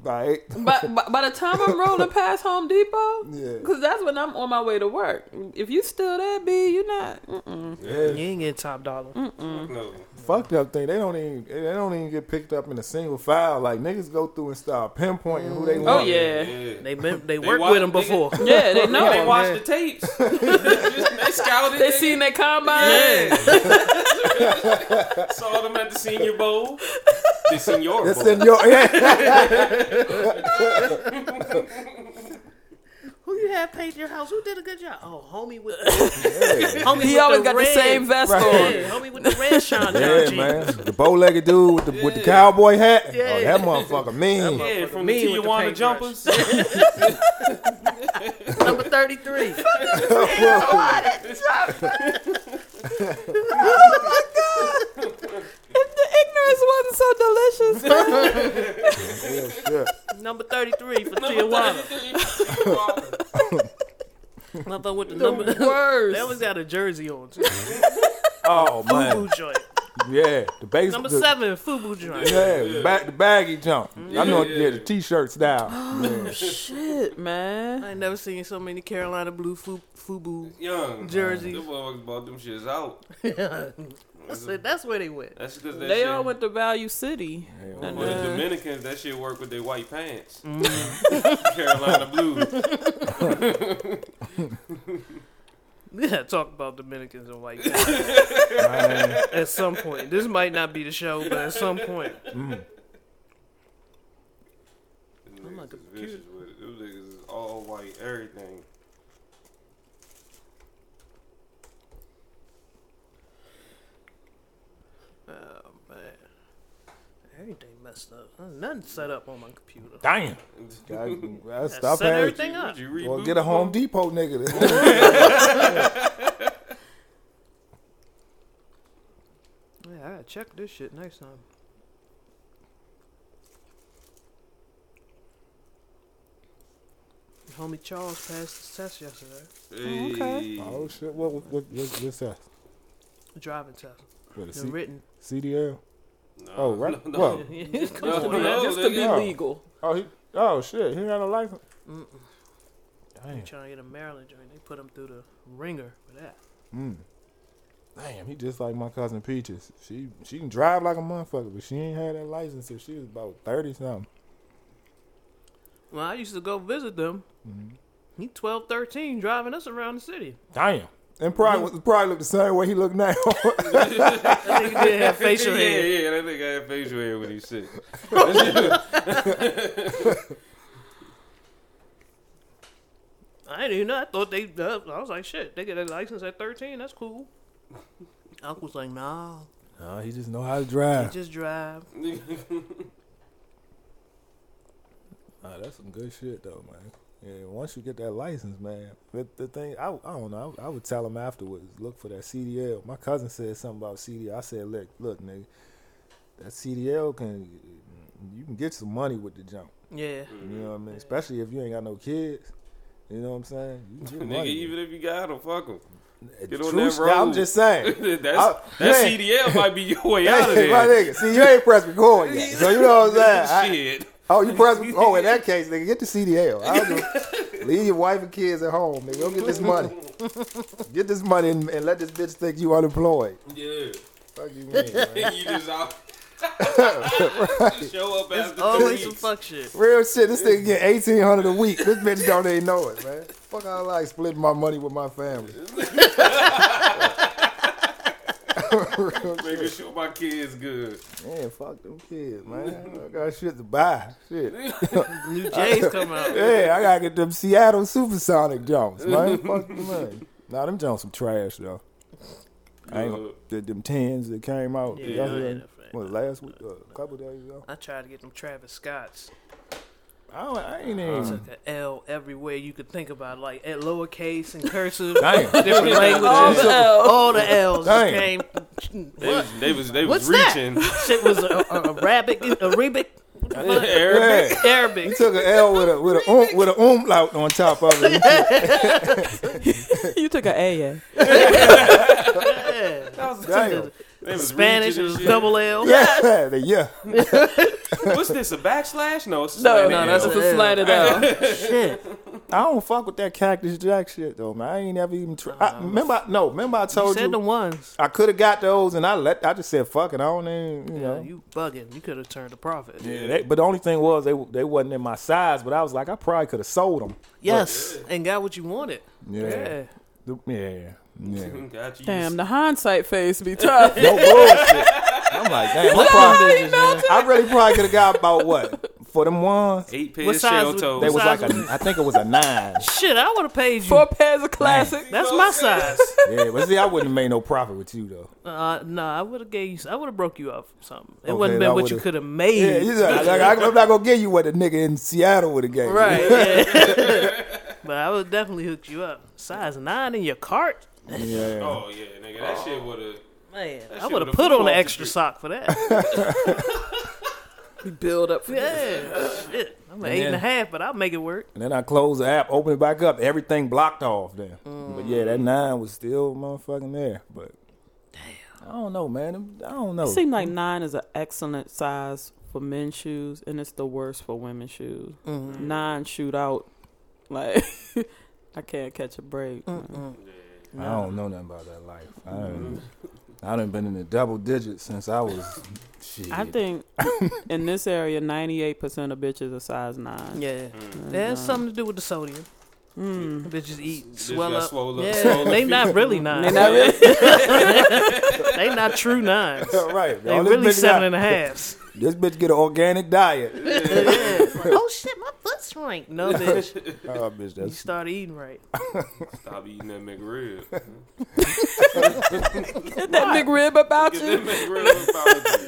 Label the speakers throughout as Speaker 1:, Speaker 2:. Speaker 1: right?
Speaker 2: But by, by the time I'm rolling past Home Depot,
Speaker 1: Yeah.
Speaker 2: because that's when I'm on my way to work. If you still there, B, you not. Mm-mm.
Speaker 3: You ain't getting top dollar.
Speaker 4: No.
Speaker 1: Fucked up thing. They don't even they don't even get picked up in a single file. Like niggas go through and start pinpointing who they want.
Speaker 2: Oh yeah,
Speaker 4: Yeah.
Speaker 3: They been they,
Speaker 4: They
Speaker 3: worked
Speaker 4: watch-
Speaker 3: with him
Speaker 4: they-
Speaker 3: before.
Speaker 2: yeah. They
Speaker 4: No, they
Speaker 2: know.
Speaker 4: watch
Speaker 3: man.
Speaker 4: the tapes. they scouted.
Speaker 2: They
Speaker 4: nigga.
Speaker 2: seen that combine.
Speaker 4: Yeah. Saw them at the Senior Bowl. The Senior
Speaker 1: That's
Speaker 4: Bowl.
Speaker 1: in your yeah.
Speaker 3: Who you had paint your house? Who did a good job? Oh, homie with
Speaker 1: yeah.
Speaker 3: homie
Speaker 2: He
Speaker 3: with
Speaker 2: always
Speaker 3: the
Speaker 2: got
Speaker 3: red.
Speaker 2: the same vest
Speaker 1: Right.
Speaker 2: on.
Speaker 3: Yeah, homie with the red shine.
Speaker 1: Yeah,
Speaker 3: John G.
Speaker 1: man. The bow legged dude with the, with the cowboy hat.
Speaker 3: Yeah.
Speaker 1: Oh, that motherfucker mean.
Speaker 4: yeah, from
Speaker 3: Me
Speaker 4: the
Speaker 3: with the
Speaker 4: Tijuana
Speaker 3: paintbrush.
Speaker 4: jumpers.
Speaker 3: Number thirty three.
Speaker 2: If the ignorance wasn't so delicious,
Speaker 1: Yeah, shit.
Speaker 3: number thirty three for Tijuana. Nothing with the number.
Speaker 2: worse.
Speaker 3: They always got a jersey on. too.
Speaker 1: Oh man.
Speaker 3: Fubu joint.
Speaker 1: Yeah. The base
Speaker 3: Number
Speaker 1: the,
Speaker 3: seven, Fubu joint.
Speaker 1: Yeah, the ba- the baggy jump. I know yeah, the t shirt style.
Speaker 2: Shit, man.
Speaker 3: I ain't never seen so many Carolina blue fu- Fubu.
Speaker 4: Young
Speaker 3: Jerseys.
Speaker 4: Them motherfuckers bought them shits out.
Speaker 3: I said, that's where they went.
Speaker 4: That's because that
Speaker 2: They
Speaker 4: shit.
Speaker 2: all went to Value City.
Speaker 4: for
Speaker 2: And,
Speaker 4: the
Speaker 2: uh,
Speaker 4: Dominicans, that shit work with their white pants. Mm. Carolina blue.
Speaker 3: Yeah, talk about Dominicans and white guys.
Speaker 1: Man.
Speaker 3: at some point. This might not be the show, but at some point.
Speaker 1: Mm,
Speaker 4: Them
Speaker 3: like
Speaker 4: niggas
Speaker 3: a
Speaker 4: is vicious with it. Them niggas is all white, everything.
Speaker 3: Oh, man. Everything messed up. There's Nothing set up on my computer.
Speaker 1: Damn. I, I
Speaker 3: I
Speaker 1: stop
Speaker 3: set
Speaker 1: having
Speaker 3: everything up.
Speaker 4: Would you
Speaker 1: Well,
Speaker 4: reboot
Speaker 1: get a
Speaker 4: them?
Speaker 1: Home Depot nigga.
Speaker 3: Yeah, I gotta check this shit next time. Homie Charles passed his test yesterday.
Speaker 2: Okay.
Speaker 4: Hey.
Speaker 1: oh shit! What what what what- what's that?
Speaker 3: The driving test.
Speaker 1: What, a
Speaker 3: The
Speaker 1: C-
Speaker 3: written.
Speaker 1: CDL?
Speaker 4: No,
Speaker 1: Oh right.
Speaker 4: Uh, no, no.
Speaker 1: Well,
Speaker 3: Come
Speaker 4: No,
Speaker 3: on.
Speaker 4: no,
Speaker 2: Yeah, just to be
Speaker 1: no.
Speaker 2: legal.
Speaker 1: oh he, oh shit! He ain't got a license.
Speaker 3: Mm-mm.
Speaker 1: Damn.
Speaker 3: Trying to get a Maryland joint. They put him through the ringer for that.
Speaker 1: Mm. Damn, he just like my cousin Peaches. She she can drive like a motherfucker, but she ain't had that license till she was about thirty something.
Speaker 3: Well, I used to go visit them. He 12, 13, driving us around the city.
Speaker 1: Damn. And probably was probably look the same way he look now.
Speaker 3: That nigga did have facial
Speaker 4: yeah,
Speaker 3: hair.
Speaker 4: Yeah, that nigga had facial hair when he sick. That
Speaker 3: I didn't even know. I thought they. Uh, I was like, shit, they get a license at 13. That's cool. Uncle's like, nah,
Speaker 1: no, he just know how to
Speaker 3: you
Speaker 1: drive.
Speaker 3: just drive.
Speaker 4: nigga-
Speaker 1: Nah, that's some good shit though, man. Yeah, once you get that license, man. But the thing, I, I don't know. I, I would tell him afterwards, look for that CDL. My cousin said something about CDL. I said, look, look, nigga, that CDL can you can get some money with the jump.
Speaker 3: Yeah.
Speaker 1: You know what I
Speaker 4: Mm-hmm.
Speaker 1: mean? Especially if you ain't got no kids. You know what I'm saying? You can get
Speaker 4: nigga,
Speaker 1: money.
Speaker 4: even if you got him, fuck him. get on
Speaker 1: True
Speaker 4: that
Speaker 1: shit, I'm
Speaker 4: road.
Speaker 1: just saying.
Speaker 4: That's,
Speaker 1: I-
Speaker 4: that
Speaker 1: yeah.
Speaker 4: CDL might be your way out of
Speaker 1: Hey, my
Speaker 4: there.
Speaker 1: nigga, see, you ain't press record yet. So you know what I'm saying? I-
Speaker 4: Shit.
Speaker 1: oh, you press Oh, in that case, nigga, get the CDL. I don't give- leave your wife and kids at home, nigga. Go get this money. Get this money and, and let this bitch think you unemployed.
Speaker 4: Yeah.
Speaker 1: Fuck you, mean, man.
Speaker 4: you just out. Just show up after
Speaker 3: It's
Speaker 4: three
Speaker 3: always some
Speaker 4: weeks.
Speaker 3: fuck shit.
Speaker 1: Real shit, this nigga get 1800 a week. This bitch don't even know it, man. Fuck, I like splitting my money with my family. Real
Speaker 4: Making sure my kids good.
Speaker 1: Man, fuck them kids, man. I got shit to buy. Shit.
Speaker 3: New J's come out.
Speaker 1: Yeah, I gotta get them Seattle Supersonic Jones, man. fuck them, man. Nah, them Jones some trash though. I ain't gonna, the- them tens that came out
Speaker 3: Yeah,
Speaker 1: y'all hear
Speaker 3: yeah,
Speaker 1: them?
Speaker 3: that's
Speaker 1: what,
Speaker 3: right.
Speaker 1: last week, uh, a couple days ago.
Speaker 3: I tried to get them Travis Scotts.
Speaker 1: I, don't, I ain't
Speaker 3: I
Speaker 1: even.
Speaker 3: took an L everywhere you could think about, like at lowercase and cursive,
Speaker 1: Damn.
Speaker 3: different languages.
Speaker 1: Oh,
Speaker 2: All the L's.
Speaker 3: All the L's just
Speaker 1: Damn.
Speaker 3: came.
Speaker 4: They was, they was, they
Speaker 3: What's
Speaker 4: was
Speaker 3: that?
Speaker 4: reaching.
Speaker 3: Shit was a- a- Arabic, Arabic,
Speaker 4: Arabic.
Speaker 1: Yeah,
Speaker 3: Arabic.
Speaker 1: you took an L with a with a um, with a umlaut on top of it.
Speaker 2: You took an AA.
Speaker 3: Yeah.
Speaker 1: Damn.
Speaker 4: They was
Speaker 3: Spanish, it was
Speaker 4: Regis and
Speaker 3: double L.
Speaker 1: Yeah, they- yeah.
Speaker 4: shit. What's this? A backslash? No, it's a
Speaker 2: No,
Speaker 4: slanted
Speaker 2: no, that's
Speaker 4: L.
Speaker 2: a slight at all.
Speaker 3: Shit.
Speaker 1: I don't fuck with that Cactus Jack shit though, man. I ain't never even tried. I, remember, I, no, remember I
Speaker 3: Uh-huh. You
Speaker 1: told you,
Speaker 3: said the ones.
Speaker 1: I could have got those, and I let. I just said fuck it. I don't even, you know.
Speaker 3: You bugging. You could have turned a profit.
Speaker 1: Yeah, they, but the only thing was they they wasn't in my size, but I was like I probably could have sold them.
Speaker 3: Yes, and got what you wanted.
Speaker 1: Yeah,
Speaker 3: Yeah.
Speaker 1: The- yeah, yeah.
Speaker 4: Got you.
Speaker 2: Damn, the hindsight phase be tough.
Speaker 1: No bullshit. I'm like, damn, I, probably, I really probably could have got about what for them ones.
Speaker 4: Eight
Speaker 3: What
Speaker 4: pairs
Speaker 3: size
Speaker 4: shell
Speaker 3: was-
Speaker 1: They
Speaker 4: toes.
Speaker 1: was
Speaker 3: size
Speaker 1: like a,
Speaker 3: was-
Speaker 1: I think it was a nine.
Speaker 3: Shit, I would have paid you.
Speaker 2: Four pairs of classic.
Speaker 3: That's my size.
Speaker 1: Yeah, but see, I wouldn't have made no profit with you though.
Speaker 3: Uh, nah, I would have gave you. I would have broke you off something. It
Speaker 1: Okay,
Speaker 3: wouldn't
Speaker 1: that
Speaker 3: been what you
Speaker 1: would've-
Speaker 3: could have made.
Speaker 1: Yeah, you know, like, I, I'm not gonna give you what the nigga in Seattle would have gave. you.
Speaker 3: Right. yeah. but I would definitely hook you up. Size nine in your cart.
Speaker 1: Yeah.
Speaker 4: Oh yeah, nigga, that shit would have.
Speaker 3: Man, I
Speaker 4: shit
Speaker 3: would have
Speaker 4: would've
Speaker 3: put on
Speaker 4: flown
Speaker 3: an
Speaker 4: off the
Speaker 3: extra
Speaker 4: street.
Speaker 3: sock for that.
Speaker 2: We build up for this.
Speaker 3: yeah. Shit. I'm an eight and a
Speaker 1: then-
Speaker 3: half, but I'll make it work.
Speaker 1: And then I close the app, open it back up, everything blocked off then. But yeah, that nine was still motherfucking there. But damn, I don't know, man. Them- I don't know.
Speaker 2: It seems like nine is an excellent size for men's shoes, and it's the worst for women's shoes. Nine shoot out, like I can't catch a break. man.
Speaker 1: I don't know nothing about that life. I done, I done been in the double digits since I was shit.
Speaker 2: I think in this area, ninety-eight percent of bitches are size nine.
Speaker 3: Yeah. That has something to do with the sodium. Mm. Bitches eat,
Speaker 4: Just
Speaker 3: swell
Speaker 4: got
Speaker 3: up.
Speaker 4: swole up,
Speaker 3: yeah,
Speaker 4: swole up.
Speaker 3: they not really nine.
Speaker 2: They not really-
Speaker 3: they not true nines.
Speaker 1: right.
Speaker 3: They really seven and a half.
Speaker 1: This bitch get an organic diet.
Speaker 3: oh shit, my foot's right. No, bitch,
Speaker 1: oh, bitch,
Speaker 3: you
Speaker 1: that's
Speaker 3: start eating right.
Speaker 4: Stop eating that McRib. Get
Speaker 2: Get that McRib about
Speaker 4: that
Speaker 2: you.
Speaker 4: McRib up out of you.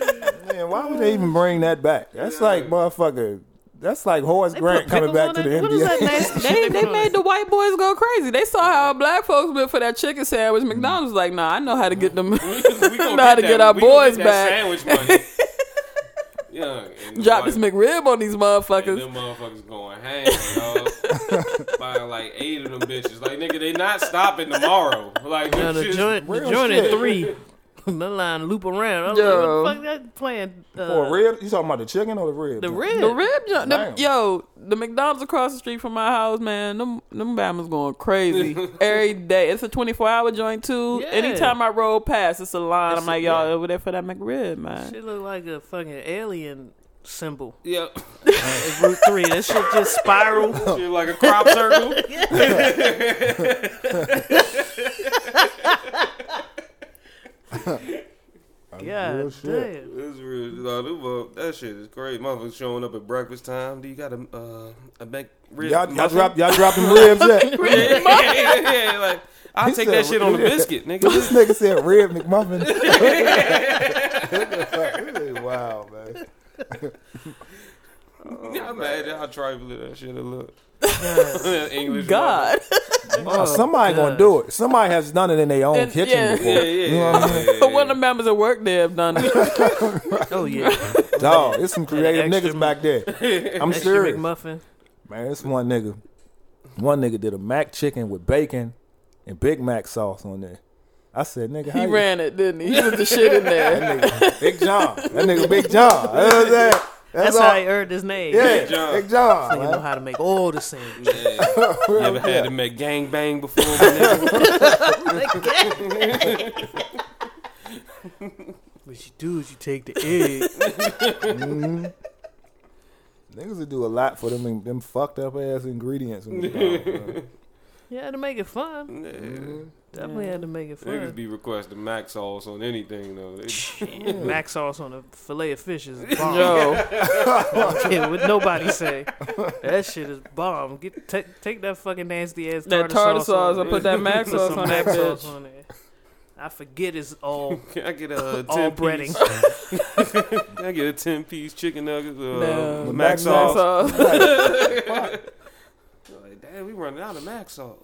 Speaker 1: man. Why would they even bring that back? That's like motherfucker. That's like Horace
Speaker 3: They
Speaker 1: Grant
Speaker 3: put
Speaker 1: coming
Speaker 3: pickles
Speaker 1: back
Speaker 3: on
Speaker 1: to the
Speaker 3: that? What is that
Speaker 1: NBA.
Speaker 3: nasty
Speaker 2: They,
Speaker 3: shit
Speaker 2: they
Speaker 3: put on
Speaker 2: made
Speaker 3: it?
Speaker 2: the white boys go crazy. They saw how black folks went for that chicken sandwich. McDonald's was like, nah, I know how to get them.
Speaker 4: Mm. we gonna
Speaker 2: Know how to
Speaker 4: that-
Speaker 2: get our
Speaker 4: we gonna
Speaker 2: boys
Speaker 4: get
Speaker 2: back.
Speaker 4: that Sandwich money. yeah, and the
Speaker 2: Drop
Speaker 4: white-
Speaker 2: this McRib on these
Speaker 4: and
Speaker 2: motherfuckers.
Speaker 4: them motherfuckers going hang, dog. Buying like eight of them bitches. Like nigga, they not stopping tomorrow. Like
Speaker 3: Now,
Speaker 4: them
Speaker 3: the
Speaker 4: shits-
Speaker 3: joint, the
Speaker 1: real
Speaker 3: joint at
Speaker 1: shit.
Speaker 3: three. the line loop around. I was
Speaker 2: Yo.
Speaker 3: like, what the fuck that playing? Uh,
Speaker 1: Or rib? You talking about the chicken or the rib?
Speaker 3: The
Speaker 1: joint?
Speaker 3: rib.
Speaker 2: The rib, joint- the-
Speaker 1: Damn.
Speaker 2: yo, the McDonald's across the street from my house, man. Them them bammers going crazy every day. It's a twenty four hour joint too.
Speaker 3: Yeah.
Speaker 2: Anytime I roll past, it's a line.
Speaker 3: It's
Speaker 2: I'm
Speaker 3: a-
Speaker 2: like, y'all over there for that McRib, man.
Speaker 3: Shit look like a fucking alien symbol.
Speaker 4: Yeah,
Speaker 3: It's Route three. That shit just spiral.
Speaker 4: shit like a crop circle.
Speaker 3: God
Speaker 1: shit.
Speaker 3: damn.
Speaker 4: That's real. Like, them mother- that shit is crazy. Motherfuckers showing up at breakfast time. Do you got a uh, a McRib?
Speaker 1: Y'all, y'all
Speaker 4: muffin?
Speaker 1: drop y'all dropping ribs yet?
Speaker 4: yeah, yeah, yeah, yeah, Like I'll
Speaker 1: He
Speaker 4: take
Speaker 1: said-
Speaker 4: that shit on a biscuit, nigga.
Speaker 1: This nigga said rib McMuffin. Oh, wow, man.
Speaker 4: Yeah, I'm mad at how trifling that shit look. English
Speaker 2: God,
Speaker 1: Oh, somebody gonna
Speaker 3: God.
Speaker 1: do it. Somebody has done it in their own
Speaker 2: And-
Speaker 1: kitchen
Speaker 2: yeah.
Speaker 4: mother-
Speaker 1: before.
Speaker 4: Yeah, yeah,
Speaker 1: You know what I mean?
Speaker 4: yeah, yeah,
Speaker 2: one of the members at work there have done it.
Speaker 3: Oh yeah.
Speaker 1: Dog, there's some creative
Speaker 3: Extra
Speaker 1: niggas back there. I'm
Speaker 3: Extra
Speaker 1: serious.
Speaker 3: McMuffin.
Speaker 1: Man, it's one nigga. One nigga did a mac chicken with bacon and Big Mac sauce on there. I said, nigga, how
Speaker 2: He
Speaker 1: you-
Speaker 2: ran it, didn't he? He put the shit in there.
Speaker 1: That nigga, Big John. That nigga Big John. You know what I'm saying? That's,
Speaker 3: That's
Speaker 1: all-
Speaker 3: how he earned his name.
Speaker 1: Yeah,
Speaker 4: Big John.
Speaker 1: Big John.
Speaker 3: Nigga know
Speaker 1: man.
Speaker 3: how to make all the sandwiches.
Speaker 4: Yeah. You ever had a McGang bang before? my nigga?
Speaker 3: What you do is you take the egg.
Speaker 1: Niggas would do a lot for them them fucked up ass ingredients. when we grow up, man.
Speaker 3: you had to make it fun.
Speaker 1: Mm-hmm.
Speaker 4: Yeah.
Speaker 3: Definitely had to make it
Speaker 4: Niggas
Speaker 3: fun.
Speaker 4: be requesting mac sauce on anything though. They-
Speaker 3: Mac sauce on a fillet of fish is bomb.
Speaker 2: Yo,
Speaker 3: Yeah, what nobody say. That shit is bomb. Get take take that fucking nasty ass
Speaker 2: That
Speaker 3: tartar,
Speaker 2: tartar sauce
Speaker 3: on
Speaker 2: and put
Speaker 3: there.
Speaker 2: that mac
Speaker 3: Put
Speaker 2: sauce
Speaker 3: some
Speaker 2: on
Speaker 3: mac
Speaker 2: that
Speaker 3: sauce
Speaker 2: bitch.
Speaker 3: on there. I forget it's all
Speaker 4: Can I get a
Speaker 3: all
Speaker 4: ten
Speaker 3: breading.
Speaker 4: piece? Can I get a ten piece chicken nugget? Uh,
Speaker 2: No.
Speaker 4: Mac,
Speaker 1: Mac
Speaker 2: sauce.
Speaker 4: sauce. Like, damn, we running out of mac sauce.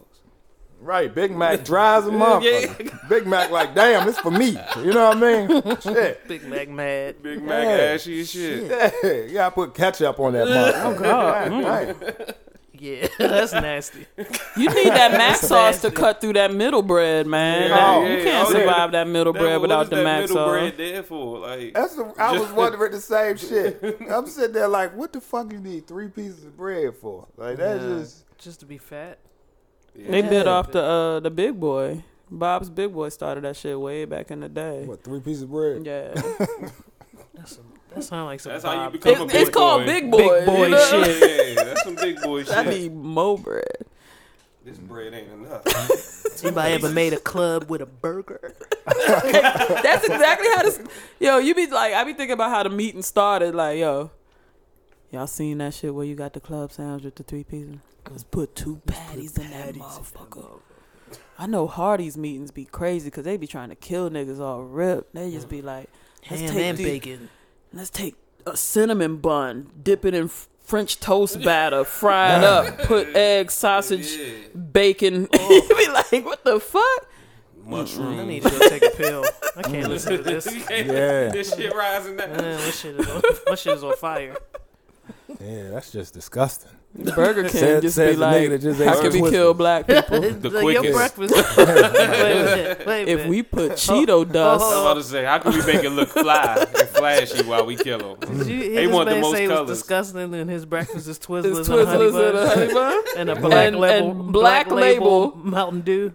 Speaker 1: Right, Big Mac drives them up.
Speaker 4: Yeah.
Speaker 1: Big Mac like, damn, it's for me. You know what I mean? Shit.
Speaker 3: Big Mac mad.
Speaker 4: Big Mac
Speaker 1: Yeah.
Speaker 4: ashy as shit.
Speaker 1: Yeah, you gotta put ketchup on that mug. Oh God.
Speaker 3: Yeah, that's nasty.
Speaker 2: You need that mac sauce to
Speaker 3: nasty.
Speaker 2: cut through that middle bread, man.
Speaker 4: Yeah,
Speaker 2: Like,
Speaker 1: yeah,
Speaker 2: you can't
Speaker 4: oh, yeah.
Speaker 2: survive that middle
Speaker 4: That-
Speaker 2: bread
Speaker 4: what
Speaker 2: without
Speaker 4: is
Speaker 2: the
Speaker 4: that
Speaker 2: mac
Speaker 4: middle
Speaker 2: sauce.
Speaker 4: bread there for? Like,
Speaker 1: That's the, I was wondering the same shit. I'm sitting there like, what the fuck you need three pieces of bread for? Like that's
Speaker 3: Yeah.
Speaker 1: just
Speaker 3: Just to be fat.
Speaker 4: yeah.
Speaker 2: They bit
Speaker 1: Yeah.
Speaker 2: off the uh, the big boy. Bob's big boy started that shit way back in the day.
Speaker 1: what three pieces of bread.
Speaker 2: Yeah,
Speaker 3: That's some, that sounds like some.
Speaker 4: That's how you
Speaker 3: Bob-
Speaker 4: become a
Speaker 2: it's,
Speaker 4: big
Speaker 2: it's called
Speaker 4: boy.
Speaker 2: big boy.
Speaker 3: Big boy
Speaker 2: you know?
Speaker 3: shit.
Speaker 4: Yeah, that's some big boy
Speaker 2: That
Speaker 4: shit.
Speaker 2: be mo bread.
Speaker 4: This bread ain't enough.
Speaker 3: Anybody ever made a club with a burger?
Speaker 2: That's exactly how this. Yo, you be like, I be thinking about how the meeting started. Like, yo, y'all seen that shit where you got the club sandwich with the three pieces? Let's put two patties in that motherfucker. I know Hardy's meetings be crazy because they be trying to kill niggas all rip. They just be like, let's
Speaker 3: Ham
Speaker 2: take
Speaker 3: and
Speaker 2: the-
Speaker 3: bacon.
Speaker 2: let's take a cinnamon bun, dip it in f- French toast batter, fry it up, put egg, sausage,
Speaker 4: Yeah.
Speaker 2: bacon. you be like, what the fuck?
Speaker 4: Mushroom.
Speaker 3: I need to go take a pill. I
Speaker 2: Mm.
Speaker 3: can't listen to this.
Speaker 4: You can't-
Speaker 1: Yeah.
Speaker 4: This shit rising now.
Speaker 3: Man, my shit is on, my shit is on fire.
Speaker 1: Yeah, that's just disgusting.
Speaker 2: Burger King
Speaker 1: Says-
Speaker 2: just
Speaker 1: says
Speaker 2: be
Speaker 1: the nigga
Speaker 2: like,
Speaker 1: that just ate
Speaker 2: how can
Speaker 1: some
Speaker 2: we
Speaker 1: Twizzlers.
Speaker 2: kill black people?
Speaker 4: The
Speaker 3: Like, your
Speaker 4: quickest.
Speaker 3: breakfast. wait a minute. Wait a
Speaker 2: if
Speaker 3: minute.
Speaker 2: we put Cheeto
Speaker 4: I was
Speaker 2: dust,
Speaker 4: about to say, how can we make it look fly and flashy while we kill them?
Speaker 3: Did you hear
Speaker 4: They
Speaker 3: this
Speaker 4: want the
Speaker 3: man
Speaker 4: most
Speaker 3: say it was
Speaker 4: colours.
Speaker 3: disgusting and his breakfast is
Speaker 2: it's
Speaker 3: Twizzlers, and honey
Speaker 2: Twizzlers and a honey
Speaker 3: buns
Speaker 2: bun.
Speaker 3: and a black
Speaker 2: And-
Speaker 3: label,
Speaker 2: and Black Label.
Speaker 3: Mountain Dew.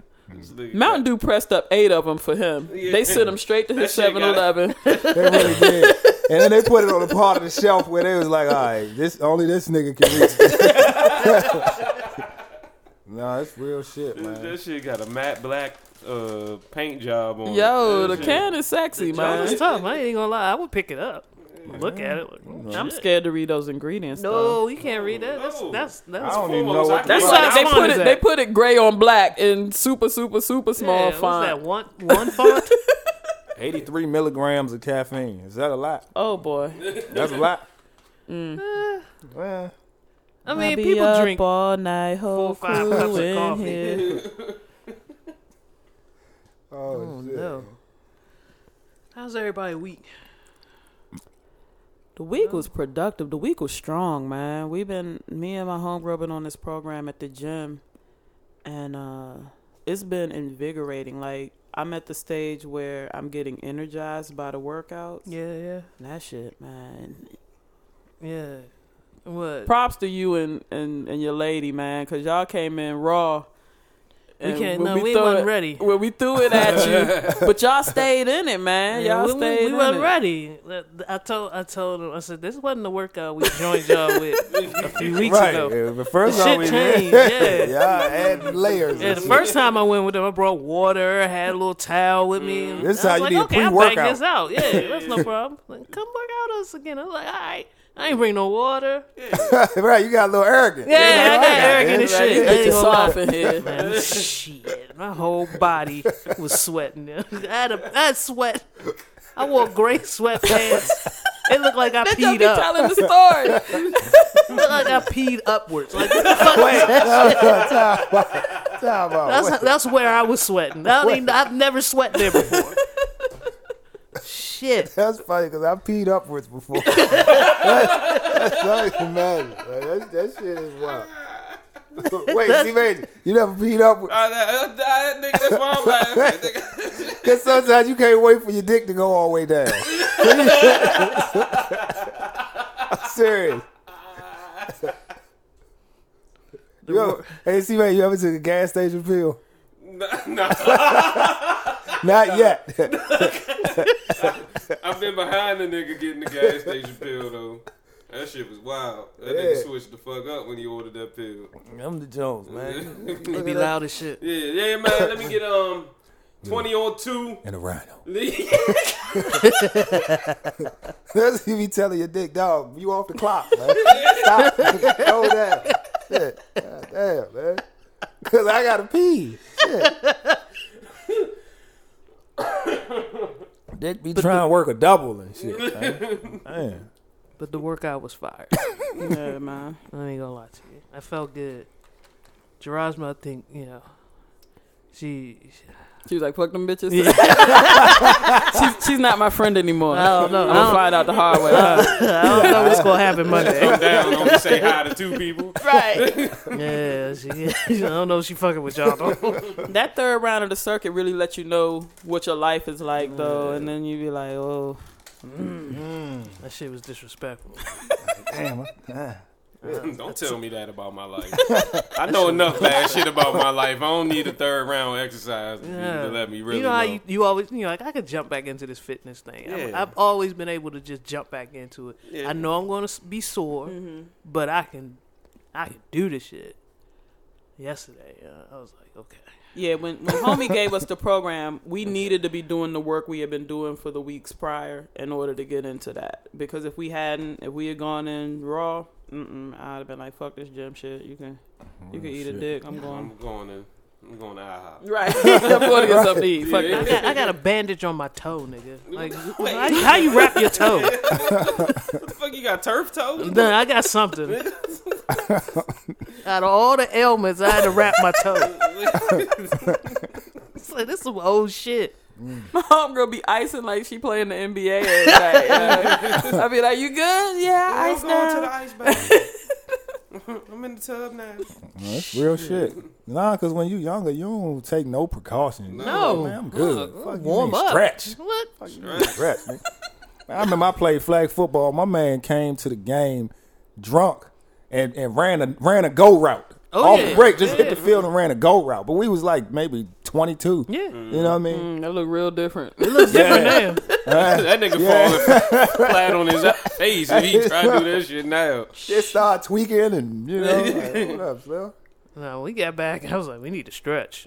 Speaker 2: Mountain Dew pressed up eight of them for him. They sent him straight to his
Speaker 4: That shit
Speaker 2: 7
Speaker 4: got it.
Speaker 2: Eleven.
Speaker 1: They really did. And then they put it on a part of the shelf where they was like, all right, this only this nigga can reach. it." nah, it's real shit,
Speaker 4: This-
Speaker 1: man.
Speaker 4: That shit got a matte black uh, paint job on. it.
Speaker 2: Yo,
Speaker 4: That
Speaker 2: the
Speaker 4: shit-
Speaker 2: can is sexy,
Speaker 3: That
Speaker 2: man.
Speaker 3: was tough. I ain't gonna lie. I would pick it up, look at it. Like, oh,
Speaker 2: Mm-hmm. I'm
Speaker 3: shit.
Speaker 2: scared to read those ingredients. though.
Speaker 3: No, you can't read that. That's
Speaker 4: No.
Speaker 3: that's
Speaker 1: I
Speaker 3: that's.
Speaker 1: don't
Speaker 4: Full
Speaker 1: even
Speaker 4: of
Speaker 1: know what.
Speaker 4: socks.
Speaker 2: That's
Speaker 4: That's
Speaker 2: why
Speaker 3: how
Speaker 2: they
Speaker 3: fun
Speaker 2: put
Speaker 3: is
Speaker 2: it.
Speaker 3: that?
Speaker 2: They put it gray on black in super, super, super small
Speaker 3: yeah, What's that
Speaker 2: font.
Speaker 3: one one font?
Speaker 1: 83 milligrams of caffeine. Is that a lot?
Speaker 2: Oh boy, Mm.
Speaker 1: That's a lot. Well,
Speaker 3: I mean, people drink.
Speaker 2: all night,
Speaker 3: whole five crew cups of in coffee.
Speaker 2: here.
Speaker 1: oh,
Speaker 3: Oh
Speaker 1: shit.
Speaker 3: no. How's everybody weak?
Speaker 2: The week was productive. The week was strong, man. We've been me and my homegirl been on this program at the gym, and uh it's been invigorating. Like I'm at the stage where I'm getting energized by the workouts.
Speaker 3: Yeah, yeah,
Speaker 2: And that shit, man.
Speaker 3: yeah. What?
Speaker 2: Props to you and and and your lady, man, because y'all came in raw.
Speaker 3: we
Speaker 2: And
Speaker 3: can't.
Speaker 2: when
Speaker 3: No, we,
Speaker 2: throw
Speaker 3: wasn't
Speaker 2: it-
Speaker 3: ready.
Speaker 2: Well, we threw it at you, but y'all stayed in it, man. y'all
Speaker 3: Yeah, we,
Speaker 2: stayed
Speaker 3: we, we
Speaker 2: in
Speaker 3: wasn't
Speaker 2: it.
Speaker 3: ready. I told I told him I said this wasn't the workout we joined y'all with a few weeks
Speaker 1: Right.
Speaker 3: ago.
Speaker 1: Yeah, the first
Speaker 3: The
Speaker 1: time
Speaker 3: shit
Speaker 1: we
Speaker 3: changed,
Speaker 1: did-
Speaker 3: yeah.
Speaker 1: Y'all add layers.
Speaker 3: Yeah,
Speaker 1: and
Speaker 3: the
Speaker 1: shit.
Speaker 3: first time I went with them, I brought water, had a little towel with me.
Speaker 2: Mm.
Speaker 3: and
Speaker 1: This
Speaker 3: I
Speaker 1: how
Speaker 3: was
Speaker 1: you
Speaker 3: like,
Speaker 1: need a
Speaker 3: okay, I'll bang
Speaker 1: pre-workout.
Speaker 3: this out. Yeah, that's no problem. Like, Come work out us again. I was like, all right. I ain't bring no water.
Speaker 1: right, you got a little arrogant.
Speaker 3: Yeah, I got
Speaker 1: right.
Speaker 3: arrogant as
Speaker 1: Yeah,
Speaker 3: shit.
Speaker 1: right.
Speaker 3: I ain't
Speaker 2: It's
Speaker 3: gonna lie.
Speaker 2: off in here.
Speaker 3: Man, shit, my whole body was sweating. I had, a, I had sweat. I wore gray sweatpants. It looked like I
Speaker 2: That don't
Speaker 3: peed
Speaker 2: be
Speaker 3: up.
Speaker 2: telling the story.
Speaker 3: looked like I peed upwards. Like what the fuck was that?
Speaker 1: Time out.
Speaker 3: that's that's where I was sweating. I don't even, I've never sweat there before. Shit.
Speaker 1: That's funny because I peed upwards before. that's, that's not even mad. Like, that, that shit is wild. Wait, see, man, you never peed upwards.
Speaker 4: Uh, that, that, that nigga, that's why I'm laughing.
Speaker 1: Because sometimes you can't wait for your dick to go all the way down. I'm serious. You ever, hey, see, man, you ever took a gas station pill?
Speaker 4: Nigga, nah,
Speaker 1: Not yet.
Speaker 4: I've been behind the nigga getting the gas station pill though. That shit was wild. That
Speaker 1: Yeah.
Speaker 4: nigga switched the fuck up when he ordered that pill.
Speaker 1: I'm the Jones, man.
Speaker 3: It be loud as shit.
Speaker 4: Yeah, yeah, man. Let me get um twenty on two.
Speaker 1: And a rhino.
Speaker 4: yeah,
Speaker 1: That's what you be telling your dick, dog. You off the clock, man. Stop. Hold that. Shit. God damn, man. Cause I gotta pee. Shit. Dick be trying to work a double and shit. Man. Man.
Speaker 3: But the workout was fire.
Speaker 2: yeah, man.
Speaker 3: I ain't gonna lie to you. I felt good. Gerard's I think, you know, She,
Speaker 2: She was like, "Fuck them bitches."
Speaker 3: Yeah.
Speaker 2: she's, she's not my friend anymore.
Speaker 3: I don't know.
Speaker 2: I'm
Speaker 3: I
Speaker 2: gonna
Speaker 3: don't-
Speaker 2: find out the hard way.
Speaker 3: I don't know what's gonna happen Monday.
Speaker 4: Come down, only say hi to two people.
Speaker 2: right.
Speaker 3: Yeah, she, I don't know if she fucking with y'all. Though.
Speaker 2: That third round of the circuit really let you know what your life is like, though, and then you be like, "Oh,
Speaker 3: That shit was disrespectful.
Speaker 1: Damn. I- ah.
Speaker 4: Don't tell me that about my life. I know enough bad shit about my life. I don't need a third round exercise to, be-
Speaker 3: Yeah.
Speaker 4: to let me really
Speaker 3: you know,
Speaker 4: know.
Speaker 3: how you, you always you know like I could jump back into this fitness thing. I'm,
Speaker 4: Yeah.
Speaker 3: I've always been able to just jump back into it.
Speaker 4: Yeah.
Speaker 3: I know I'm going to be sore, but I can I can do this shit. Yesterday, uh, I was like, okay,
Speaker 2: yeah." When when homie gave us the program, we needed to be doing the work we had been doing for the weeks prior in order to get into that. Because if we hadn't, if we had gone in raw, mm-mm, I'd have been like, "Fuck this gym shit. You can you can
Speaker 1: Real
Speaker 2: eat a
Speaker 1: shit.
Speaker 2: dick. I'm going."
Speaker 4: I'm going to, Oh, I'm going to IHOP.
Speaker 2: Right. I'm going to get something to eat. Fuck
Speaker 4: Yeah.
Speaker 3: I got, I got a bandage on my toe, nigga. Like, how, how you wrap your toe?
Speaker 4: Fuck, you got turf toe?
Speaker 3: Nah, I got something. Out of all the ailments, I had to wrap my toe. It's like, this is some old shit.
Speaker 2: My homegirl be icing like she playing the NBA. every night, yeah. I be like, "You good? Yeah,
Speaker 4: I'm
Speaker 2: ice
Speaker 4: going to the
Speaker 2: now."
Speaker 4: ice bath. I'm in the tub now.
Speaker 1: Well, That's real shit. Nah, cause when you younger, you don't take no precautions.
Speaker 3: No.
Speaker 1: man, I'm good.
Speaker 3: Look,
Speaker 1: Fuck, you
Speaker 3: warm
Speaker 1: mean
Speaker 3: up.
Speaker 1: Stretch.
Speaker 3: What?
Speaker 1: Stretch. man. I remember I played flag football. My man came to the game drunk and, and ran a ran a go route.
Speaker 3: Oh,
Speaker 1: Off
Speaker 3: yeah.
Speaker 1: the break, just hit the
Speaker 3: Yeah.
Speaker 1: field and ran a go route. But we was like maybe twenty two.
Speaker 3: Yeah.
Speaker 1: You know what I mean?
Speaker 2: Mm, that look real different.
Speaker 3: Damn.
Speaker 4: That nigga falling flat on his face if he try to do that shit now.
Speaker 1: They start tweaking and you know like, what up, Slim?
Speaker 3: No, we got back. I was like, we need to stretch.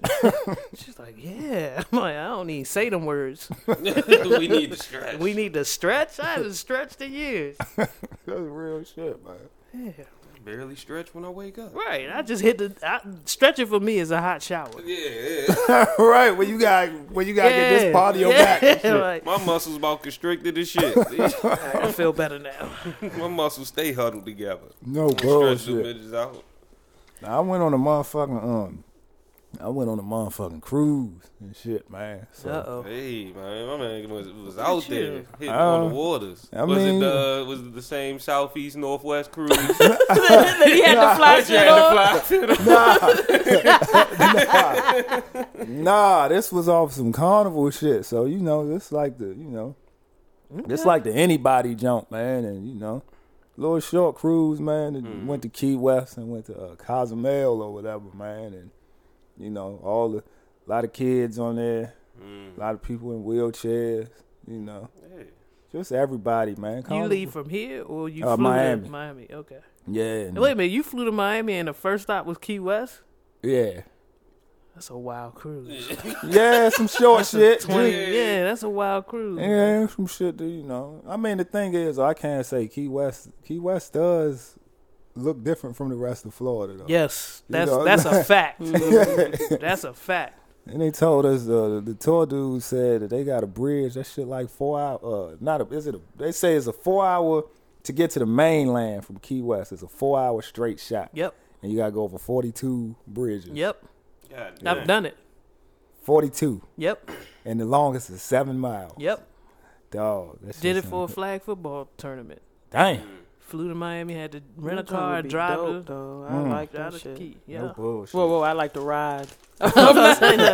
Speaker 3: She's like, yeah. I'm like, I don't even say them words.
Speaker 4: we need to stretch.
Speaker 3: We need to stretch. I haven't stretched in years.
Speaker 1: That's real shit, man.
Speaker 3: Yeah.
Speaker 4: barely stretch when I wake up.
Speaker 3: Right. I just hit the I, stretching for me is a hot shower.
Speaker 4: Yeah,
Speaker 1: right, when you got when you gotta get
Speaker 3: Yeah.
Speaker 1: this part of your
Speaker 3: Yeah.
Speaker 1: back. and shit.
Speaker 3: Like,
Speaker 4: my muscles about constricted as shit.
Speaker 3: I feel better now.
Speaker 4: my muscles stay huddled together.
Speaker 1: No
Speaker 4: Stretch them
Speaker 1: bullshit.
Speaker 4: bitches out.
Speaker 1: Now, I went on a motherfucking um, I went on a motherfucking cruise and shit, man. So
Speaker 3: Uh oh.
Speaker 4: Hey man, my man was, was out
Speaker 3: you.
Speaker 4: there hitting on
Speaker 1: Uh,
Speaker 4: the waters.
Speaker 1: I
Speaker 4: was
Speaker 1: mean-
Speaker 4: it the was it the same southeast northwest cruise?
Speaker 2: he had to fly
Speaker 4: That you had
Speaker 2: shit
Speaker 4: to
Speaker 2: on.
Speaker 4: fly to the-
Speaker 1: nah, this was off some carnival shit. So you know, this like the you know, this like the anybody jump, man. And you know, little short cruise, man. And
Speaker 3: Mm-hmm.
Speaker 1: Went to Key West and went to uh, Cozumel or whatever, man. And you know, all the lot of kids on there,
Speaker 4: Mm,
Speaker 1: a lot of people in wheelchairs. You know,
Speaker 4: Hey,
Speaker 1: just everybody, man.
Speaker 3: You
Speaker 1: Carnival.
Speaker 3: leave from here or you
Speaker 1: Uh,
Speaker 3: flew
Speaker 1: Miami.
Speaker 3: to Miami? Okay.
Speaker 1: yeah, and-
Speaker 3: Wait a minute. You flew to Miami and the first stop was Key West?
Speaker 1: yeah.
Speaker 3: That's a wild cruise.
Speaker 1: Yeah, some short shit.
Speaker 3: Twenty-
Speaker 1: Just-
Speaker 3: yeah. that's a wild cruise.
Speaker 1: Yeah, some shit that you know. I mean, the thing is, I can't say Key West. Key West does look different from the rest of Florida, though.
Speaker 3: Yes,
Speaker 1: You
Speaker 3: that's
Speaker 1: know,
Speaker 3: that's a fact. that's a fact.
Speaker 1: And they told us uh, the tour dude said that they got a bridge. That shit like four hour. Uh, not a. Is it a? They say it's a four hour to get to the mainland from Key West. It's a four hour straight shot.
Speaker 3: Yep,
Speaker 1: And you gotta go over forty two bridges.
Speaker 3: yep.
Speaker 4: God
Speaker 3: I've done it.
Speaker 1: Forty two.
Speaker 3: Yep,
Speaker 1: And the longest is seven miles.
Speaker 3: yep.
Speaker 1: Dog. that
Speaker 3: Did it
Speaker 1: shit's
Speaker 3: for a
Speaker 1: in-
Speaker 3: flag football tournament.
Speaker 1: Damn.
Speaker 3: Flew to Miami, had to rent a
Speaker 2: That would
Speaker 3: car,
Speaker 2: be
Speaker 3: drive
Speaker 2: dope,
Speaker 3: to
Speaker 2: though. I
Speaker 1: Mm.
Speaker 2: like
Speaker 3: drive
Speaker 2: that
Speaker 3: to
Speaker 2: shit.
Speaker 3: Key. Yeah.
Speaker 1: No bullshit.
Speaker 2: Whoa, whoa! I like to ride.
Speaker 3: that's that's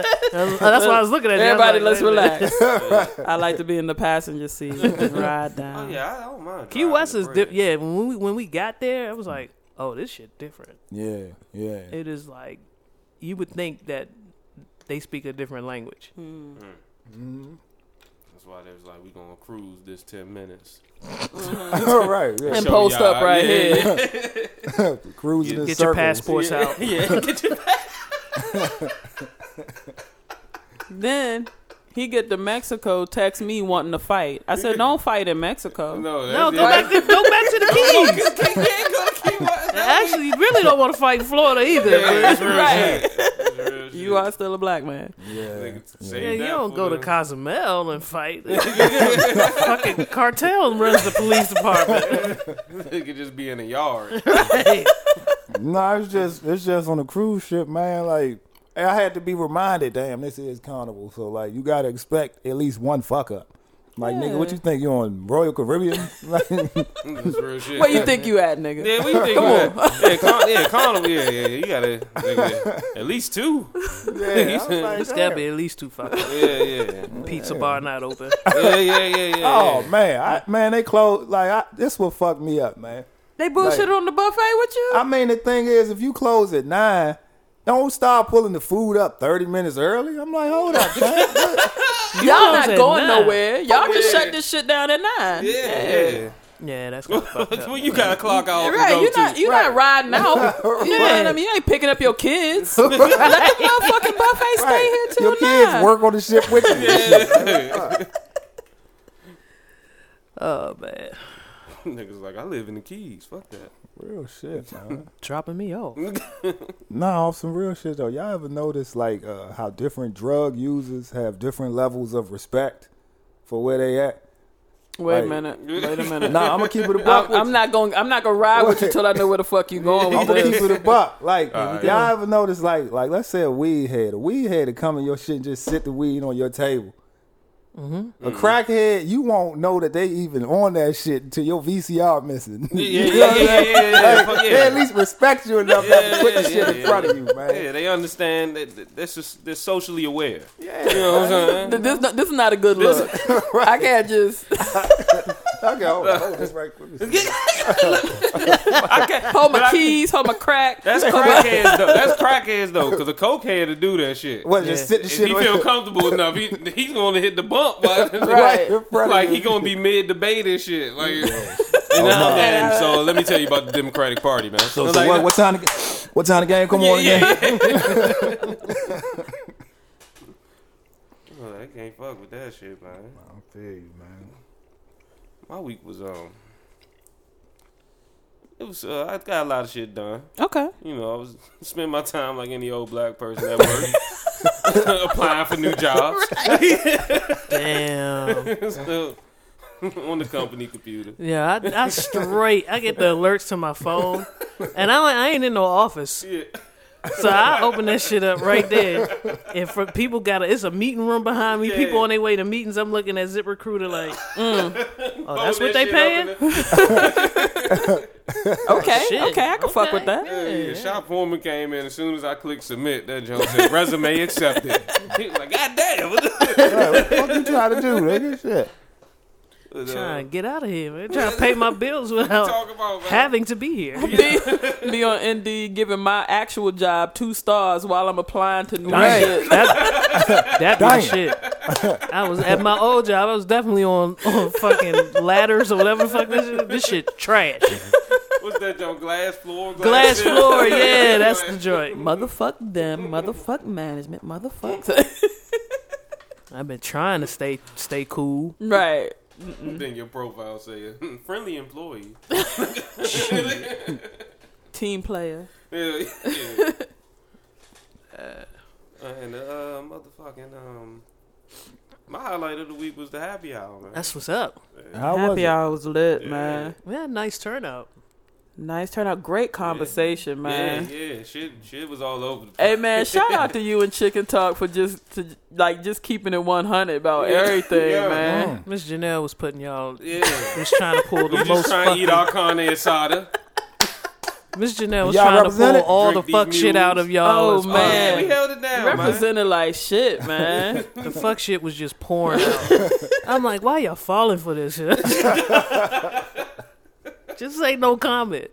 Speaker 3: why I was looking at. you. I was
Speaker 2: Everybody,
Speaker 3: like,
Speaker 2: let's
Speaker 3: wait a minute.
Speaker 2: relax. I like to be in the passenger seat and ride
Speaker 4: Oh
Speaker 2: down.
Speaker 4: yeah, I don't mind.
Speaker 3: Key West is
Speaker 4: driving the
Speaker 3: di- yeah. When we when we got there, I was like, oh, this shit different.
Speaker 1: Yeah. Yeah.
Speaker 3: It is like you would think that they speak a different language.
Speaker 4: bridge. That's why they was like, we gonna cruise this ten minutes.
Speaker 1: All right. Yeah.
Speaker 2: And
Speaker 4: Show
Speaker 2: post
Speaker 4: y'all.
Speaker 2: up right
Speaker 4: Yeah,
Speaker 2: here.
Speaker 1: cruising in
Speaker 3: Get your
Speaker 1: circles.
Speaker 3: passports out.
Speaker 4: Yeah, get your
Speaker 2: Then he get to Mexico, text me wanting to fight. I said, "Don't fight in Mexico."
Speaker 4: no,
Speaker 3: No,
Speaker 4: that's
Speaker 3: go back to go back to the keys. Actually, you really don't want to fight in Florida either.
Speaker 4: Yeah, it's real
Speaker 2: Right.
Speaker 4: shit. It's real shit.
Speaker 2: You are still a black man.
Speaker 1: Yeah.
Speaker 4: Nigga, save
Speaker 3: Yeah, you
Speaker 4: that
Speaker 3: don't
Speaker 4: for
Speaker 3: go to
Speaker 4: the-
Speaker 3: Cozumel and fight. Fucking cartel runs the police department.
Speaker 4: It could just be in the yard.
Speaker 3: Hey,
Speaker 1: No, it's just it's just on a cruise ship, man. Like And I had to be reminded, damn, this is carnival. So like, you gotta expect at least one fuck up. Like, nigga, what you think you on Royal Caribbean? Like,
Speaker 4: That's real shit.
Speaker 2: Where you think you at, nigga?
Speaker 4: Yeah, what you think? Come on. Yeah, con- yeah, Connell. Yeah, yeah, you gotta nigga, at least two.
Speaker 1: yeah, I was like,
Speaker 3: It's gotta
Speaker 1: damn.
Speaker 3: be at least two fucking
Speaker 4: Yeah, yeah,
Speaker 3: pizza bar not open.
Speaker 4: yeah, yeah, yeah, yeah.
Speaker 1: Oh man, I, man, they close. Like, I, this will fuck me up, man.
Speaker 2: They bullshit
Speaker 1: Right.
Speaker 2: on the buffet with you?
Speaker 1: I mean, the thing is, if you close at nine, don't start pulling the food up thirty minutes early. I'm like, hold up, man.
Speaker 2: Y'all
Speaker 3: close
Speaker 2: not
Speaker 3: at
Speaker 2: going
Speaker 3: nine.
Speaker 2: nowhere. Y'all can
Speaker 4: Yeah.
Speaker 2: shut this shit down at nine.
Speaker 4: yeah, yeah.
Speaker 3: Yeah, that's gonna fuck up.
Speaker 4: well, you gotta clock out. and
Speaker 2: Right,
Speaker 4: go
Speaker 2: you're not
Speaker 4: to.
Speaker 2: you're not riding out. You know what I mean? You ain't picking up your kids. Let the motherfucking buffet stay here till
Speaker 1: Your
Speaker 2: nine.
Speaker 1: kids work on the ship with you.
Speaker 3: Oh man,
Speaker 4: Niggas like I live in the Keys. Fuck that.
Speaker 1: Real shit, man.
Speaker 3: dropping me off.
Speaker 1: Nah, off some real shit though. Y'all ever notice like uh, how different drug users have different levels of respect for where they at?
Speaker 2: Wait a
Speaker 1: Like-
Speaker 2: minute. Wait a minute.
Speaker 1: Nah, I'm gonna keep it a buck.
Speaker 2: I'm,
Speaker 1: with
Speaker 2: I'm not going. I'm not gonna ride with you
Speaker 1: Wait.
Speaker 2: till I know where the fuck you going
Speaker 1: I'm
Speaker 2: with
Speaker 1: gonna keep
Speaker 2: this.
Speaker 1: it a buck. Like
Speaker 4: All right.
Speaker 1: y'all ever notice, like, like let's say a weed head, a weed head to come in your shit and just sit the weed on your table.
Speaker 4: Mm-hmm.
Speaker 1: A crackhead, you won't know that they even on that shit until your VCR missing.
Speaker 4: Yeah,
Speaker 1: You know
Speaker 4: yeah,
Speaker 1: what I'm
Speaker 4: yeah,
Speaker 1: saying?
Speaker 4: yeah, yeah, yeah,
Speaker 1: Like,
Speaker 4: fuck
Speaker 1: They
Speaker 4: yeah.
Speaker 1: at least respect you enough
Speaker 4: Yeah,
Speaker 1: to put the
Speaker 4: yeah,
Speaker 1: shit in
Speaker 4: yeah,
Speaker 1: front
Speaker 4: yeah.
Speaker 1: of you, man.
Speaker 4: Yeah, they understand that that- that's just they're socially aware.
Speaker 1: Yeah,
Speaker 4: You know what I'm saying?
Speaker 2: Th- This, this is not a good look. I can't just
Speaker 1: okay, hold on, hold on, just right quick.
Speaker 2: hold
Speaker 4: But
Speaker 2: my
Speaker 4: I-
Speaker 2: keys, hold my crack.
Speaker 4: That's crackheads though. That's crackheads though, because a cokehead to do that shit.
Speaker 1: What, just sit the
Speaker 4: if
Speaker 1: shit
Speaker 4: he
Speaker 1: on
Speaker 4: feel comfortable enough, he he's gonna hit the bump. But,
Speaker 1: right in front
Speaker 4: Like
Speaker 1: of
Speaker 4: he
Speaker 1: you. Oh,
Speaker 4: gonna be mid debate and shit. Like, and now,
Speaker 1: my.
Speaker 4: man, so let me tell you about the Democratic Party, man.
Speaker 1: So, so
Speaker 4: like,
Speaker 1: what, what time? The, what time the game? Come on, again.
Speaker 4: Well, Oh, I can't fuck with that shit, man.
Speaker 1: I don't feel you, man.
Speaker 4: My week was um, it was uh, I got a lot of shit done.
Speaker 2: Okay.
Speaker 4: You know, I was spend my time like any old black person at work, applying for new jobs.
Speaker 3: Damn.
Speaker 4: Still on the company computer.
Speaker 3: Yeah, I, I straight. I get the alerts to my phone, and I, I ain't in no office,
Speaker 4: Yeah.
Speaker 3: so I open that shit up right there. And for people, got a, it's a meeting room behind me. People
Speaker 4: Yeah.
Speaker 3: on their way to meetings. I'm looking at ZipRecruiter like, mm, oh, that's
Speaker 4: Open
Speaker 3: what they
Speaker 4: that shit
Speaker 3: paying.
Speaker 4: up in the-
Speaker 2: Okay.
Speaker 3: Shit.
Speaker 2: Okay. I can fuck
Speaker 3: Okay.
Speaker 2: with that.
Speaker 4: Yeah, yeah. Shop foreman came in as soon as I clicked submit. That Jones said resume accepted. He was like, God damn. What the-"
Speaker 1: Right, what the fuck you trying to do, nigga? Shit.
Speaker 4: But, uh,
Speaker 3: Trying to get out of here, man. Trying to pay my bills without
Speaker 4: talk about man.
Speaker 3: having to be here.
Speaker 2: Be, be on Indeed giving my actual job two stars while I'm applying to new
Speaker 3: Dang.
Speaker 2: shit.
Speaker 3: That, that
Speaker 1: Damn.
Speaker 3: was shit. I was at my old job. I was definitely on, on fucking ladders or whatever. the Fuck this, shit- this shit trash.
Speaker 4: What's that Jones? Glass floor.
Speaker 3: Glass
Speaker 4: ceiling?
Speaker 3: floor. Yeah, that's the joint.
Speaker 2: Motherfuck them. Motherfuck management. Motherfuck.
Speaker 3: I've been trying to stay stay cool.
Speaker 2: right.
Speaker 3: Mm-hmm.
Speaker 4: Then your profile says friendly employee.
Speaker 2: Team player.
Speaker 4: Yeah, yeah. and uh, motherfucking um, my highlight of the week was the happy hour. Man.
Speaker 3: That's what's up.
Speaker 1: How was
Speaker 2: Happy
Speaker 1: it?
Speaker 2: hour was lit,
Speaker 4: Yeah.
Speaker 2: man.
Speaker 3: We had a nice turnout.
Speaker 2: Nice turnout. Great conversation, man.
Speaker 4: Yeah, yeah, shit, shit was all over. The
Speaker 2: Hey man, shout out to you and Chicken Talk for just to like just keeping it one hundred about
Speaker 4: Yeah.
Speaker 2: everything,
Speaker 4: Yeah.
Speaker 1: Mm.
Speaker 2: man.
Speaker 3: Miss Janelle was putting y'all.
Speaker 4: Yeah,
Speaker 3: Was trying to pull
Speaker 4: we
Speaker 3: the
Speaker 4: just
Speaker 3: most.
Speaker 4: trying to eat
Speaker 3: fucking-
Speaker 4: our carne asada.
Speaker 3: Miss Janelle was
Speaker 1: Y'all
Speaker 3: trying to pull
Speaker 1: represented?
Speaker 3: all the
Speaker 4: Drink these
Speaker 3: fuck shit
Speaker 4: mules.
Speaker 3: out of y'all.
Speaker 2: Oh,
Speaker 3: as possible.
Speaker 2: man.
Speaker 4: Yeah, we held it down, man.
Speaker 2: Represented like shit, man.
Speaker 3: The fuck shit was just pouring out. I'm like, why y'all falling for this shit? just ain't no comment.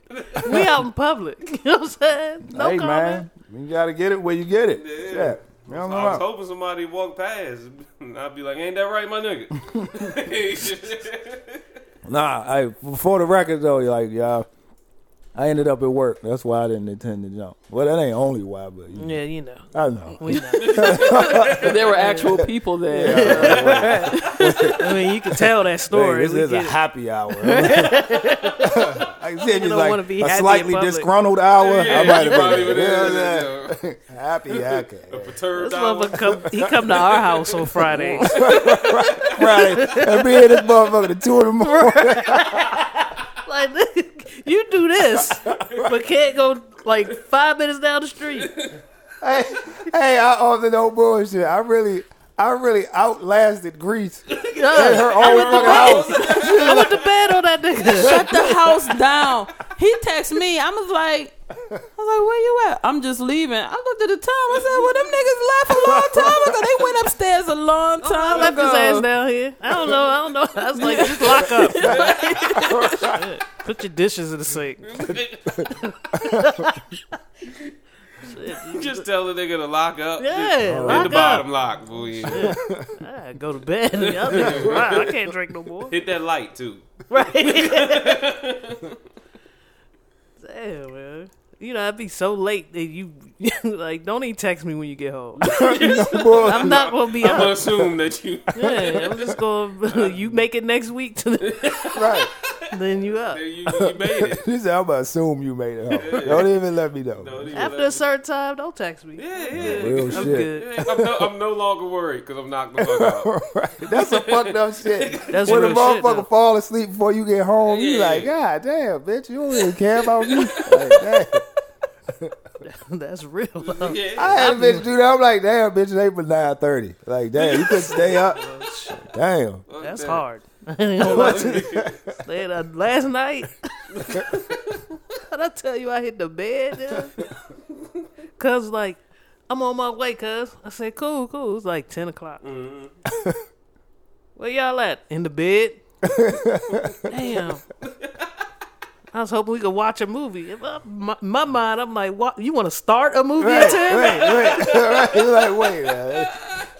Speaker 3: We out in public. You know what I'm saying? No
Speaker 1: hey
Speaker 3: comment.
Speaker 1: man, you gotta get it where you get it.
Speaker 4: Yeah.
Speaker 1: Yeah, yeah. You don't
Speaker 4: I was
Speaker 1: know.
Speaker 4: hoping somebody walked past. and I'd be like, "Ain't that right, my nigga?"
Speaker 1: Nah, I for the record though, like y'all, I ended up at work. That's why I didn't attend the jump. Well, that ain't only why, but you
Speaker 3: Yeah, you know.
Speaker 1: I know.
Speaker 3: We know.
Speaker 2: there were actual people there.
Speaker 3: I mean, you can tell that
Speaker 1: Hey,
Speaker 3: story.
Speaker 1: this
Speaker 3: We
Speaker 1: is a
Speaker 3: get it.
Speaker 1: happy hour. I said,
Speaker 3: You
Speaker 1: it's
Speaker 3: don't wanna
Speaker 1: like
Speaker 3: be
Speaker 1: a
Speaker 3: happy in
Speaker 1: slightly
Speaker 3: public.
Speaker 1: disgruntled hour.
Speaker 4: Yeah,
Speaker 1: I might
Speaker 4: you
Speaker 1: have
Speaker 4: probably
Speaker 1: been
Speaker 4: would've
Speaker 1: yeah,
Speaker 4: been,
Speaker 1: yeah. happy. happy.
Speaker 4: A perturbed
Speaker 3: This
Speaker 4: hour.
Speaker 3: motherfucker come, he come to our house on Friday.
Speaker 1: Friday and be in this motherfucker at two in the morning.
Speaker 3: like, you do this, but can't go like five minutes down the street.
Speaker 1: hey, hey, I on the no bullshit. I really, I really outlasted Greece at
Speaker 3: Yeah.
Speaker 1: her own fucking house.
Speaker 3: Uh, I went to bed on that nigga.
Speaker 2: Shut the house down. He texted me. I was like, I was like, where you at? I'm just leaving. I looked at the time. I said, well, them niggas left a long time ago. They went upstairs a long
Speaker 3: I
Speaker 2: time
Speaker 3: Oh, left
Speaker 2: ago.
Speaker 3: his ass down here. I don't know. I don't know. I was like, just lock up. Shit. Put your dishes in the sink.
Speaker 4: You just tell the nigga to lock up.
Speaker 3: Yeah,
Speaker 4: Hit
Speaker 3: lock
Speaker 4: the
Speaker 3: up.
Speaker 4: bottom lock, boy.
Speaker 3: I go to bed. The other niggas, wow, I can't drink no more.
Speaker 4: Hit that light too.
Speaker 3: Right. Damn, man. You know, I'd be so late that you like don't even text me when you get home.
Speaker 1: No bullshit.
Speaker 3: I'm not gonna be
Speaker 4: I'm gonna
Speaker 3: up.
Speaker 4: assume that you
Speaker 3: Yeah, I'm just gonna you make it next week to
Speaker 1: right.
Speaker 3: then you up.
Speaker 4: you, you made it.
Speaker 1: She said, I'm gonna assume you made it home. Don't even let me know.
Speaker 4: Don't even
Speaker 3: After
Speaker 4: let
Speaker 3: a certain time, don't text me.
Speaker 4: Yeah, yeah.
Speaker 1: Real
Speaker 3: I'm
Speaker 1: shit.
Speaker 3: good.
Speaker 4: Hey, I'm, no, I'm no longer worried because I'm knocked the fuck out.
Speaker 1: That's a fucked up shit.
Speaker 3: That's
Speaker 1: when a
Speaker 3: real shit,
Speaker 1: motherfucker
Speaker 3: though.
Speaker 1: fall asleep before you get home, you
Speaker 4: Yeah.
Speaker 1: like, God damn, bitch, you don't even care about me. Like, damn.
Speaker 3: That's real. though.
Speaker 4: Yeah.
Speaker 1: I had a bitch do that. I'm like, damn, bitch, it ain't but nine thirty. Like, damn, you couldn't stay up.
Speaker 3: Oh,
Speaker 1: Damn.
Speaker 4: Fuck
Speaker 3: That's
Speaker 4: that.
Speaker 3: hard. I ain't gonna lie to you. Stayed up last night. Did I tell you I hit the bed? yeah? Cuz, like, I'm on my way, cuz. I said, cool, cool. It's like 10 o'clock. Where y'all at? In the bed? Damn. I was hoping we could watch a movie. In my, my, my mind, I'm like, what? You want to start a movie
Speaker 1: Right,
Speaker 3: at 10?
Speaker 1: right, right, right. You're like, wait, man.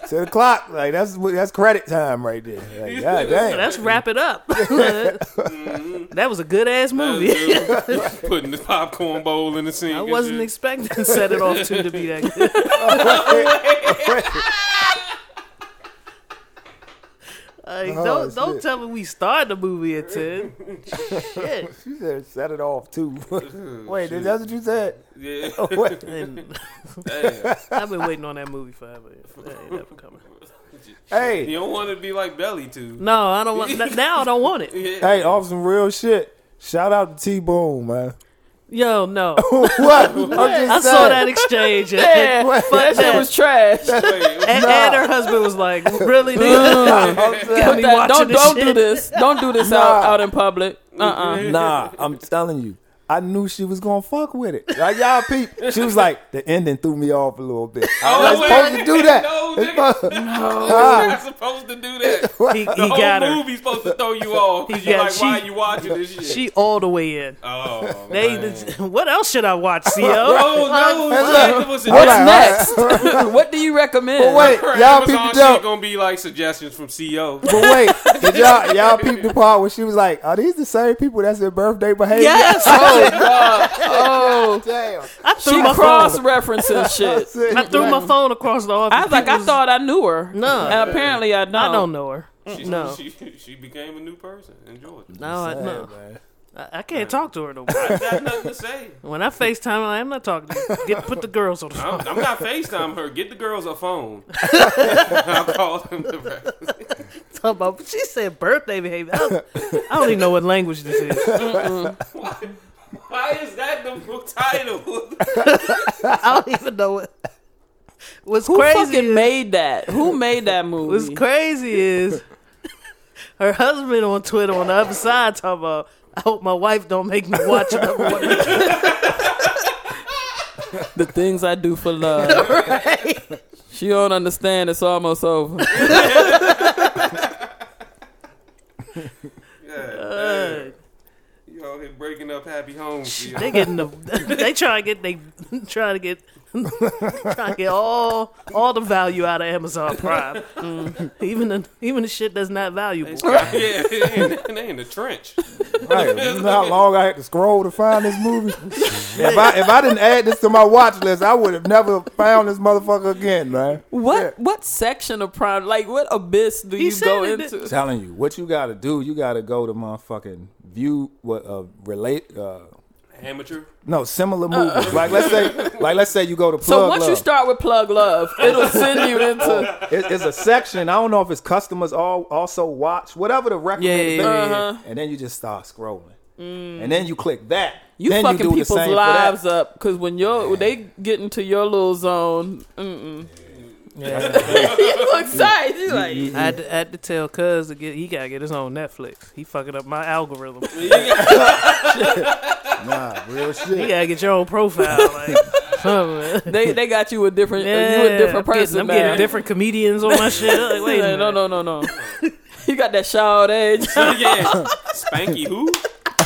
Speaker 1: Ten o'clock. Like, that's what- that's credit time right there. Like, God
Speaker 3: So
Speaker 1: damn.
Speaker 3: let's wrap it up. that was a good ass movie.
Speaker 4: That dude Putting the popcorn bowl in the sink.
Speaker 3: I
Speaker 4: and
Speaker 3: wasn't
Speaker 4: shit.
Speaker 3: expecting set it off two to be that good. Like,
Speaker 1: Oh,
Speaker 3: don't don't
Speaker 1: shit.
Speaker 3: tell me we started the movie at ten. Shit.
Speaker 1: She said, set it off too. wait, that's what you said?
Speaker 4: Yeah.
Speaker 1: Wait.
Speaker 3: And
Speaker 4: Damn.
Speaker 3: I've been waiting on that movie forever. That ain't never coming.
Speaker 4: You
Speaker 1: Hey,
Speaker 4: don't want to be like Belly too.
Speaker 3: No, I don't want. Now I don't want it.
Speaker 4: Yeah.
Speaker 1: hey, off some real shit. Shout out to T Boone, man.
Speaker 3: Yo, no.
Speaker 1: what? I'm just
Speaker 3: I saw that exchange. And,
Speaker 2: Yeah,
Speaker 1: Wait.
Speaker 2: that shit was trash.
Speaker 4: Wait,
Speaker 3: and, her husband was like, "Really?
Speaker 1: Nah, I'm
Speaker 3: Tell me
Speaker 1: saying-
Speaker 2: That-
Speaker 3: watching
Speaker 2: don't
Speaker 3: this
Speaker 2: don't
Speaker 3: shit.
Speaker 2: do this. Don't do this out, out in public. Uh uh
Speaker 1: nah, I'm telling you. I knew she was gonna fuck with it. Like y'all peep. She was like, the ending threw me off a little bit. I
Speaker 4: Oh,
Speaker 1: was
Speaker 4: wait.
Speaker 1: supposed to do that.
Speaker 4: No,
Speaker 1: It's
Speaker 4: nigga.
Speaker 1: supposed-
Speaker 4: You're not supposed to do that.
Speaker 3: He, he
Speaker 4: The whole
Speaker 3: got her.
Speaker 4: movie's supposed to throw you off.
Speaker 3: He
Speaker 4: because You're
Speaker 3: got-
Speaker 4: like, why
Speaker 3: she-
Speaker 4: you watching this shit?
Speaker 3: She all the way in.
Speaker 4: oh,
Speaker 3: They,
Speaker 4: man.
Speaker 3: what else should I watch, Co?
Speaker 4: Oh no!
Speaker 1: look.
Speaker 4: it was a
Speaker 1: Hold
Speaker 2: What's
Speaker 1: on.
Speaker 2: next? what do you recommend?
Speaker 1: But wait,
Speaker 4: Right,
Speaker 1: y'all
Speaker 4: Amazon
Speaker 1: peep the joke.
Speaker 4: shit gonna be like suggestions from E CEO.
Speaker 1: But wait, did y'all y'all peep the part where she was like, "Are these the same people that's in birthday behavior?"
Speaker 2: Yes. Oh, God. oh.
Speaker 1: Damn.
Speaker 3: I threw
Speaker 2: she
Speaker 3: my
Speaker 2: cross references shit.
Speaker 1: Shit.
Speaker 3: phone. I threw my phone across the office.
Speaker 2: I was like, I thought I knew her.
Speaker 3: No.
Speaker 2: and apparently I don't.
Speaker 3: I don't know her.
Speaker 4: She,
Speaker 3: No.
Speaker 4: she, she became a new person. Enjoy it.
Speaker 3: No, I,
Speaker 1: Damn,
Speaker 3: no.
Speaker 1: man.
Speaker 3: I, I can't talk to her no more.
Speaker 4: I got nothing to say.
Speaker 3: when I FaceTime, I'm, like, I'm not talking to you. Get put the girls on the phone.
Speaker 4: I'm, I'm not FaceTime her. Get the girls a phone. I'll call them the
Speaker 3: Talk about- She said birthday behavior. I don't, I don't even know what language this is.
Speaker 4: why, why is that the title?
Speaker 3: I don't even know what. What's
Speaker 2: Who
Speaker 3: crazy?
Speaker 2: fucking made that? Who made that
Speaker 3: What's
Speaker 2: movie?
Speaker 3: crazy is her husband on Twitter on the other side talking about. I hope my wife don't make me watch another one.
Speaker 2: the things I do for love. She don't understand. It's almost over.
Speaker 4: Yeah,
Speaker 3: Uh,
Speaker 4: you out here breaking up happy homes. yo.
Speaker 3: They getting the they try to get they try to get try to get all all the value out of Amazon Prime. Mm. Even the even the shit that's not valuable.
Speaker 4: yeah, they in, they in the trench.
Speaker 1: Right. This is how long I had to scroll to find this movie. if I if I didn't add this to my watch list, I would have never found this motherfucker again, man.
Speaker 2: What what section of prime? Like what abyss do
Speaker 3: He
Speaker 2: you go
Speaker 3: said it
Speaker 2: into?
Speaker 1: telling you what you gotta do. You gotta go to motherfucking view what uh relate uh
Speaker 4: Amateur.
Speaker 1: no similar movies. like let's say like let's say you go to plug.
Speaker 2: Uh. So once you
Speaker 1: Love.
Speaker 2: start with plug love, it'll send you into
Speaker 1: It- it's a section. I don't know if it's customers all also watch whatever the recommended
Speaker 3: Yeah, yeah,
Speaker 1: thing
Speaker 2: yeah, Mm.
Speaker 1: is, and then you just start scrolling. and then you click that.
Speaker 2: You
Speaker 1: then
Speaker 2: fucking
Speaker 1: do the
Speaker 2: people's
Speaker 1: same for that.
Speaker 2: lives up because when you're when they get into your little zone, mm-mm. you look sad. You like
Speaker 3: I had, to, I had to tell Cuz to get he gotta get his own Netflix. He fucking up my algorithm.
Speaker 1: Nah, real
Speaker 3: You
Speaker 1: shit.
Speaker 3: gotta get your own profile. Like, something.
Speaker 2: they they got you a different you a different
Speaker 3: I'm getting-
Speaker 2: person.
Speaker 3: I'm getting,
Speaker 2: now.
Speaker 3: different comedians on my shit. Like, wait
Speaker 2: Like,
Speaker 3: a minute.
Speaker 2: no no no no. you got that shawled edge.
Speaker 4: yeah. Spanky who?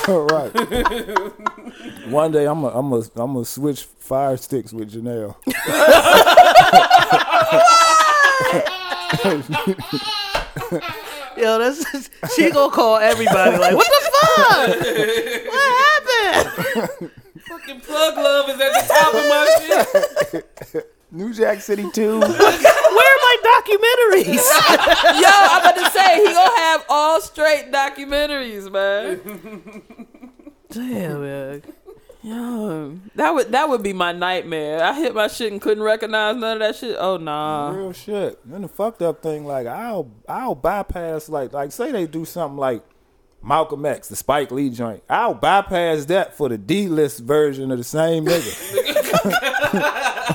Speaker 1: All right. One day I'm a, I'm a, I'm gonna switch fire sticks with Janelle.
Speaker 3: Yo, that's she gonna call everybody. Like, what the fuck? What happened?
Speaker 4: Fucking plug love is at the top of my shit.
Speaker 1: New Jack City two.
Speaker 3: Where are my documentaries?
Speaker 2: Yo, I'm about to say he gonna have all straight documentaries, man.
Speaker 3: Damn, man.
Speaker 2: Yo, that would that would be my nightmare. I hit my shit and couldn't recognize none of that shit. Oh nah.
Speaker 1: Real shit. And the fucked up thing, like I'll I'll bypass like like say they do something like Malcolm X, the Spike Lee joint. I'll bypass that for the D list version of the same nigga.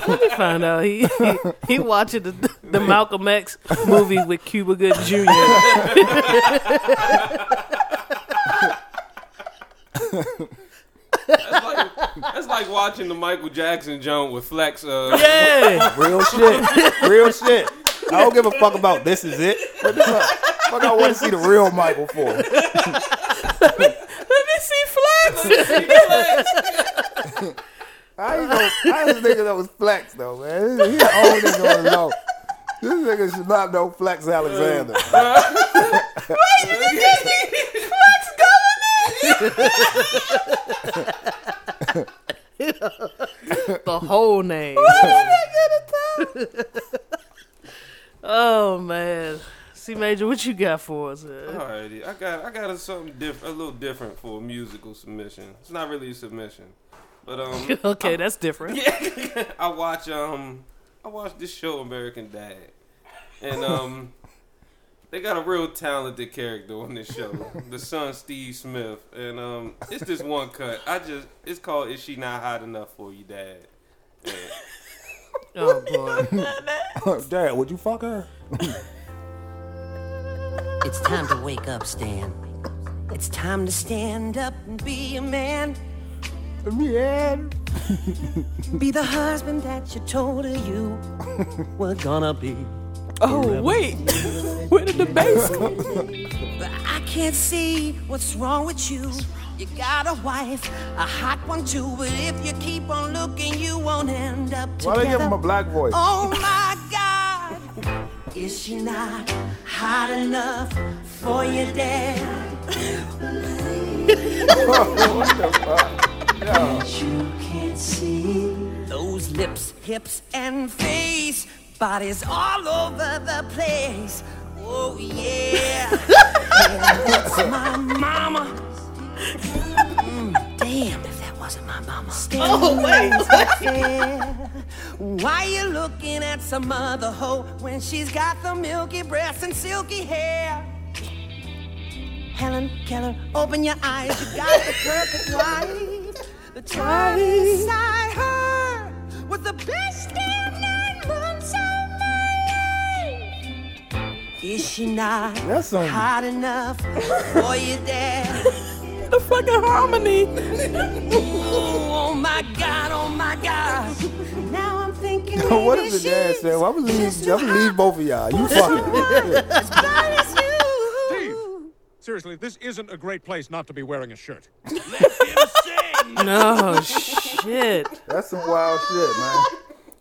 Speaker 3: Let me find out. He he, he watching the, the Malcolm X movie with Cuba Good Jr.
Speaker 4: That's like, that's like watching the Michael Jackson joint with Flex. Uh,
Speaker 3: Yeah,
Speaker 1: Real shit. Real shit. I don't give a fuck about this is it. What the fuck? Fuck I want to see the real Michael for.
Speaker 2: Let me see flex.
Speaker 1: I ain't gonna, I ain't thinking that was flex though, man. He the only nigga on the know. This nigga should not know Flex Alexander.
Speaker 3: the whole name. oh man, see Major, what you got for us? man?
Speaker 4: Alrighty, I got I got a, something different, a little different for a musical submission. It's not really a submission, but um,
Speaker 3: Okay, that's different.
Speaker 4: yeah, I watch um, I watch this show American Dad, and um, they got a real talented character on this show, the son Steve Smith, and um, it's this one cut. I just it's called Is She Not Hot Enough for You, Dad? And
Speaker 3: Oh boy.
Speaker 1: Dad, would you fuck her?
Speaker 5: It's time to wake up, Stan. It's time to stand up and be a man.
Speaker 1: Man.
Speaker 5: Be the husband that you told her you were gonna be.
Speaker 2: Oh wait, where did the bass come?
Speaker 5: But I can't see what's wrong with you. You got a wife, a hot one too. But if you keep on looking, you won't end up together.
Speaker 1: Why they give him a black voice?
Speaker 5: Oh my God! Is she not hot enough for you, Dad? You can't see those lips, hips, and face. Bodies all over the place. Oh yeah, Yeah, that's my mama. Mm, damn, if that wasn't my mama. oh wait. Why you looking at some other hoe when she's got the milky breasts and silky hair? Helen Keller, open your eyes. You got the perfect wife. The child inside her was the best damn nine months of my life. Is she not
Speaker 1: That's some-
Speaker 5: hot enough for you, Dad?
Speaker 2: The fucking harmony.
Speaker 5: Oh my God! Oh my God! Now I'm thinking.
Speaker 1: what
Speaker 5: maybe
Speaker 1: is the dad
Speaker 5: she's
Speaker 1: saying? Well, I'm gonna
Speaker 5: just
Speaker 1: leave,
Speaker 5: too
Speaker 1: I'm gonna leave both of y'all. You fucking.
Speaker 5: hot as you.
Speaker 6: Seriously, this isn't a great place not to be wearing a shirt.
Speaker 3: No shit.
Speaker 1: That's some wild shit, man.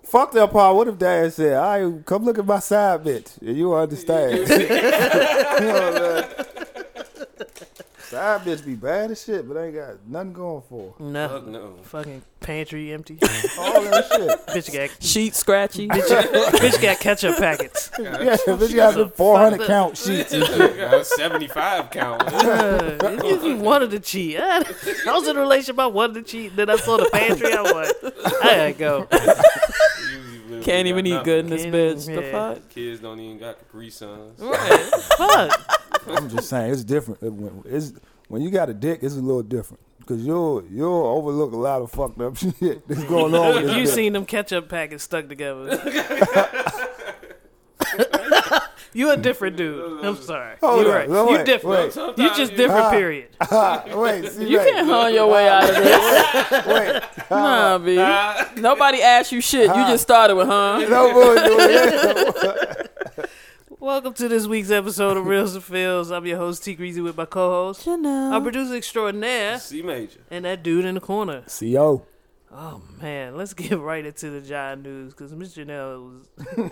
Speaker 1: Fuck that part. What if dad said, "I come look at my side bitch," and you understand? you know what I'm saying? Side bitch be bad as shit, but ain't got nothing going for her.
Speaker 3: No.
Speaker 4: fuck no.
Speaker 3: Fucking pantry empty.
Speaker 1: all that shit.
Speaker 3: bitch got
Speaker 2: Sheet scratchy.
Speaker 3: bitch got ketchup packets.
Speaker 1: Yeah, bitch got the 400 count sheets. and shit.
Speaker 4: Got a 75 count.
Speaker 3: Uh, it gives me wanted to cheat. I, I was in a relationship. I wanted to cheat. Then I saw the pantry. I was like, I gotta go.
Speaker 2: Can't even eat good in this
Speaker 3: Can't
Speaker 2: bitch.
Speaker 3: even-
Speaker 2: The
Speaker 3: yeah.
Speaker 2: fuck?
Speaker 4: Kids don't even got Capri Suns.
Speaker 3: Right. Fuck.
Speaker 1: I'm just saying, it's different. It went- It's When you got a dick, it's a little different because you'll you'll overlook a lot of fucked up shit that's going on. With this
Speaker 3: You
Speaker 1: dick.
Speaker 3: seen them ketchup packets stuck together. you a different dude. I'm sorry.
Speaker 1: Hold
Speaker 3: You're
Speaker 1: up,
Speaker 3: right.
Speaker 1: no,
Speaker 3: you
Speaker 1: Oh, wait,
Speaker 3: different.
Speaker 1: wait.
Speaker 3: You
Speaker 4: Uh,
Speaker 3: just different.
Speaker 1: Ah.
Speaker 3: Period.
Speaker 1: wait, see,
Speaker 2: You
Speaker 1: wait,
Speaker 2: can't hone your way out of this.
Speaker 1: wait,
Speaker 3: Uh,
Speaker 2: Nah, B. Nobody asked you shit. You just started with, huh?
Speaker 1: no more doing that.
Speaker 3: Welcome to this week's episode of Reels and Feels. I'm your host T Greasy with my co-host, our producer extraordinaire,
Speaker 4: C major.
Speaker 3: and that dude in the corner.
Speaker 1: Co,
Speaker 3: Oh man, let's get right into the John news because Miss Janelle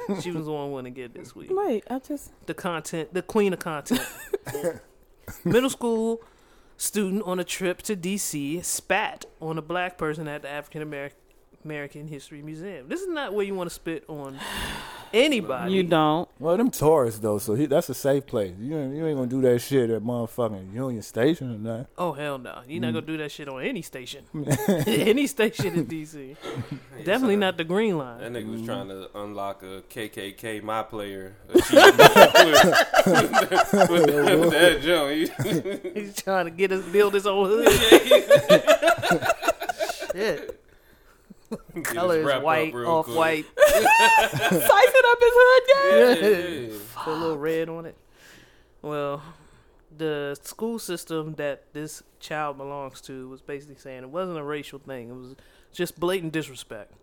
Speaker 3: was she was the one to get this week.
Speaker 2: Wait, I just.
Speaker 3: the content, the queen of content. Middle school student on a trip to DC spat on a black person at the African American American History Museum. This is not where you want to spit on anybody.
Speaker 2: You don't.
Speaker 1: well, them tourists though, so he, that's a safe place. You ain't, you ain't gonna do that shit at motherfucking Union Station or nothing.
Speaker 3: Oh hell no. You're not gonna do that shit on any station. any station in DC. Definitely not the Green Line.
Speaker 4: That nigga
Speaker 1: Mm-hmm.
Speaker 4: was trying to unlock a KKK my player achievement with, with- with- with that joint. He-
Speaker 3: He's trying to get us build his own hood. Shit.
Speaker 4: he just
Speaker 3: Color
Speaker 4: wrap
Speaker 3: is
Speaker 4: up
Speaker 3: white,
Speaker 4: real
Speaker 3: off
Speaker 4: quick.
Speaker 3: white.
Speaker 2: Sizing up his hood, gang.
Speaker 4: Yeah,
Speaker 3: Put a little red on it. Well, the school system that this child belongs to was basically saying it wasn't a racial thing. It was just blatant disrespect.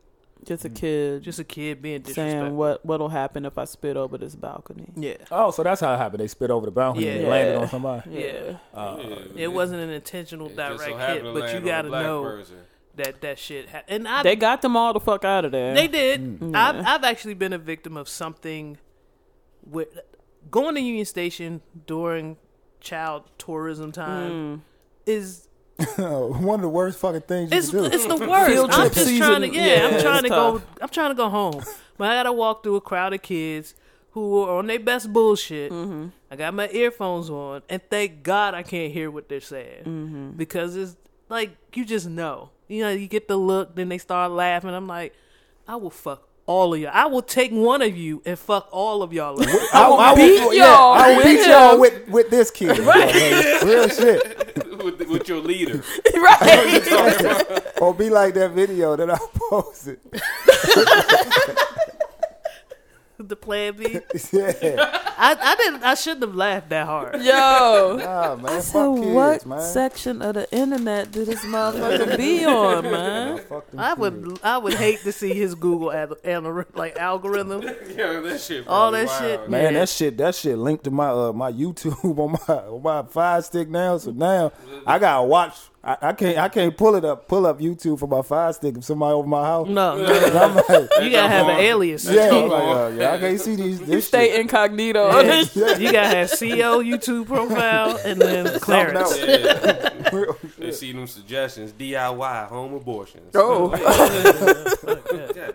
Speaker 2: Just a kid. Just
Speaker 3: Just a kid being disrespectful.
Speaker 2: saying what what'll happen if I spit over this balcony.
Speaker 3: Yeah.
Speaker 1: Oh, so that's how it happened. They spit over the balcony and
Speaker 3: Yeah.
Speaker 1: landed on somebody.
Speaker 3: Yeah.
Speaker 4: yeah.
Speaker 3: It wasn't an intentional
Speaker 4: It just
Speaker 3: direct
Speaker 4: so happened
Speaker 3: hit,
Speaker 4: to
Speaker 3: but
Speaker 4: land
Speaker 3: you
Speaker 4: on a
Speaker 3: got to
Speaker 4: black
Speaker 3: know
Speaker 4: person.
Speaker 3: that that shit happened. And I,
Speaker 2: They Mm.
Speaker 3: they,
Speaker 2: got them all the fuck out of there.
Speaker 3: did. I've, I've actually been a victim of something with going to Union Station during child tourism
Speaker 2: Mm.
Speaker 3: time is
Speaker 1: Oh, One of the worst fucking things you
Speaker 3: It's
Speaker 1: can do.
Speaker 3: it's the worst.
Speaker 2: Field
Speaker 3: I'm
Speaker 2: trip
Speaker 3: just
Speaker 2: season.
Speaker 3: trying to yeah,
Speaker 2: Yeah,
Speaker 3: I'm trying to
Speaker 2: it's
Speaker 3: go
Speaker 2: tough.
Speaker 3: I'm trying to go home. But I gotta walk through a crowd of kids who are on their best bullshit.
Speaker 2: Mm-hmm.
Speaker 3: I got my earphones on and thank God I can't hear what they're saying.
Speaker 2: Mm-hmm.
Speaker 3: Because it's like you just know. You know, you get the look, then they start laughing. I'm like, I will fuck all of y'all. I will take one of you and fuck all of y'all. up.
Speaker 1: I, will
Speaker 2: beat y'all
Speaker 1: I will
Speaker 2: with
Speaker 1: beat
Speaker 2: him.
Speaker 1: y'all with, with this kid. Like, real shit.
Speaker 4: with, with your leader.
Speaker 2: right.
Speaker 1: Or be like that video that I posted.
Speaker 3: the plan B.
Speaker 1: Yeah.
Speaker 3: I, I didn't I shouldn't have laughed that hard.
Speaker 2: Yo.
Speaker 1: Nah, man.
Speaker 2: So
Speaker 1: fuck kids,
Speaker 2: what
Speaker 1: man.
Speaker 2: section of the internet did this motherfucker be on, man?
Speaker 1: Fuck them
Speaker 3: I would I would hate to see his Google al- al- like algorithm.
Speaker 4: Yeah, that shit.
Speaker 2: Oh,
Speaker 3: All
Speaker 4: probably
Speaker 3: that shit.
Speaker 4: wild.
Speaker 1: Man,
Speaker 3: Yeah.
Speaker 1: that shit, that shit linked to my uh, my YouTube on my on my Fire Stick now. So now I gotta watch. I, I can't I can't pull it up pull up YouTube for my Fire Stick if somebody over my house.
Speaker 3: No, no, no.
Speaker 1: I'm like,
Speaker 3: You gotta have an alias.
Speaker 1: yeah, I'm like, uh, yeah, I can't see these. This shit.
Speaker 2: Stay incognito. on this shit.
Speaker 3: You gotta have CO YouTube profile and then Clarence.
Speaker 1: Something
Speaker 4: Yeah.
Speaker 1: else.
Speaker 4: They see them suggestions. DIY home abortions.
Speaker 1: Oh.
Speaker 4: God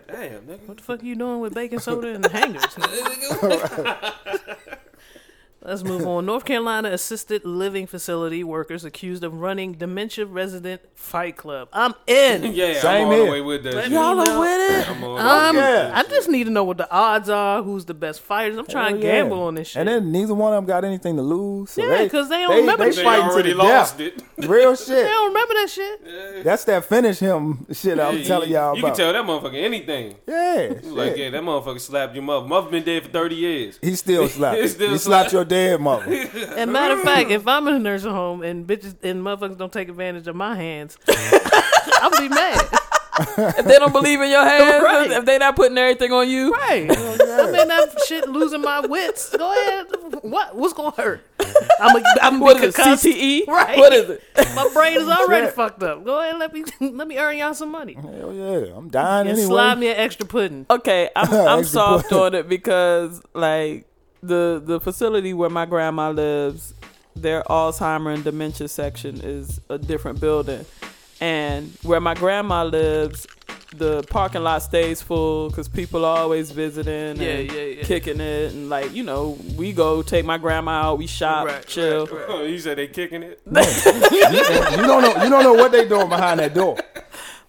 Speaker 4: damn, nigga.
Speaker 3: What the fuck you doing with baking soda and hangers? Let's move on. North Carolina assisted living facility workers accused of running dementia resident fight club. I'm in.
Speaker 4: Yeah,
Speaker 1: Same
Speaker 4: I'm all
Speaker 1: here.
Speaker 4: the way with that. shit.
Speaker 2: Y'all are with it.
Speaker 4: I'm all
Speaker 3: Um,
Speaker 4: the way.
Speaker 1: Yeah.
Speaker 3: I just need to know what the odds are. Who's the best fighters? I'm trying
Speaker 1: Hell
Speaker 3: to
Speaker 1: yeah.
Speaker 3: gamble on this shit.
Speaker 1: And then neither one of them got anything to lose. So
Speaker 3: Yeah,
Speaker 1: they,
Speaker 3: 'cause they don't
Speaker 1: they,
Speaker 3: remember
Speaker 1: they
Speaker 4: They
Speaker 1: fighting
Speaker 4: already
Speaker 1: to the death.
Speaker 4: lost it.
Speaker 1: Real
Speaker 3: I
Speaker 1: shit.
Speaker 3: don't remember that shit.
Speaker 1: That's that finish him shit I was telling y'all
Speaker 4: you
Speaker 1: about.
Speaker 4: can tell that motherfucker anything.
Speaker 1: Yeah,
Speaker 4: Like,
Speaker 1: shit.
Speaker 4: yeah, that motherfucker slapped your mother. Mother been dead for 30 years.
Speaker 1: He still slapped.
Speaker 4: He
Speaker 1: you.
Speaker 4: still
Speaker 1: he slapped your dead mother.
Speaker 3: And matter of fact, if I'm in a nursing home and bitches and motherfuckers don't take advantage of my hands, I'll be mad.
Speaker 2: If they don't believe in your hands,
Speaker 3: Right.
Speaker 2: if they not putting everything on you,
Speaker 3: Right.
Speaker 1: Oh,
Speaker 3: I mean, that shit losing my wits. Go ahead. What? What's gonna hurt? I'm a, I'm
Speaker 2: what
Speaker 3: be
Speaker 2: is it?
Speaker 3: concussed.
Speaker 2: CTE?
Speaker 3: Right.
Speaker 2: What is it?
Speaker 3: My brain is already fucked up. Go ahead. Let me let me earn y'all some money.
Speaker 1: Hell yeah, I'm dying
Speaker 3: And
Speaker 1: anyway.
Speaker 3: slide me an extra pudding.
Speaker 2: Okay, I'm I'm
Speaker 1: Extra
Speaker 2: soft
Speaker 1: point.
Speaker 2: on it because like the the facility where my grandma lives, their Alzheimer and dementia section is a different building, and where my grandma lives, the parking lot stays full because people are always visiting
Speaker 3: Yeah,
Speaker 2: and
Speaker 3: yeah, yeah.
Speaker 2: kicking it, and like you know we go take my grandma out, we shop,
Speaker 3: Right,
Speaker 2: chill.
Speaker 4: Oh, you said they kicking it?
Speaker 1: you don't know. You don't know what they doing behind that door.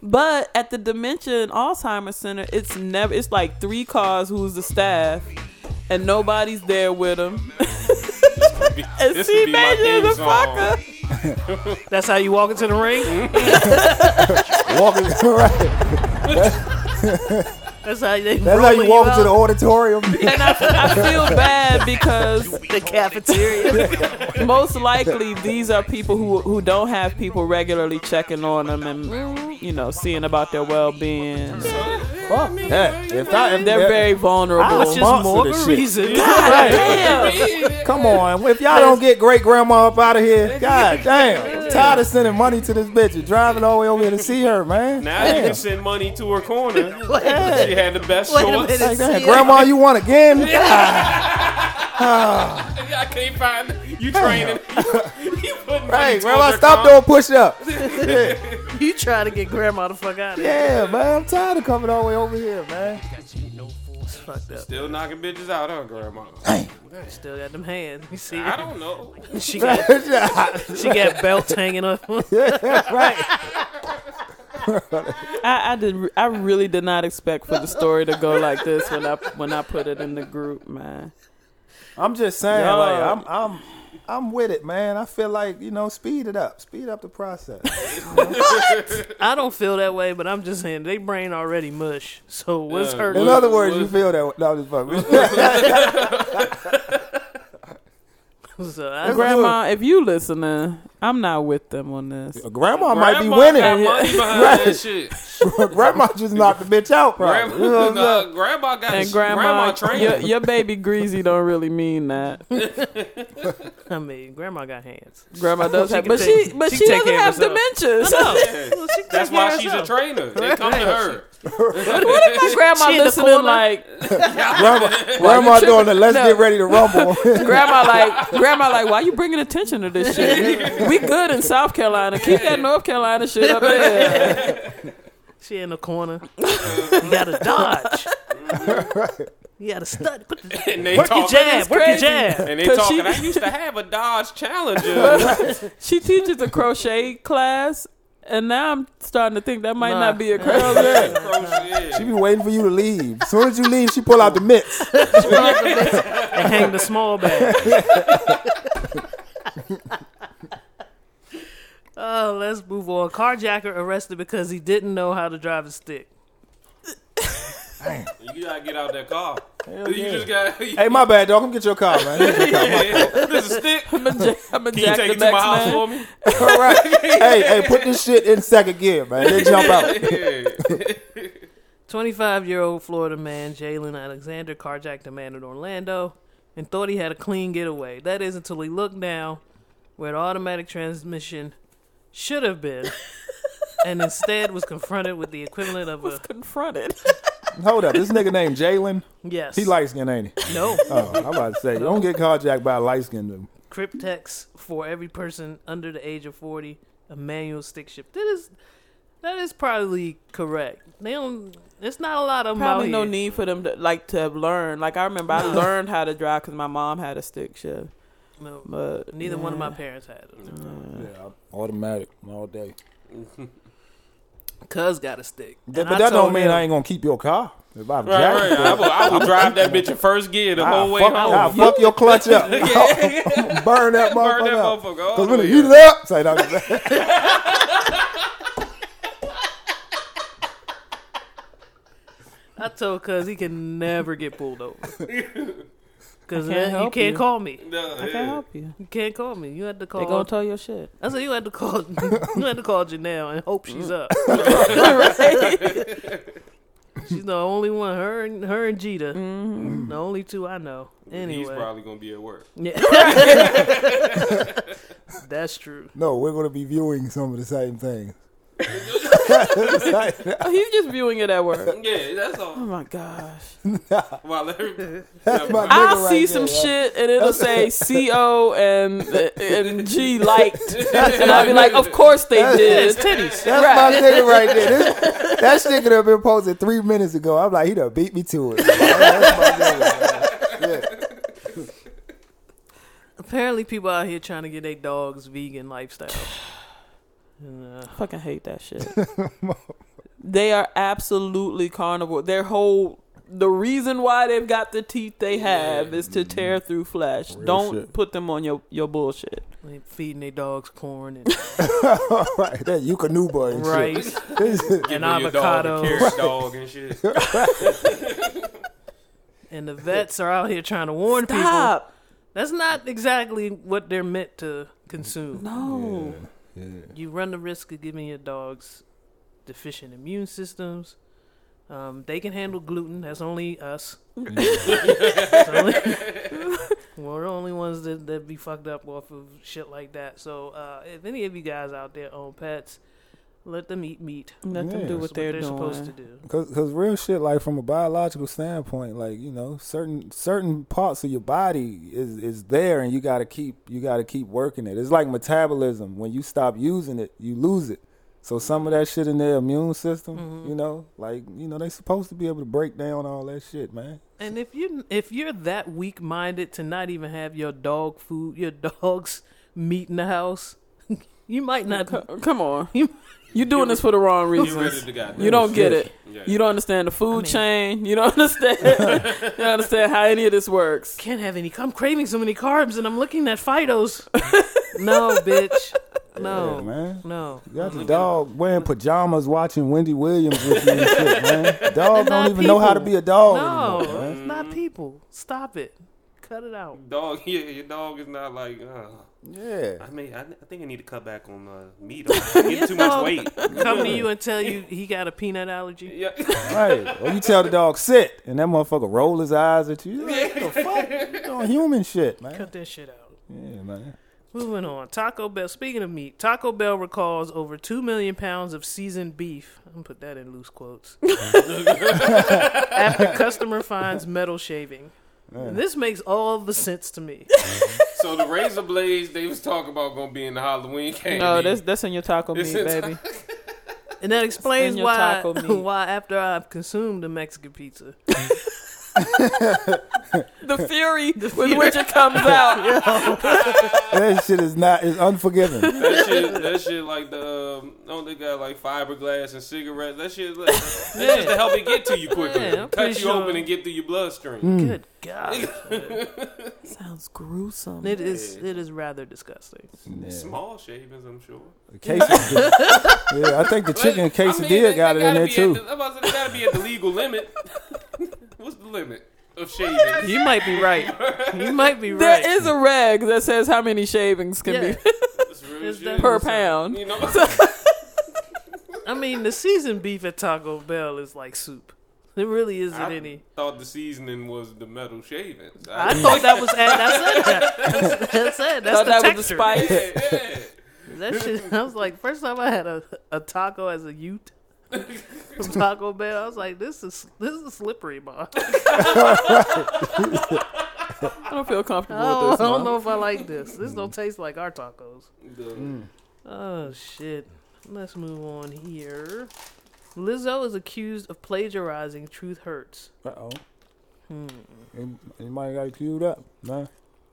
Speaker 2: But at the dementia and Alzheimer's center, it's never it's like three cars who's the staff, and nobody's there with them.
Speaker 4: Be-
Speaker 2: And
Speaker 4: this
Speaker 2: she
Speaker 4: would be my
Speaker 2: made you
Speaker 4: theme
Speaker 2: the
Speaker 4: song.
Speaker 2: fucker.
Speaker 3: That's how you walk into the
Speaker 1: Mm-hmm.
Speaker 3: ring.
Speaker 1: Walking right.
Speaker 3: That's how they.
Speaker 1: That's how you walk into the auditorium.
Speaker 2: And I, I feel bad because
Speaker 3: the cafeteria.
Speaker 2: most likely these are people who who don't have people regularly checking on them and you know seeing about their well being.
Speaker 1: Fuck that. If I, if
Speaker 2: They're very
Speaker 1: I
Speaker 2: vulnerable.
Speaker 1: was just-
Speaker 3: Just more
Speaker 1: Sponsor
Speaker 3: of
Speaker 1: the
Speaker 3: a
Speaker 1: Oh, shit.
Speaker 3: reason.
Speaker 1: Right. Come on, if y'all don't get great grandma up out of here, god damn. I'm tired of sending money to this bitch and driving all the way over here to see her, man.
Speaker 4: Now you can send money to her corner.
Speaker 3: Wait
Speaker 4: She had the best
Speaker 3: Wait a
Speaker 4: shorts.
Speaker 3: minute.
Speaker 1: Like that,
Speaker 3: See ya.
Speaker 1: grandma, you won again? God,
Speaker 4: I can't find you training. you putting money
Speaker 1: Right,
Speaker 4: to
Speaker 1: grandma,
Speaker 4: her
Speaker 1: stop
Speaker 4: corner.
Speaker 1: doing push ups.
Speaker 3: you trying to get grandma the fuck out of here.
Speaker 1: Yeah, man, I'm tired of coming all the way over here, man.
Speaker 3: It's fucked up.
Speaker 4: Still knocking bitches out, huh, grandma?
Speaker 3: Still got them hands. You see,
Speaker 4: I don't know.
Speaker 3: she got she got belts hanging up.
Speaker 1: right.
Speaker 2: I, I did. I really did not expect for the story to go like this when I when I put it in the group, man.
Speaker 1: I'm just saying,
Speaker 2: Yo.
Speaker 1: like, I'm, I'm, I'm with it, man. I feel like, you know, speed it up. Speed up the process.
Speaker 3: I don't feel that way, but I'm just saying they brain already mush. So what's
Speaker 4: Yeah.
Speaker 3: her?
Speaker 1: In
Speaker 4: Look,
Speaker 1: other words, you
Speaker 4: look.
Speaker 1: feel that. No, I'm just fucking.
Speaker 3: So I,
Speaker 2: Grandma, if you listening, I'm not with them on this.
Speaker 1: Grandma might be
Speaker 4: Grandma Got
Speaker 1: winning.
Speaker 4: money behind
Speaker 1: Right.
Speaker 4: that shit.
Speaker 1: grandma just knocked the bitch out, probably.
Speaker 4: Grandma,
Speaker 1: You know what I'm saying?
Speaker 4: nah, grandma got
Speaker 2: And grandma,
Speaker 4: training.
Speaker 2: your, your baby greasy don't really mean that.
Speaker 3: I mean, grandma got hands.
Speaker 2: Grandma does
Speaker 3: She
Speaker 2: have,
Speaker 3: can
Speaker 2: but
Speaker 3: take-
Speaker 2: she but
Speaker 3: she
Speaker 2: she,
Speaker 3: can take
Speaker 2: doesn't
Speaker 3: care of
Speaker 2: have dementia. So
Speaker 4: Yeah. That's why she's a trainer. They come to her.
Speaker 2: what if my grandma
Speaker 3: She in the
Speaker 2: listening
Speaker 3: corner.
Speaker 2: like
Speaker 1: Grandma, grandma doing the let's
Speaker 2: No.
Speaker 1: get ready to rumble.
Speaker 2: grandma like grandma like why you bringing attention to this shit? We good in South Carolina. Keep that North Carolina shit up there.
Speaker 3: She in the corner. you gotta dodge. You gotta stud. Put the,
Speaker 4: And they
Speaker 3: work your
Speaker 4: talk.
Speaker 3: jab. Work your
Speaker 2: crazy.
Speaker 3: jab.
Speaker 4: And they
Speaker 2: 'Cause
Speaker 4: talking.
Speaker 2: she-
Speaker 4: I used to have a Dodge Challenger.
Speaker 2: She teaches a crochet class, and now I'm starting to think that might
Speaker 3: Nah.
Speaker 2: not be a crochet.
Speaker 1: she be waiting for you to leave. As soon as you leave, she pull out the mitts.
Speaker 3: And hang the small bag. Oh, let's move on. Carjacker arrested because he didn't know how to drive a stick.
Speaker 4: you gotta get out that car. You just got.
Speaker 1: Hey, my bad, dog. Come get your car, man. Here's your car.
Speaker 4: this is stick. Can
Speaker 2: I'm a jack, I'm a
Speaker 4: you
Speaker 2: jack
Speaker 4: take
Speaker 2: the
Speaker 4: it to my
Speaker 2: next man.
Speaker 4: house for me?
Speaker 1: All right. Hey, hey, put this shit in second gear, man. Then jump out.
Speaker 4: Yeah.
Speaker 3: 25 year old Florida man Jalen Alexander carjacked a man in Orlando and thought he had a clean getaway. That is until he looked down where the automatic transmission should have been and instead was confronted with the equivalent of a
Speaker 2: Confronted.
Speaker 1: Hold up, this nigga named Jalen.
Speaker 3: yes.
Speaker 1: He light skinned, ain't he?
Speaker 3: no
Speaker 1: Oh, I'm about to say, you don't get carjacked by a light skinned.
Speaker 3: cryptex for every person under the age of 40, a manual stick shift. That is that is probably correct. They don't it's not a lot of them out
Speaker 2: Probably no
Speaker 3: here.
Speaker 2: need for them to like to have learned. Like I remember, I learned how to drive because my mom had a stick shift.
Speaker 3: No.
Speaker 2: But
Speaker 3: Neither one of
Speaker 2: yeah. Mm.
Speaker 3: my parents had it.
Speaker 1: Yeah, automatic all day.
Speaker 3: Cuz got a stick.
Speaker 1: But
Speaker 3: And I
Speaker 1: that don't
Speaker 3: told
Speaker 1: mean
Speaker 3: him-
Speaker 1: I ain't gonna keep your car. If I've
Speaker 4: Right, right. I will, I will drive that bitch in first gear
Speaker 2: Ah,
Speaker 4: the whole
Speaker 1: I'll
Speaker 4: way
Speaker 1: fuck, I'll
Speaker 4: home.
Speaker 1: fuck your clutch up. Burn that
Speaker 2: Ah,
Speaker 1: motherfucker
Speaker 4: Burn that
Speaker 1: up.
Speaker 4: motherfucker all
Speaker 1: Cause
Speaker 4: the
Speaker 1: when
Speaker 4: way
Speaker 1: it heat
Speaker 4: up.
Speaker 1: it up, say no.
Speaker 3: I told Cuz he can never get pulled over. Cuz
Speaker 2: I can't
Speaker 3: you
Speaker 2: help
Speaker 3: can't
Speaker 2: you.
Speaker 3: call me.
Speaker 4: No,
Speaker 2: I
Speaker 4: yeah.
Speaker 2: can't help you.
Speaker 3: You can't call me. You had to
Speaker 2: They
Speaker 3: call.
Speaker 2: gonna tell your shit.
Speaker 3: I said you had to call. you had to call Janelle and hope
Speaker 2: Mm.
Speaker 3: she's up. she's the only one. Her and her and Jita,
Speaker 2: Mm-hmm.
Speaker 3: the only two I know.
Speaker 4: He's
Speaker 3: Anyway,
Speaker 4: probably gonna be at work.
Speaker 3: yeah. that's true.
Speaker 1: No, we're gonna be viewing some of the same things.
Speaker 2: Oh, he's just viewing it at work.
Speaker 4: Yeah, that's all.
Speaker 2: Oh my gosh.
Speaker 4: While every-
Speaker 1: That's my
Speaker 2: I'll
Speaker 1: nigga right
Speaker 2: see
Speaker 1: there,
Speaker 2: some
Speaker 1: right?
Speaker 2: shit and it'll say C O and and G liked. And I'll be like, Of course they did.
Speaker 3: Titties.
Speaker 1: That's my nigga right there. This, that shit could have been posted three minutes ago. I'm like, he done beat me to it.
Speaker 3: Apparently, people out here trying to get their dogs vegan lifestyle. And, uh,
Speaker 2: Fucking hate that shit. they are absolutely carnivore. Their whole the reason why they've got the teeth they have is to tear through flesh.
Speaker 1: Real
Speaker 2: Don't
Speaker 1: shit.
Speaker 2: put them on your, your bullshit.
Speaker 3: They feeding their dogs corn and
Speaker 1: right, that Yukonuba and
Speaker 3: rice.
Speaker 1: shit.
Speaker 3: And
Speaker 4: Give your dog a
Speaker 3: avocados.
Speaker 4: carrot dog and shit.
Speaker 3: And the vets are out here trying to warn people.
Speaker 2: Stop.
Speaker 3: That's not exactly what they're meant to consume.
Speaker 2: No.
Speaker 1: yeah.
Speaker 3: You run the risk of giving your dogs deficient immune systems. Um, they can handle gluten. That's only us. That's only- we're the only ones that, that be fucked up off of shit like that. So uh, if any of you guys out there own pets, let them eat meat.
Speaker 2: Let them
Speaker 1: Yeah.
Speaker 2: do
Speaker 1: That's
Speaker 2: what
Speaker 3: That's
Speaker 2: they're, doing.
Speaker 3: supposed to do.
Speaker 1: Cause, cause real shit, like from a biological standpoint, like you know, certain certain parts of your body is is there, and you gotta keep you gotta keep working it. It's like metabolism. When you stop using it, you lose it. So some of that shit in their immune system, you know, like you know, they supposed to be able to break down all that shit, man.
Speaker 3: And if you if you're that weak minded to not even have your dog food, your dog's meat in the house, you might not.
Speaker 2: Co- Come on. You're
Speaker 3: You-
Speaker 2: doing this for the wrong
Speaker 4: You ready
Speaker 2: reasons.
Speaker 4: to goddamn
Speaker 2: You don't get it.
Speaker 4: Yeah.
Speaker 2: You don't understand the food
Speaker 3: mean-
Speaker 2: chain. You don't understand. you don't understand how any of this works.
Speaker 3: Can't have any. I'm craving so many carbs, and I'm looking at Fido's. no, bitch. No,
Speaker 1: Yeah, man.
Speaker 3: no.
Speaker 1: You got the dog wearing pajamas watching Wendy Williams with you and shit, man. Dog don't even know how to be a dog
Speaker 3: No,
Speaker 1: anymore, Oh, man.
Speaker 3: it's not people. Stop it. Cut it out.
Speaker 4: Dog, yeah, your dog is not like. Uh,
Speaker 1: Yeah.
Speaker 4: I mean, I, I think I need to cut back on uh, meat. I'm getting too much weight.
Speaker 3: Come to you and tell you he got a peanut allergy.
Speaker 4: Yeah,
Speaker 1: Right. Or you tell the dog sit and that motherfucker roll his eyes at you. You're Like, what the fuck? You doing human shit, man.
Speaker 3: Cut that shit out.
Speaker 1: Yeah, man.
Speaker 3: Moving on. Taco Bell. Speaking of meat, Taco Bell recalls over two million pounds of seasoned beef. I'm gonna put that in loose quotes. After customer finds metal shaving. And this makes all the sense to me.
Speaker 4: so the razor blades they was talking about gonna be in the Halloween candy.
Speaker 2: No, that's that's in your taco meat,
Speaker 4: It's in
Speaker 2: baby.
Speaker 3: And that explains
Speaker 2: In your
Speaker 3: why
Speaker 2: taco meat.
Speaker 3: why after I've consumed a Mexican pizza,
Speaker 2: the fury with which it comes out.
Speaker 1: That shit is not is unforgiving.
Speaker 4: that shit, that shit, like the um, oh, they got like fiberglass and cigarettes. That shit, like, that's just to help it get to you quicker,
Speaker 3: Yeah, I'm
Speaker 4: cut you
Speaker 3: pretty sure. Mm.
Speaker 4: open and get through your bloodstream.
Speaker 2: Mm.
Speaker 3: good God,
Speaker 2: Sounds gruesome.
Speaker 3: it is it is rather disgusting.
Speaker 4: Small shavings, I'm sure.
Speaker 1: The quesadilla. yeah, I think the chicken quesadilla
Speaker 4: they-
Speaker 1: got
Speaker 4: they
Speaker 1: it in
Speaker 4: gotta
Speaker 1: there
Speaker 4: be
Speaker 1: too.
Speaker 4: at The, I'm about to say, they gotta be at the legal limit. What's the limit of shaving?
Speaker 3: You might be right. You might be
Speaker 2: There
Speaker 3: right.
Speaker 2: is a reg that says how many shavings can
Speaker 3: Yeah.
Speaker 2: be
Speaker 4: That's real
Speaker 3: It's
Speaker 4: shit.
Speaker 2: per pound.
Speaker 4: You know,
Speaker 3: I mean, the seasoned beef at Taco Bell is like soup. It really isn't
Speaker 4: I
Speaker 3: any.
Speaker 4: thought the seasoning was the metal shavings.
Speaker 3: I thought that was add. I said that. That's it. That's
Speaker 2: Thought
Speaker 3: the
Speaker 2: that was the
Speaker 3: texture.
Speaker 2: spice.
Speaker 3: That shit. I was like, first time I had a, a taco as a youth from Taco Bell, I was like, this is this is slippery, ma.
Speaker 2: I don't feel comfortable
Speaker 3: Oh,
Speaker 2: with
Speaker 3: I
Speaker 2: this.
Speaker 3: don't
Speaker 2: Mom.
Speaker 3: know if I like this. This don't taste like our tacos.
Speaker 4: The-
Speaker 3: Oh shit. Let's move on here. Lizzo is accused of plagiarizing "Truth Hurts."
Speaker 1: Uh oh. Hmm. Anybody got it queued up? Nah.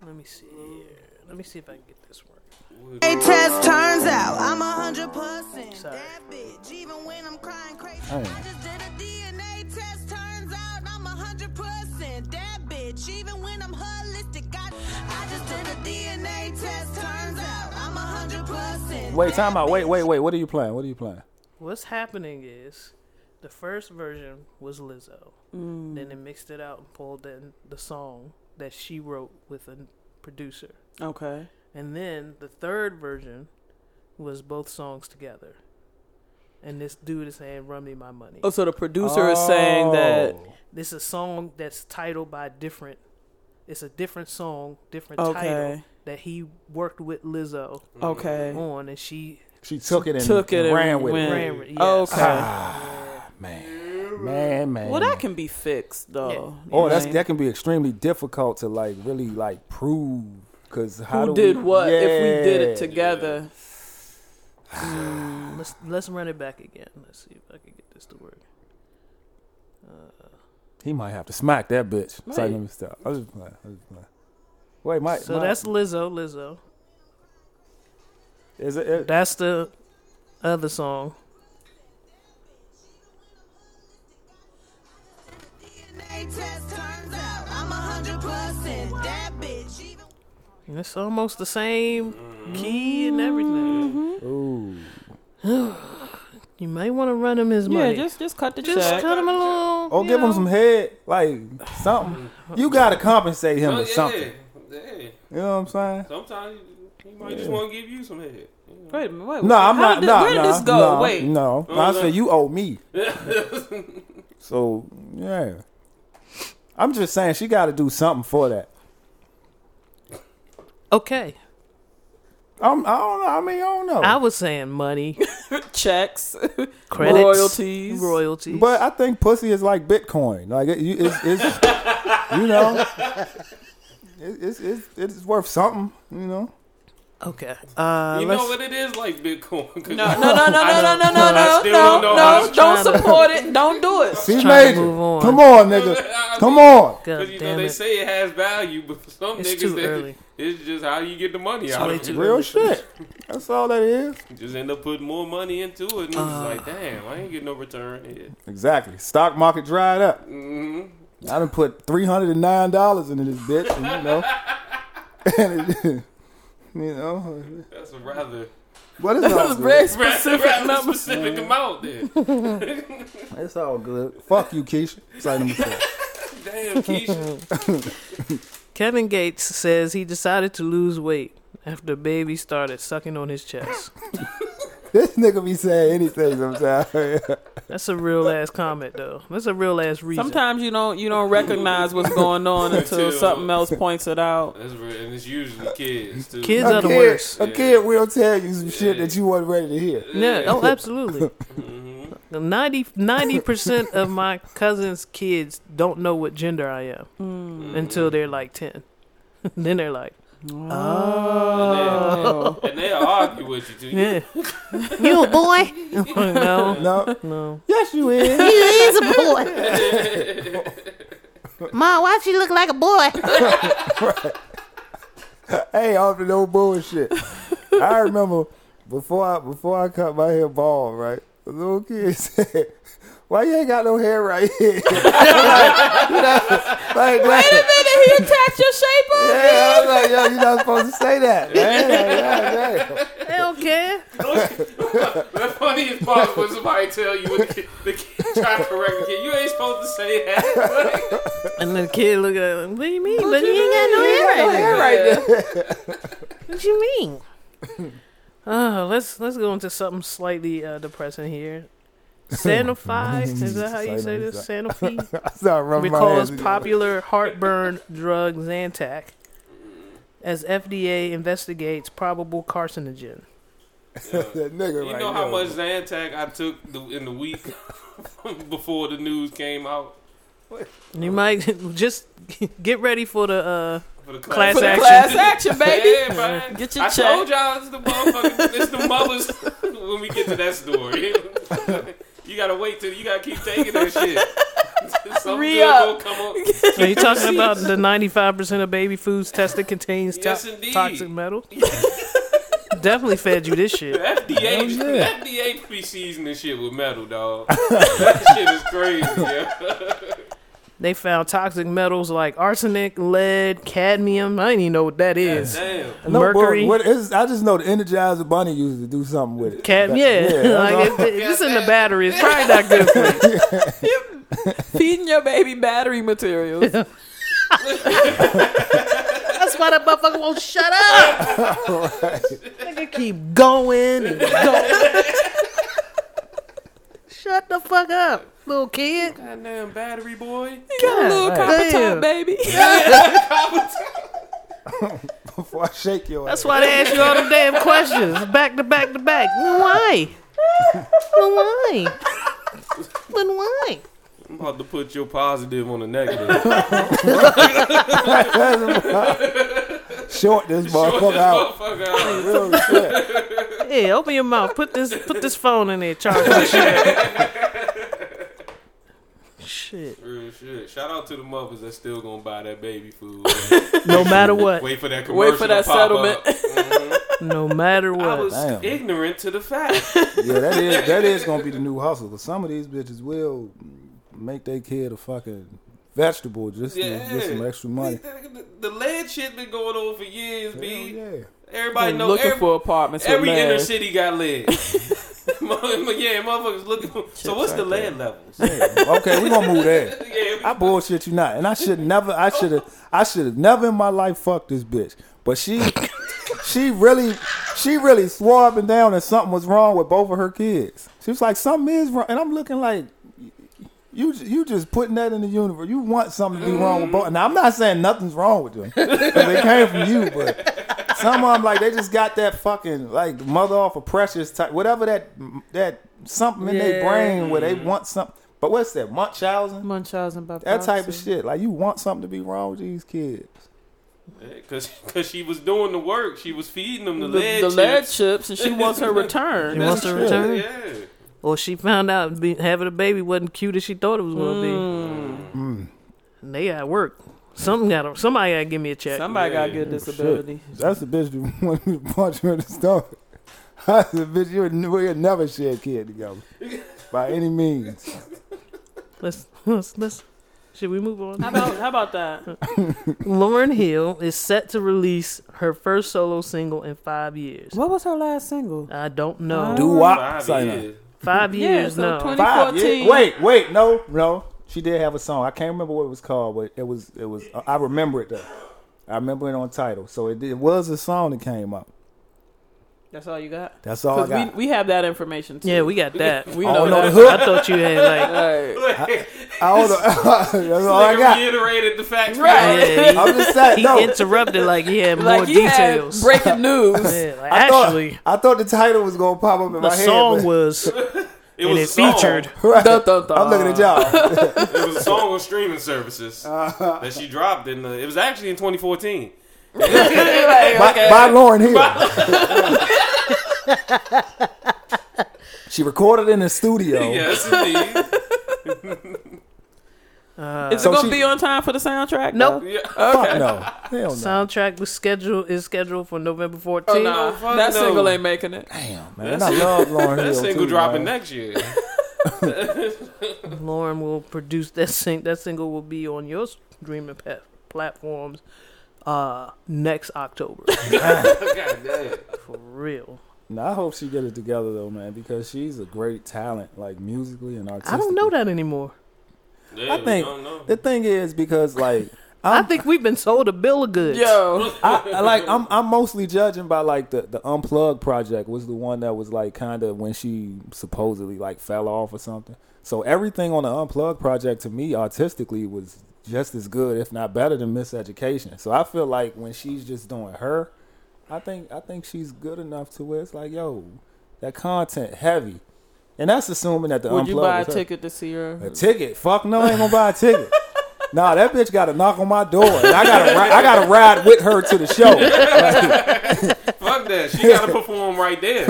Speaker 3: Let me see here. Let me see if I can get this one.
Speaker 5: It just turns out I'm a hundred percent
Speaker 3: Sorry.
Speaker 5: that bitch. Even when I'm crying crazy,
Speaker 1: Oh.
Speaker 5: I just did a DNA test. Turns out I'm a hundred percent that bitch. Even when I'm holistic, I, I just did a DNA test. Turns out I'm a hundred percent.
Speaker 1: Wait, time out. Wait, wait, wait. What are you playing? What are you playing?
Speaker 3: What's happening is the first version was Lizzo. Then they mixed it out and pulled in the song that she wrote with a producer.
Speaker 2: Okay.
Speaker 3: And then the third version was both songs together. And this dude is saying, Run me my money.
Speaker 2: Oh, so the producer is saying that.
Speaker 1: Oh.
Speaker 3: This is a song that's titled by different. It's a different song, different title
Speaker 2: Okay.
Speaker 3: that he worked with Lizzo
Speaker 2: Okay.
Speaker 3: on, and she
Speaker 1: she took it and
Speaker 2: Took it
Speaker 1: ran
Speaker 2: and
Speaker 1: with
Speaker 2: went.
Speaker 1: it.
Speaker 3: Ran with it, yes.
Speaker 2: Okay.
Speaker 1: Man, man, man.
Speaker 2: Well, that can be fixed though. You
Speaker 1: Oh,
Speaker 2: know
Speaker 1: that's
Speaker 2: what I
Speaker 1: that can be extremely difficult to like really like prove because how
Speaker 2: mean?
Speaker 1: do
Speaker 2: who did
Speaker 1: we,
Speaker 2: what if we did it
Speaker 1: Yeah.
Speaker 2: together. Ah.
Speaker 3: Let's let's run it back again. Let's see if I can get this to work.
Speaker 1: He might have to smack that bitch. Sorry,
Speaker 2: Right.
Speaker 1: let me stop. I was just playing. I was just playing. Wait, my
Speaker 3: So
Speaker 1: my-
Speaker 3: that's Lizzo. Lizzo.
Speaker 1: is it, it-
Speaker 3: That's the other song.
Speaker 5: DNA test turns out I'm a hundred percent that bitch. Even
Speaker 3: It's almost the same key and
Speaker 2: Mm-hmm.
Speaker 3: everything.
Speaker 1: Ooh.
Speaker 3: You may want to run him his
Speaker 2: Yeah,
Speaker 3: money.
Speaker 2: just just cut the
Speaker 3: just
Speaker 2: check. Oh,
Speaker 3: cut him along.
Speaker 1: Or Oh,
Speaker 3: you
Speaker 1: give him
Speaker 3: know.
Speaker 1: some head, like something. You gotta compensate him
Speaker 4: Oh,
Speaker 1: with something.
Speaker 4: yeah, yeah.
Speaker 1: You know what I'm saying?
Speaker 4: Sometimes he might just want to give you some head.
Speaker 2: Wait, a minute, wait,
Speaker 1: No, I'm
Speaker 2: how
Speaker 1: not.
Speaker 2: Did,
Speaker 1: no,
Speaker 2: where did
Speaker 1: no,
Speaker 2: this go?
Speaker 1: No,
Speaker 2: wait,
Speaker 1: no.
Speaker 4: Oh,
Speaker 1: I said you owe me. so yeah, I'm just saying she got to do something for that.
Speaker 3: Okay,
Speaker 1: I'm, I don't know. I mean, I don't know.
Speaker 3: I was saying money,
Speaker 2: checks,
Speaker 3: credits,
Speaker 2: royalties,
Speaker 3: royalties.
Speaker 1: but I think pussy is like Bitcoin. Like it, you, it's, it's you know, it, it's, it's it's worth something. You know.
Speaker 3: okay, uh,
Speaker 4: You
Speaker 3: let's,
Speaker 4: know what it is like Bitcoin.
Speaker 2: No, no, no, no, no, no, no, no,
Speaker 4: I
Speaker 2: no,
Speaker 4: still don't know how
Speaker 2: no, no.
Speaker 4: to
Speaker 2: Don't
Speaker 3: try to-
Speaker 2: support it. Don't do it.
Speaker 1: See,
Speaker 3: trying
Speaker 1: Major,
Speaker 3: to move on.
Speaker 1: come on, nigga, come on.
Speaker 3: God
Speaker 4: Because you know
Speaker 3: damn
Speaker 4: they
Speaker 3: it.
Speaker 4: say it has value, but for some
Speaker 3: It's
Speaker 4: niggas,
Speaker 3: too
Speaker 4: they-
Speaker 3: early.
Speaker 4: it's just how you get the money out
Speaker 3: way
Speaker 4: of
Speaker 3: too
Speaker 4: it.
Speaker 3: early.
Speaker 1: Real shit. That's all that is.
Speaker 4: You Just end up putting more money into it, and it's like, damn, I ain't getting no return here.
Speaker 1: Exactly. Stock market dried up.
Speaker 4: Mhm.
Speaker 1: I done put three hundred and nine dollars into this bitch, and, you know. and it, you know,
Speaker 4: That's a rather,
Speaker 1: but it's
Speaker 2: That
Speaker 1: all
Speaker 2: was
Speaker 1: good.
Speaker 2: very
Speaker 4: rather,
Speaker 2: specific
Speaker 4: rather
Speaker 2: number.
Speaker 4: specific amount there.
Speaker 1: It's all good. Fuck you, Keisha. Site number four.
Speaker 4: Damn, Keisha.
Speaker 3: Kevin Gates says he decided to lose weight after baby started sucking on his chest.
Speaker 1: This nigga be saying anything sometimes.
Speaker 3: That's a real ass comment though. That's a real ass reason.
Speaker 2: Sometimes you don't you don't recognize what's going on until
Speaker 4: Until-
Speaker 2: something else points it out.
Speaker 4: That's real, and it's usually kids too.
Speaker 3: Kids
Speaker 1: a
Speaker 3: are the
Speaker 1: kid,
Speaker 3: worst.
Speaker 1: a kid will tell you some shit that you wasn't ready to hear.
Speaker 3: Yeah, oh, absolutely.
Speaker 4: Mm-hmm.
Speaker 3: 90 percent of my cousins' kids don't know what gender I am
Speaker 4: Mm.
Speaker 3: until they're like ten. then they're like,
Speaker 2: Oh,
Speaker 4: and they'll argue with you too. You-
Speaker 3: "Yeah, you a boy?
Speaker 2: Oh.
Speaker 3: no,
Speaker 1: No,
Speaker 3: no.
Speaker 1: yes you is.
Speaker 7: is a boy. Ma, why she look like a boy?
Speaker 1: hey, off the no bullshit. I remember before I before I cut my hair bald, right? A little kid said, "Why you ain't got no hair right here?" like, like, like,
Speaker 2: Wait a minute, he attached your shape up.
Speaker 1: Yeah, I was like, yo, you're not supposed to say that, man. Like, yeah, yeah.
Speaker 3: They don't care.
Speaker 4: The funniest part was somebody tell you when the kid, the kid try to correct the kid, you ain't supposed to say that. Like,
Speaker 3: And the kid look at him. What do you mean? But you ain't got no hair right now."
Speaker 2: Hair right there.
Speaker 3: What you mean? Uh, let's let's go into something slightly uh, depressing here. Sanofi, is that how you say this? Sanofi
Speaker 1: I started rubbing my hands
Speaker 3: recalls
Speaker 1: together.
Speaker 3: popular heartburn drug Zantac as FDA investigates probable carcinogen.
Speaker 1: That nigga
Speaker 4: you
Speaker 1: right
Speaker 4: know how
Speaker 1: there.
Speaker 4: much Zantac I took the, in the week before the news came out
Speaker 3: And you might just get ready for the uh,
Speaker 4: for the
Speaker 3: Class
Speaker 4: class,
Speaker 2: For the
Speaker 3: action.
Speaker 2: class action, baby.
Speaker 4: Yeah, man.
Speaker 2: Get your
Speaker 4: I
Speaker 2: check.
Speaker 4: told y'all it's the motherfucking, it's the mothers when we get to that story. you gotta wait till you gotta keep taking that shit. Some
Speaker 2: Re
Speaker 4: good will
Speaker 2: up.
Speaker 4: come up.
Speaker 3: uh, are you talking about the ninety five percent of baby foods tested contains to-
Speaker 4: Yes, indeed.
Speaker 3: toxic metals? Definitely fed you this shit.
Speaker 4: The FDA,
Speaker 1: Hell yeah.
Speaker 4: the FDA be seasoning shit with metal, dog. that shit is crazy. Yeah.
Speaker 3: They found toxic metals like arsenic, lead, cadmium. I didn't even know what that is.
Speaker 4: Damn.
Speaker 1: No,
Speaker 3: Mercury.
Speaker 1: But what is, I just know the Energizer Bunny used to do something with it.
Speaker 3: Cad-
Speaker 1: That-
Speaker 3: yeah,
Speaker 1: that's all.
Speaker 3: like if, if it's in the battery, it's probably not good for you.
Speaker 2: Feeding your baby battery materials.
Speaker 3: That's why that motherfucker won't shut up. Nigga keep going and going. shut the fuck up, little kid.
Speaker 4: Goddamn battery boy.
Speaker 2: You got a little copper
Speaker 3: Damn.
Speaker 2: top, baby.
Speaker 1: Before I shake your
Speaker 3: That's
Speaker 1: ass.
Speaker 3: why they ask you all them damn questions, back to back to back. Why? Why? But why?
Speaker 4: I'm about to put your positive on the negative.
Speaker 1: Short this motherfucker
Speaker 4: Short this
Speaker 1: out.
Speaker 4: motherfucker out.
Speaker 1: Real shit.
Speaker 3: Yeah, open your mouth. Put this put this phone in there. Charge that shit. shit.
Speaker 4: Real shit. Shout out to the mothers that still gonna buy that baby food.
Speaker 3: No matter what.
Speaker 4: Wait for that commercial.
Speaker 2: Wait for that
Speaker 4: to pop
Speaker 2: settlement.
Speaker 4: Up. Mm-hmm.
Speaker 3: No matter
Speaker 4: I
Speaker 3: what.
Speaker 4: was
Speaker 1: Damn.
Speaker 4: ignorant to the fact.
Speaker 1: Yeah, that is that is gonna be the new hustle. Cause some of these bitches will make their kid a fucking vegetable just
Speaker 4: Yeah,
Speaker 1: to get some extra money.
Speaker 4: The, the lead shit been going on for years,
Speaker 1: Hell
Speaker 4: b.
Speaker 1: yeah.
Speaker 4: Everybody know
Speaker 2: looking
Speaker 4: every,
Speaker 2: for apartments. with
Speaker 4: every inner
Speaker 2: lead.
Speaker 4: city got lead. Mo- yeah, motherfuckers looking. For, so what's the lead levels? yeah,
Speaker 1: Yeah. Okay, we're gonna move there.
Speaker 4: we-
Speaker 1: I bullshit you not, and I should never. I should have. I should have never in my life fucked this bitch. But she, she really, she really swore up and down that something was wrong with both of her kids. She was like, "Something is wrong," and I'm looking like, "You, you just putting that in the universe. You want something to be wrong with both." Now I'm not saying nothing's wrong with them. 'cause they came from you, but some of them like they just got that fucking like mother off of precious type, whatever that that something in their
Speaker 2: Yeah.
Speaker 1: brain where they want something. But what's that? Munchausen.
Speaker 2: Munchausen by
Speaker 1: That type of
Speaker 2: proxy.
Speaker 1: shit. Like you want something to be wrong with these kids.
Speaker 4: Cause, cause she was doing the work. She was feeding them the,
Speaker 2: The,
Speaker 4: lead.
Speaker 2: the lead
Speaker 4: chips.
Speaker 2: chips, and she wants her return.
Speaker 3: She wants to
Speaker 1: true.
Speaker 3: return.
Speaker 4: Yeah.
Speaker 3: Or she found out be, having a baby wasn't cute as she thought it was going to be. And they got work. Something got somebody got to give me a check.
Speaker 2: Somebody got to
Speaker 4: Yeah.
Speaker 2: get a disability.
Speaker 1: That's the bitch that wanted me to punch her in the stomach. That's the bitch you would we'd never share a kid together. By any means.
Speaker 3: Let's let's let's. Should we move on?
Speaker 2: How about how about that?
Speaker 3: Lauren Hill is set to release her first solo single in five years.
Speaker 2: What was her last single?
Speaker 3: I don't know.
Speaker 1: Do
Speaker 4: Oh. Five
Speaker 1: wop
Speaker 4: years.
Speaker 3: Five
Speaker 2: Yeah,
Speaker 3: years
Speaker 2: so
Speaker 3: no.
Speaker 2: 20
Speaker 1: Five yeah.
Speaker 2: 2014.
Speaker 1: Wait, wait, no, no. She did have a song. I can't remember what it was called, but it was it was uh, I remember it though. I remember it on title. So it, it was a song that came out.
Speaker 2: That's all you got.
Speaker 1: That's all I
Speaker 2: 'Cause
Speaker 1: got.
Speaker 2: we we have that information too.
Speaker 3: yeah, we got that.
Speaker 2: we
Speaker 1: I
Speaker 2: know
Speaker 1: don't know the
Speaker 2: that.
Speaker 1: hook.
Speaker 3: I thought you had like
Speaker 2: Like,
Speaker 1: I don't know. That's all I
Speaker 4: Nigga
Speaker 1: got.
Speaker 4: reiterated the facts.
Speaker 2: Right.
Speaker 3: yeah, he-
Speaker 1: I'm just saying,
Speaker 3: he
Speaker 1: no.
Speaker 3: interrupted like he had more
Speaker 2: like you had
Speaker 3: details.
Speaker 2: breaking news.
Speaker 3: Yeah, like,
Speaker 1: I thought-
Speaker 3: actually,
Speaker 1: I thought the title was gonna pop up in
Speaker 3: the
Speaker 1: my head.
Speaker 3: song
Speaker 1: but-
Speaker 3: was
Speaker 4: It
Speaker 3: and
Speaker 4: was a
Speaker 3: it
Speaker 4: song.
Speaker 3: featured.
Speaker 1: Right.
Speaker 2: Dun, dun, dun.
Speaker 1: I'm looking at
Speaker 3: uh,
Speaker 1: y'all.
Speaker 4: It was a song on streaming services that she dropped in. The, it was actually in 2014.
Speaker 1: by, by Lauren Hill. she recorded in the studio.
Speaker 4: Yes, indeed.
Speaker 2: Is
Speaker 1: So
Speaker 2: it gonna
Speaker 1: she-
Speaker 2: be on time for the soundtrack?
Speaker 3: Nope.
Speaker 2: though?
Speaker 4: Yeah.
Speaker 1: Fuck no. Hell no.
Speaker 3: soundtrack was scheduled is scheduled for November 14th.
Speaker 2: Oh, nah.
Speaker 4: fuck
Speaker 2: that
Speaker 4: no.
Speaker 2: single ain't making it.
Speaker 1: Damn, man. And I love Lauren Hill.
Speaker 4: That single
Speaker 1: too,
Speaker 4: dropping
Speaker 1: man.
Speaker 4: next year.
Speaker 3: Lauren will produce that sing that single will be on your streaming pa- platforms uh next October.
Speaker 4: God damn.
Speaker 3: for real.
Speaker 1: Nah, I hope she get it together though, man, because she's a great talent, like musically and
Speaker 3: I
Speaker 1: artistically.
Speaker 3: don't know that anymore.
Speaker 4: Yeah,
Speaker 1: I
Speaker 4: we
Speaker 1: think
Speaker 4: don't know.
Speaker 1: the thing is because like
Speaker 3: I
Speaker 1: I'm,
Speaker 3: think we've been sold a bill of goods.
Speaker 2: Yo,
Speaker 1: I, I like I'm I'm mostly judging by like the the unplugged project was the one that was like kind of when she supposedly like fell off or something. So everything on the unplugged project to me artistically was just as good, if not better, than Miss Education. So I feel like when she's just doing her, I think I think she's good enough to where it's like yo, that content heavy, and that's assuming that the
Speaker 2: would
Speaker 1: unplugged
Speaker 2: you buy a
Speaker 1: was her.
Speaker 2: ticket to see her?
Speaker 1: A ticket? Fuck no, I ain't gonna buy a ticket. Nah, that bitch got to knock on my door, and I gotta, ri- I gotta ride with her to the show.
Speaker 4: Fuck that. She got to perform right there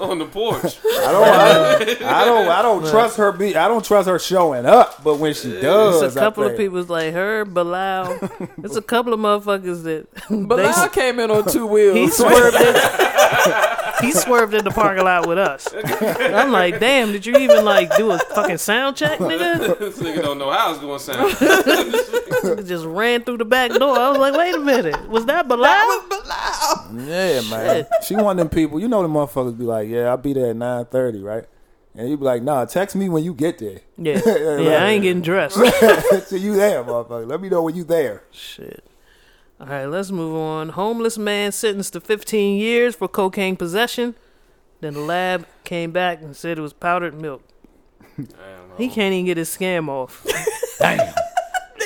Speaker 4: on the porch.
Speaker 1: I don't, I don't, I don't, I don't trust her. Be, I don't trust her showing up, but when she does,
Speaker 3: It's a
Speaker 1: I
Speaker 3: couple of
Speaker 1: think-
Speaker 3: people's like her, Bilal. It's a couple of motherfuckers that
Speaker 2: But I came in on two wheels.
Speaker 3: he swerved. In, he swerved in the parking lot with us. And I'm like, damn, did you even like do a fucking sound check, nigga?
Speaker 4: This nigga don't know how it's going to sound.
Speaker 3: Nigga Just ran through the back door. I was like, wait a minute, was that Bilal?
Speaker 1: Yeah, man. She one of them people. You know, the motherfuckers be like, "Yeah, I'll be there at nine thirty, right?" And you be like, "Nah, text me when you get there.
Speaker 3: yeah, yeah, I ain't getting dressed.
Speaker 1: so you there, motherfucker? Let me know when you there."
Speaker 3: Shit. All right, let's move on. Homeless man sentenced to 15 years for cocaine possession. Then the lab came back and said it was powdered milk. He can't even get his scam off.
Speaker 1: Damn.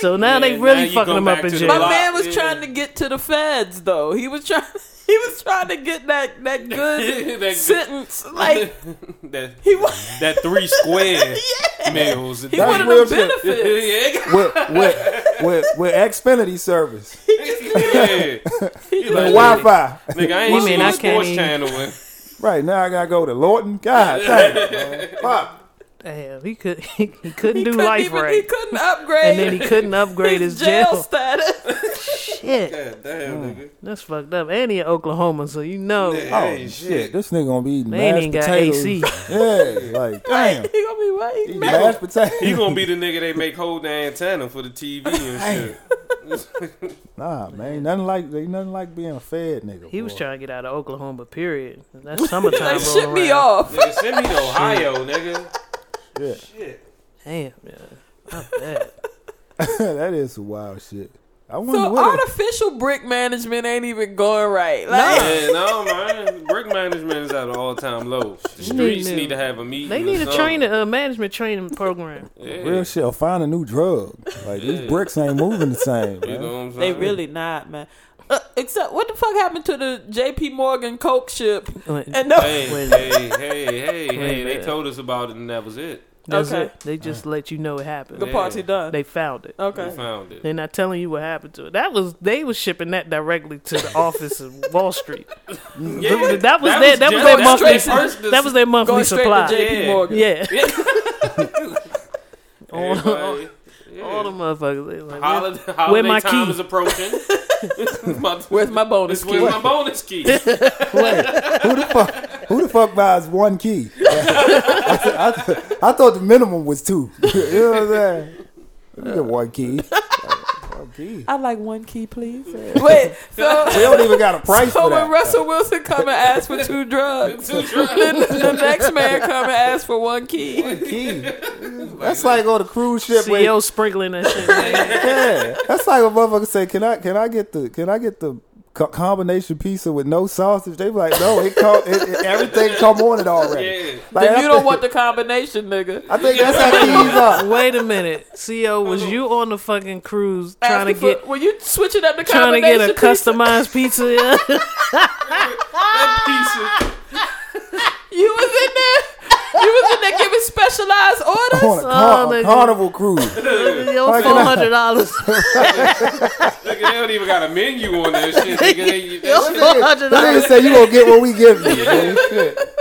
Speaker 3: So now
Speaker 4: Yeah,
Speaker 3: they
Speaker 4: now
Speaker 3: really
Speaker 4: you
Speaker 3: fucking
Speaker 4: go
Speaker 3: him up
Speaker 4: back
Speaker 3: in
Speaker 4: to the
Speaker 2: My
Speaker 3: jail.
Speaker 4: Lock,
Speaker 2: man was
Speaker 4: yeah.
Speaker 2: trying to get to the feds, though. He was trying. He was trying to get that that good
Speaker 4: That-
Speaker 2: sentence. Like
Speaker 4: that,
Speaker 2: he was.
Speaker 4: that three square meals.
Speaker 2: He
Speaker 1: That's
Speaker 2: wanted
Speaker 1: real
Speaker 2: the
Speaker 1: shit.
Speaker 2: benefits.
Speaker 1: With with with, with Xfinity service,
Speaker 4: yeah. He like,
Speaker 1: Wi Fi.
Speaker 4: Nigga, I
Speaker 3: You mean
Speaker 4: ain't seen
Speaker 3: I can't
Speaker 4: the sports
Speaker 3: even-
Speaker 4: channel. in-
Speaker 1: Right now, I gotta go to Lawton. God damn, man. fuck.
Speaker 3: Damn, he could he, he couldn't do
Speaker 2: couldn't
Speaker 3: life
Speaker 2: even-
Speaker 3: right,
Speaker 2: He couldn't upgrade.
Speaker 3: and then he couldn't upgrade his, jail.
Speaker 2: status.
Speaker 3: Shit,
Speaker 4: God damn, nigga.
Speaker 3: that's fucked up. And he in Oklahoma, so you know
Speaker 4: Nigga,
Speaker 1: Oh
Speaker 4: ain't
Speaker 1: shit! This nigga gonna be eating
Speaker 3: Man, he
Speaker 1: mashed
Speaker 3: ain't got
Speaker 1: potatoes.
Speaker 3: AC.
Speaker 1: yeah, like damn,
Speaker 2: he gonna be what? He
Speaker 1: eating
Speaker 2: mad.
Speaker 1: mashed potatoes.
Speaker 4: He gonna be the nigga they make hold the antenna for the TV and shit.
Speaker 1: nah, man, nothing like ain't nothing like being fed, nigga.
Speaker 3: he was
Speaker 1: boy.
Speaker 3: trying to get out of Oklahoma. Period. That's summertime.
Speaker 2: Like shit
Speaker 3: roll
Speaker 2: me
Speaker 3: around.
Speaker 2: off.
Speaker 4: nigga, send me to Ohio, nigga.
Speaker 1: Yeah.
Speaker 4: Shit.
Speaker 3: Damn, yeah. Fuck that.
Speaker 1: that is some wild shit. I wonder
Speaker 2: So
Speaker 1: what. it-
Speaker 2: artificial brick management ain't even going right.
Speaker 3: Oh.
Speaker 2: Like,
Speaker 4: Yeah, no man. Brick management is at an all time low. The streets
Speaker 3: to-
Speaker 4: need to have a
Speaker 3: Mm-hmm.
Speaker 4: meeting.
Speaker 3: They
Speaker 4: or
Speaker 3: need a
Speaker 4: something.
Speaker 3: training, a management training program.
Speaker 4: Yeah.
Speaker 1: Real shit. Or find a new drug. Like these bricks ain't moving the same.
Speaker 4: You
Speaker 1: man.
Speaker 4: know what I'm
Speaker 2: they
Speaker 4: saying?
Speaker 2: really not, man. Uh, except what the fuck happened to the J.P. Morgan Coke ship?
Speaker 3: Like,
Speaker 2: And no,
Speaker 4: Hey,
Speaker 3: Wait a
Speaker 4: hey, hey, hey, hey. They
Speaker 3: minute.
Speaker 4: told us about it and that was it.
Speaker 3: That's
Speaker 2: Okay. Oh.
Speaker 3: it. They just let you know it happened.
Speaker 2: the party done.
Speaker 3: They found it.
Speaker 4: They
Speaker 2: okay,
Speaker 4: found it.
Speaker 3: They're not telling you what happened to it. That was they was shipping that directly to the office of Wall Street.
Speaker 4: Yeah,
Speaker 3: That was their
Speaker 4: That was
Speaker 3: that was
Speaker 4: just-
Speaker 3: their
Speaker 4: that's
Speaker 3: monthly
Speaker 4: their first-
Speaker 3: that was their monthly
Speaker 2: going straight
Speaker 3: supply.
Speaker 2: to J.P.
Speaker 4: Yeah.
Speaker 2: Morgan.
Speaker 3: Yeah,
Speaker 4: Everybody- yeah.
Speaker 3: all the motherfuckers. they Like,
Speaker 4: Holiday, holiday
Speaker 3: where my
Speaker 4: time
Speaker 3: key?
Speaker 4: is approaching. my,
Speaker 2: Where's my bonus
Speaker 4: this
Speaker 2: key?
Speaker 4: where's my bonus key? Nigga,
Speaker 1: Wait, who the fuck? Who the fuck buys one key? I, th- I, th- I thought the minimum was two. you know what I'm saying? You get one key. One key.
Speaker 2: I like one key, please. Wait,
Speaker 1: They
Speaker 2: so
Speaker 1: don't even got a price
Speaker 2: so
Speaker 1: for
Speaker 2: when
Speaker 1: that.
Speaker 2: Russell Wilson come and ask for two drugs,
Speaker 4: Two drugs.
Speaker 2: the, the next man come and ask for one key.
Speaker 1: key. That's like on a cruise ship.
Speaker 2: E
Speaker 1: where-
Speaker 3: CEO E sprinkling that shit.
Speaker 1: yeah, that's like a motherfucker say, "Can I? Can I get the? Can I get the?" co- Combination pizza with no sausage. They be like, no, it come, it, it- everything come on it already.
Speaker 4: Yeah.
Speaker 1: Like,
Speaker 2: Then
Speaker 1: I
Speaker 2: you don't
Speaker 1: think-
Speaker 2: want the combination, nigga.
Speaker 1: I think that's how keys are.
Speaker 3: Wait a minute, CEO, was you on the fucking cruise trying to
Speaker 2: Asking for-
Speaker 3: get
Speaker 2: Were you switching up the
Speaker 3: trying to
Speaker 2: combination?
Speaker 3: get a
Speaker 2: pizza?
Speaker 3: customized pizza? Yeah.
Speaker 4: That piece of-
Speaker 2: You was in there. You was in there giving specialized
Speaker 1: On a
Speaker 2: orders.
Speaker 1: car-
Speaker 3: nigga.
Speaker 1: carnival cruise.
Speaker 3: Yo,
Speaker 1: Fucking
Speaker 3: four hundred dollars.
Speaker 4: nigga, they don't even got a menu on that shit. Nigga, they, that shit-
Speaker 3: Four hundred
Speaker 1: That
Speaker 3: dollars.
Speaker 1: nigga say you gonna get what we give you. man. Shit.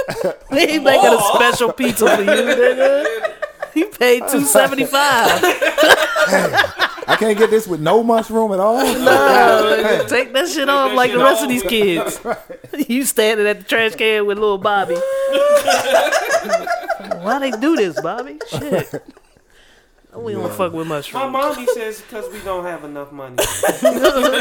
Speaker 3: He making a
Speaker 2: Oh.
Speaker 3: special pizza for you, nigga. He paid two seventy five.
Speaker 1: I can't get this with no mushroom at all.
Speaker 3: Take that shit off
Speaker 4: that
Speaker 3: like
Speaker 4: shit
Speaker 3: the rest
Speaker 4: off.
Speaker 3: of these kids. You standing at the trash can with little Bobby. Why they do this, Bobby? Shit. We don't fuck with
Speaker 4: My
Speaker 3: mushrooms.
Speaker 4: mommy says because we don't have enough money.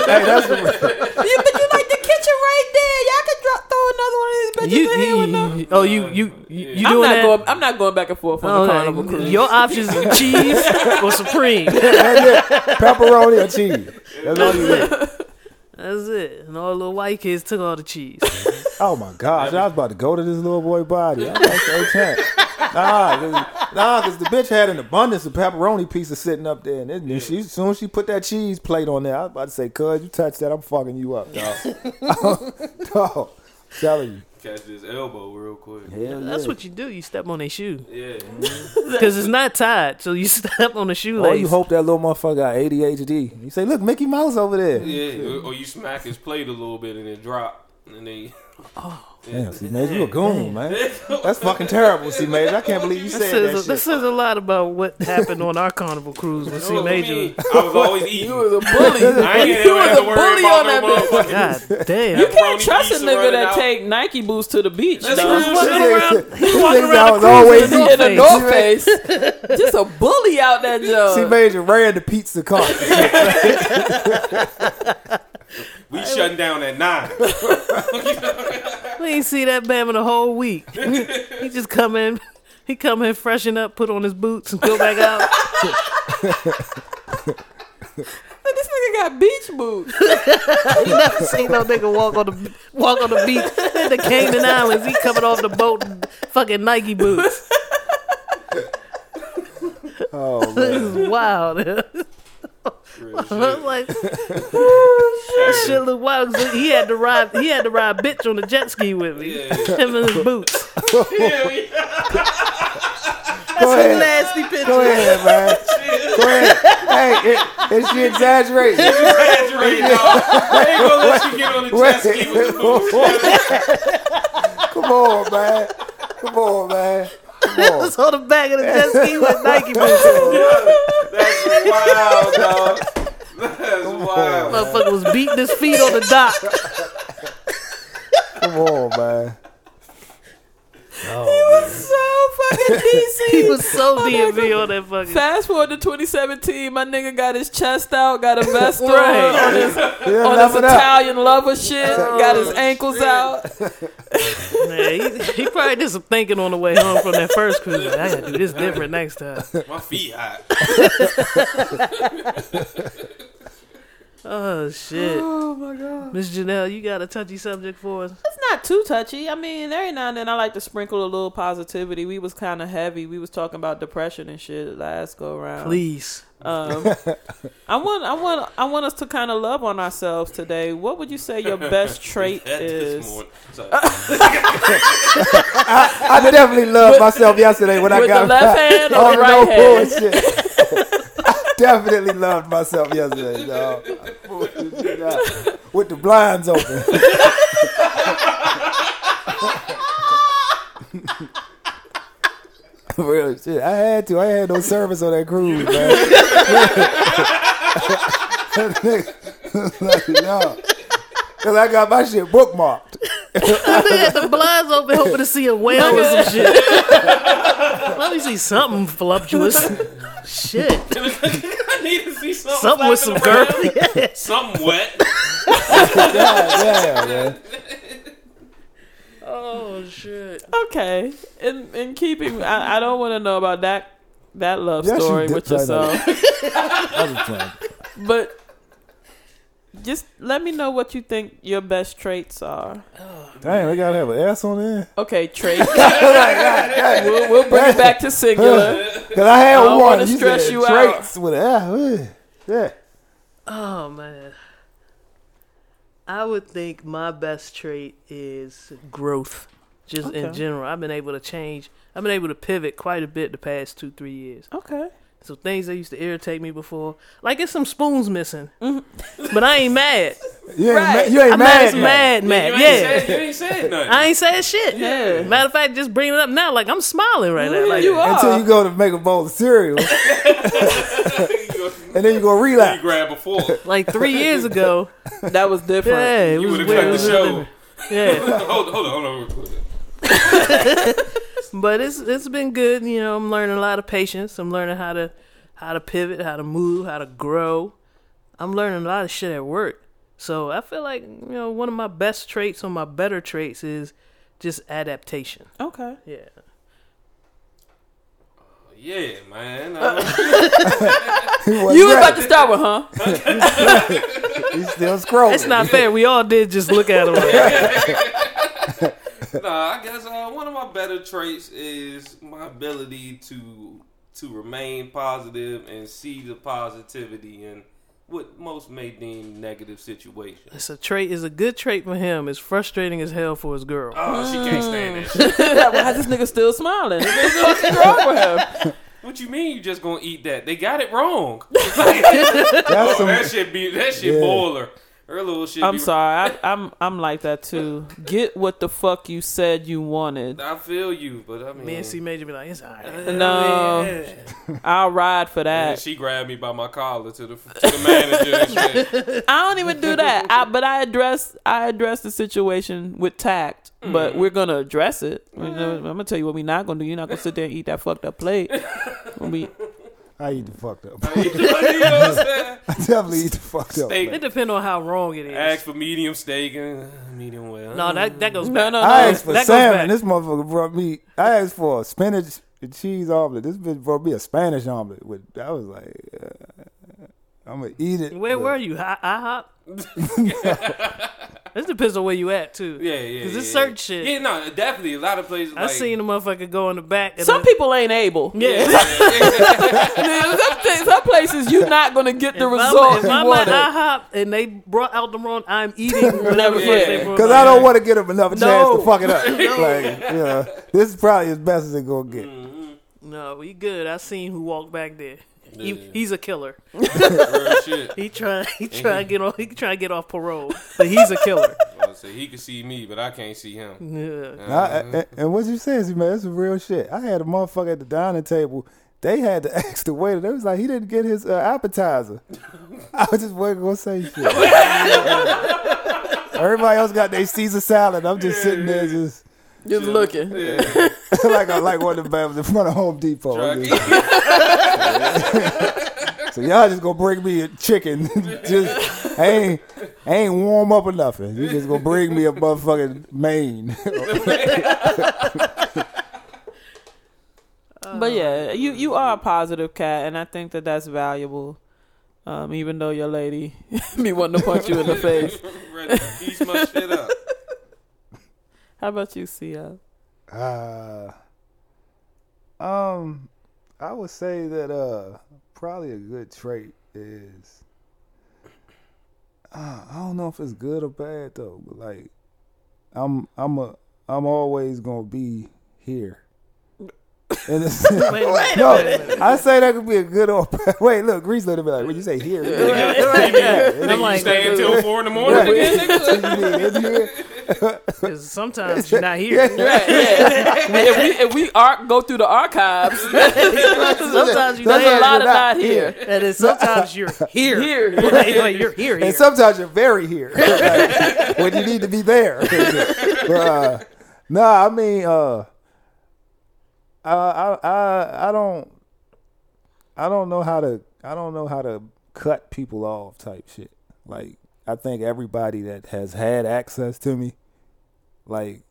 Speaker 2: You, but you like the kitchen right there. Y'all can drop, throw another one of these
Speaker 3: You,
Speaker 2: bitches in here with no.
Speaker 3: you- oh, you you you, you
Speaker 2: I'm
Speaker 3: doing
Speaker 2: not
Speaker 3: that?
Speaker 2: going. I'm not going back and forth on
Speaker 3: Oh,
Speaker 2: the carnival
Speaker 3: okay.
Speaker 2: cruise.
Speaker 3: Your options are cheese or supreme.
Speaker 1: That's it. Pepperoni or cheese. That's all you get.
Speaker 3: That's it. And all the little white kids took all the cheese.
Speaker 1: Oh my gosh, I was about to go to this little boy body. I was like, "Okay." Nah, 'cause- nah, because the bitch had an abundance of pepperoni pieces sitting up there, and it, and she, as soon as she put that cheese plate on there, I was about to say, "Cuz, you touch that, I'm fucking you up, dog." dog, I'm telling
Speaker 4: Catch this elbow real quick.
Speaker 1: you, hell
Speaker 3: That's
Speaker 1: yeah.
Speaker 3: what you do. You step on their shoe
Speaker 4: Yeah.
Speaker 3: because it's not tied, so you step on the
Speaker 1: Or
Speaker 3: shoelace.
Speaker 1: you hope that little motherfucker got ADHD. You say, "Look, Mickey Mouse over there."
Speaker 4: Yeah. Or, or you smack his plate a little bit and it drop. And then
Speaker 1: Damn, see, man, you a goon, man. That's fucking terrible, see, man. I can't believe you
Speaker 3: That
Speaker 1: said
Speaker 3: says,
Speaker 1: that
Speaker 3: that
Speaker 1: shit.
Speaker 3: says a lot about what happened on our carnival cruise with C
Speaker 4: Look, I
Speaker 3: Major.
Speaker 4: mean, I was always eating.
Speaker 2: You was a bully.
Speaker 4: I ain't
Speaker 2: You
Speaker 4: ever had
Speaker 2: was a
Speaker 4: to worry
Speaker 2: bully on that
Speaker 4: about no
Speaker 2: bitch.
Speaker 4: motherfucking
Speaker 3: God damn.
Speaker 2: You can't
Speaker 4: Pepperoni
Speaker 2: trust a
Speaker 4: pizza
Speaker 2: nigga
Speaker 4: running
Speaker 2: that
Speaker 4: out.
Speaker 2: take Nike boots to the beach.
Speaker 4: That's
Speaker 2: dog.
Speaker 4: real shit.
Speaker 1: around,
Speaker 3: he walking
Speaker 1: was
Speaker 3: around the cruise
Speaker 1: always
Speaker 3: with a
Speaker 1: eating
Speaker 2: In the North Face, just a bully out that
Speaker 1: See,
Speaker 2: job.
Speaker 1: Major ran the pizza cart.
Speaker 4: We shutting down at nine.
Speaker 3: We ain't see that bam in a whole week. he just come in. He come in, freshen up, put on his boots, and go back out.
Speaker 2: This nigga got beach boots.
Speaker 3: Never seen no nigga walk on the walk on the beach in the Cayman Islands. He coming off the boat, in fucking Nike boots.
Speaker 1: Oh, man.
Speaker 3: This is wild.
Speaker 4: Real
Speaker 3: I
Speaker 4: shit.
Speaker 3: was like, that shit look wild. 'Cause He had to ride. He had to ride bitch on the jet ski with me.
Speaker 4: Yeah.
Speaker 3: Him in his boots.
Speaker 4: Yeah.
Speaker 1: Go ahead.
Speaker 3: Nasty picture.
Speaker 1: Go ahead, man. Go ahead. Hey, it, it, she exaggerating.
Speaker 4: Exaggerate, dog. I ain't gonna let you get on the jet ski with the boots.
Speaker 1: Come on, man. Come on, man.
Speaker 3: It was on the back of the jet ski with Nike boots. on.
Speaker 4: That's wild, dog. That's wild.
Speaker 3: Motherfucker was beating his feet on the dock.
Speaker 1: Come on, man.
Speaker 2: so fucking DC.
Speaker 3: He was so DMV on that fucking.
Speaker 2: Fast forward to 2017, my nigga got his chest out, got a vest on,
Speaker 3: Right.
Speaker 2: on his,
Speaker 1: Yeah,
Speaker 2: on
Speaker 1: laugh
Speaker 2: his
Speaker 1: it up.
Speaker 2: Italian lover shit, got his ankles out.
Speaker 3: Man, he, he probably did some thinking on the way home from that first cruise. Like, I gotta do this different next time.
Speaker 4: My feet hot.
Speaker 3: Oh shit. Oh my god. Miss Janelle, you got a touchy subject for us.
Speaker 2: It's not too touchy. I mean, every now and then I like to sprinkle a little positivity. We was kind of heavy. We was talking about depression and shit last go around.
Speaker 3: Please.
Speaker 2: Um, I want, I want, I want us to kind of love on ourselves today. What would you say your best trait
Speaker 4: That this
Speaker 2: is?
Speaker 4: morning. So,
Speaker 1: I definitely loved myself yesterday when I
Speaker 2: With
Speaker 1: got
Speaker 2: the left hand or
Speaker 1: Oh,
Speaker 2: the right
Speaker 1: no
Speaker 2: hand?
Speaker 1: bullshit. I definitely loved myself yesterday, dog. With the blinds open. Real shit. I had to. I had no service on that cruise, man. no. Cause I got my shit bookmarked.
Speaker 3: They had the blinds open hoping to see a whale or some shit. Let me see something voluptuous. shit.
Speaker 4: I need to see something.
Speaker 3: Something with some
Speaker 4: slapping
Speaker 3: girl.
Speaker 4: around. Something wet.
Speaker 1: Yeah, man.
Speaker 3: Oh shit.
Speaker 2: Okay, in in keeping, I, I don't want to know about that that love
Speaker 1: Yes, you
Speaker 2: story
Speaker 1: did
Speaker 2: with
Speaker 1: say that.
Speaker 2: yourself.
Speaker 1: I was playing.
Speaker 2: but just let me know what you think your best traits are.
Speaker 1: Damn, they gotta have an ass on there.
Speaker 2: Okay, traits. we'll, we'll bring it back to singular.
Speaker 1: Cause I had
Speaker 2: I don't
Speaker 1: one.
Speaker 2: wanna
Speaker 1: You
Speaker 2: stress
Speaker 1: said
Speaker 2: you
Speaker 1: traits with ah, yeah.
Speaker 3: Oh man. I would think my best trait is growth. Just in
Speaker 2: Okay.
Speaker 3: general. I've been able to change I've been able to pivot quite a bit the past two, three years.
Speaker 2: Okay.
Speaker 3: Some things that used to irritate me before. Like it's some spoons missing. But I ain't mad.
Speaker 1: You ain't,
Speaker 2: Right.
Speaker 1: ma- you ain't
Speaker 3: I'm not
Speaker 1: mad.
Speaker 3: as Mm-hmm. mad,
Speaker 4: You
Speaker 3: mad.
Speaker 4: ain't
Speaker 3: Yeah.
Speaker 4: said, you ain't said nothing.
Speaker 3: I ain't saying shit.
Speaker 2: Yeah.
Speaker 3: Matter of fact, just bringing it up now, like I'm smiling right now. Like,
Speaker 2: you are.
Speaker 1: Until you go to make a bowl of cereal, and
Speaker 4: you
Speaker 1: then you go
Speaker 4: you
Speaker 1: relapse.
Speaker 4: grab a fork.
Speaker 3: like three years ago.
Speaker 2: That was different.
Speaker 3: Yeah, it
Speaker 4: You
Speaker 3: was
Speaker 4: would have
Speaker 3: weird. It
Speaker 4: cut the
Speaker 3: was
Speaker 4: show.
Speaker 3: really- yeah,
Speaker 4: hold, hold on, hold on.
Speaker 3: but it's it's been good. You know, I'm learning a lot of patience. I'm learning how to how to pivot, how to move, how to grow. I'm learning a lot of shit at work. So I feel like you know one of my best traits or my better traits is just adaptation.
Speaker 2: Okay.
Speaker 3: Yeah.
Speaker 4: Yeah, man. I,
Speaker 2: You was about to start with, huh?
Speaker 1: He's still scrolling.
Speaker 3: It's not fair. We all did just look at him. Like,
Speaker 4: nah, I guess uh, one of my better traits is my ability to to remain positive and see the positivity in what most may deem negative situations.
Speaker 3: it's a trait. Is a good trait for him. It's frustrating as hell for his girl.
Speaker 4: Oh, she can't stand that shit.
Speaker 2: Why is this nigga still smiling? What's fucking wrong with him?
Speaker 4: What you mean you just gonna eat that? They got it wrong.
Speaker 1: That's some,
Speaker 4: that shit be that shit
Speaker 1: Yeah.
Speaker 4: boiler. Her little shit.
Speaker 2: I'm
Speaker 4: be,
Speaker 2: sorry. I, I'm I'm like that too. Get what the fuck you said you wanted.
Speaker 4: I feel you, but I mean,
Speaker 3: Me and C Major be like, it's all right.
Speaker 2: No, I'll ride for
Speaker 4: and
Speaker 2: that.
Speaker 4: she grabbed me by my collar to the to the manager. and shit.
Speaker 2: I don't even do that. I, but I address I address the situation with tact.
Speaker 3: Mm.
Speaker 2: But we're gonna address it. You know, I'm gonna tell you what we're not gonna do. You're not gonna sit there and eat that fucked up plate. When we
Speaker 1: I eat the fucked up.
Speaker 4: you know what I'm saying?
Speaker 1: I definitely eat the fucked up.
Speaker 4: Steak.
Speaker 1: man.
Speaker 3: It depends on how wrong it is.
Speaker 4: Ask for medium steak and uh, medium well.
Speaker 3: no, that that goes
Speaker 2: no no
Speaker 3: back.
Speaker 2: no.
Speaker 1: I asked for
Speaker 3: that goes back.
Speaker 1: salmon. This motherfucker brought me. I asked for a spinach and cheese omelet. This bitch brought me a Spanish omelet. With I was like, uh, I'm gonna eat it.
Speaker 3: Where were you? I, IHOP. this depends on where you at too.
Speaker 4: Yeah, yeah.
Speaker 3: Cause
Speaker 4: yeah,
Speaker 3: it's
Speaker 4: yeah.
Speaker 3: search shit.
Speaker 4: Yeah, no, definitely. A lot of places.
Speaker 3: I
Speaker 4: like,
Speaker 3: seen the motherfucker go in the back. and
Speaker 2: Some
Speaker 3: the-
Speaker 2: people ain't able.
Speaker 3: Yeah.
Speaker 2: Now, some, th- some places you're not gonna get the
Speaker 3: If I'm-
Speaker 2: result
Speaker 3: If
Speaker 2: you
Speaker 3: I'm at
Speaker 2: wanted.
Speaker 3: IHOP and they brought out the wrong, I'm eating whatever
Speaker 2: Yeah.
Speaker 3: food they brought
Speaker 1: Cause
Speaker 3: out.
Speaker 1: I don't want to get him another chance
Speaker 2: No.
Speaker 1: to fuck it up. Like, you know, this is probably as best as it gonna get.
Speaker 3: No, he good. I seen who walked back there. He,
Speaker 4: Yeah.
Speaker 3: he's a killer.
Speaker 4: Real shit.
Speaker 3: He try he try to get off he try to get off parole, but he's a killer.
Speaker 4: I was Say he can see me, but I can't see him. Uh,
Speaker 1: I,
Speaker 3: Yeah.
Speaker 1: I- and, and what you said, man, that's some real shit. I had a motherfucker at the dining table. They had to ask the waiter. They was like, he didn't get his uh, appetizer. I was just wasn't gonna say shit. Everybody else got their Caesar salad. I'm just sitting there, just
Speaker 2: Just looking.
Speaker 4: Yeah.
Speaker 1: like I like one of the babs in front of Home Depot. I'm just-
Speaker 4: Drug-
Speaker 1: so y'all just gonna bring me a chicken. just I ain't I ain't warm up or nothing. You just gonna bring me a motherfucking main.
Speaker 2: But
Speaker 3: Oh.
Speaker 2: yeah, you you are a positive cat, and I think that that's valuable. Um, even though your lady be wanting to punch you in the face.
Speaker 4: Ready to piece my shit up.
Speaker 2: How about you, Sia?
Speaker 1: Uh, um, I would say that uh, probably a good trait is uh, I don't know if it's good or bad though, but like I'm I'm a I'm always gonna be here. And it's,
Speaker 3: Wait, wait,
Speaker 1: no, I say that could be a good or bad. Wait, look, Reese gonna be like, when you say here, you mean
Speaker 4: Nigga,
Speaker 3: I'm
Speaker 4: you
Speaker 3: like,
Speaker 4: stay until four in the morning again, nigga?
Speaker 1: in here?
Speaker 3: 'cause sometimes you're not here.
Speaker 2: if we if we ar- go through the archives,
Speaker 3: sometimes you're not
Speaker 1: That's
Speaker 2: there's
Speaker 1: why
Speaker 2: a lot
Speaker 3: here.
Speaker 1: you're not
Speaker 2: of not here.
Speaker 3: That is sometimes you're here.
Speaker 2: Here.
Speaker 3: Like, like, you're here. here.
Speaker 1: and sometimes you're very here like, when you need to be there. But, uh, no, I mean, uh, I, I, I, I don't, I don't know how to, I don't know how to cut people off type shit. Like, I think everybody that has had access to me, like,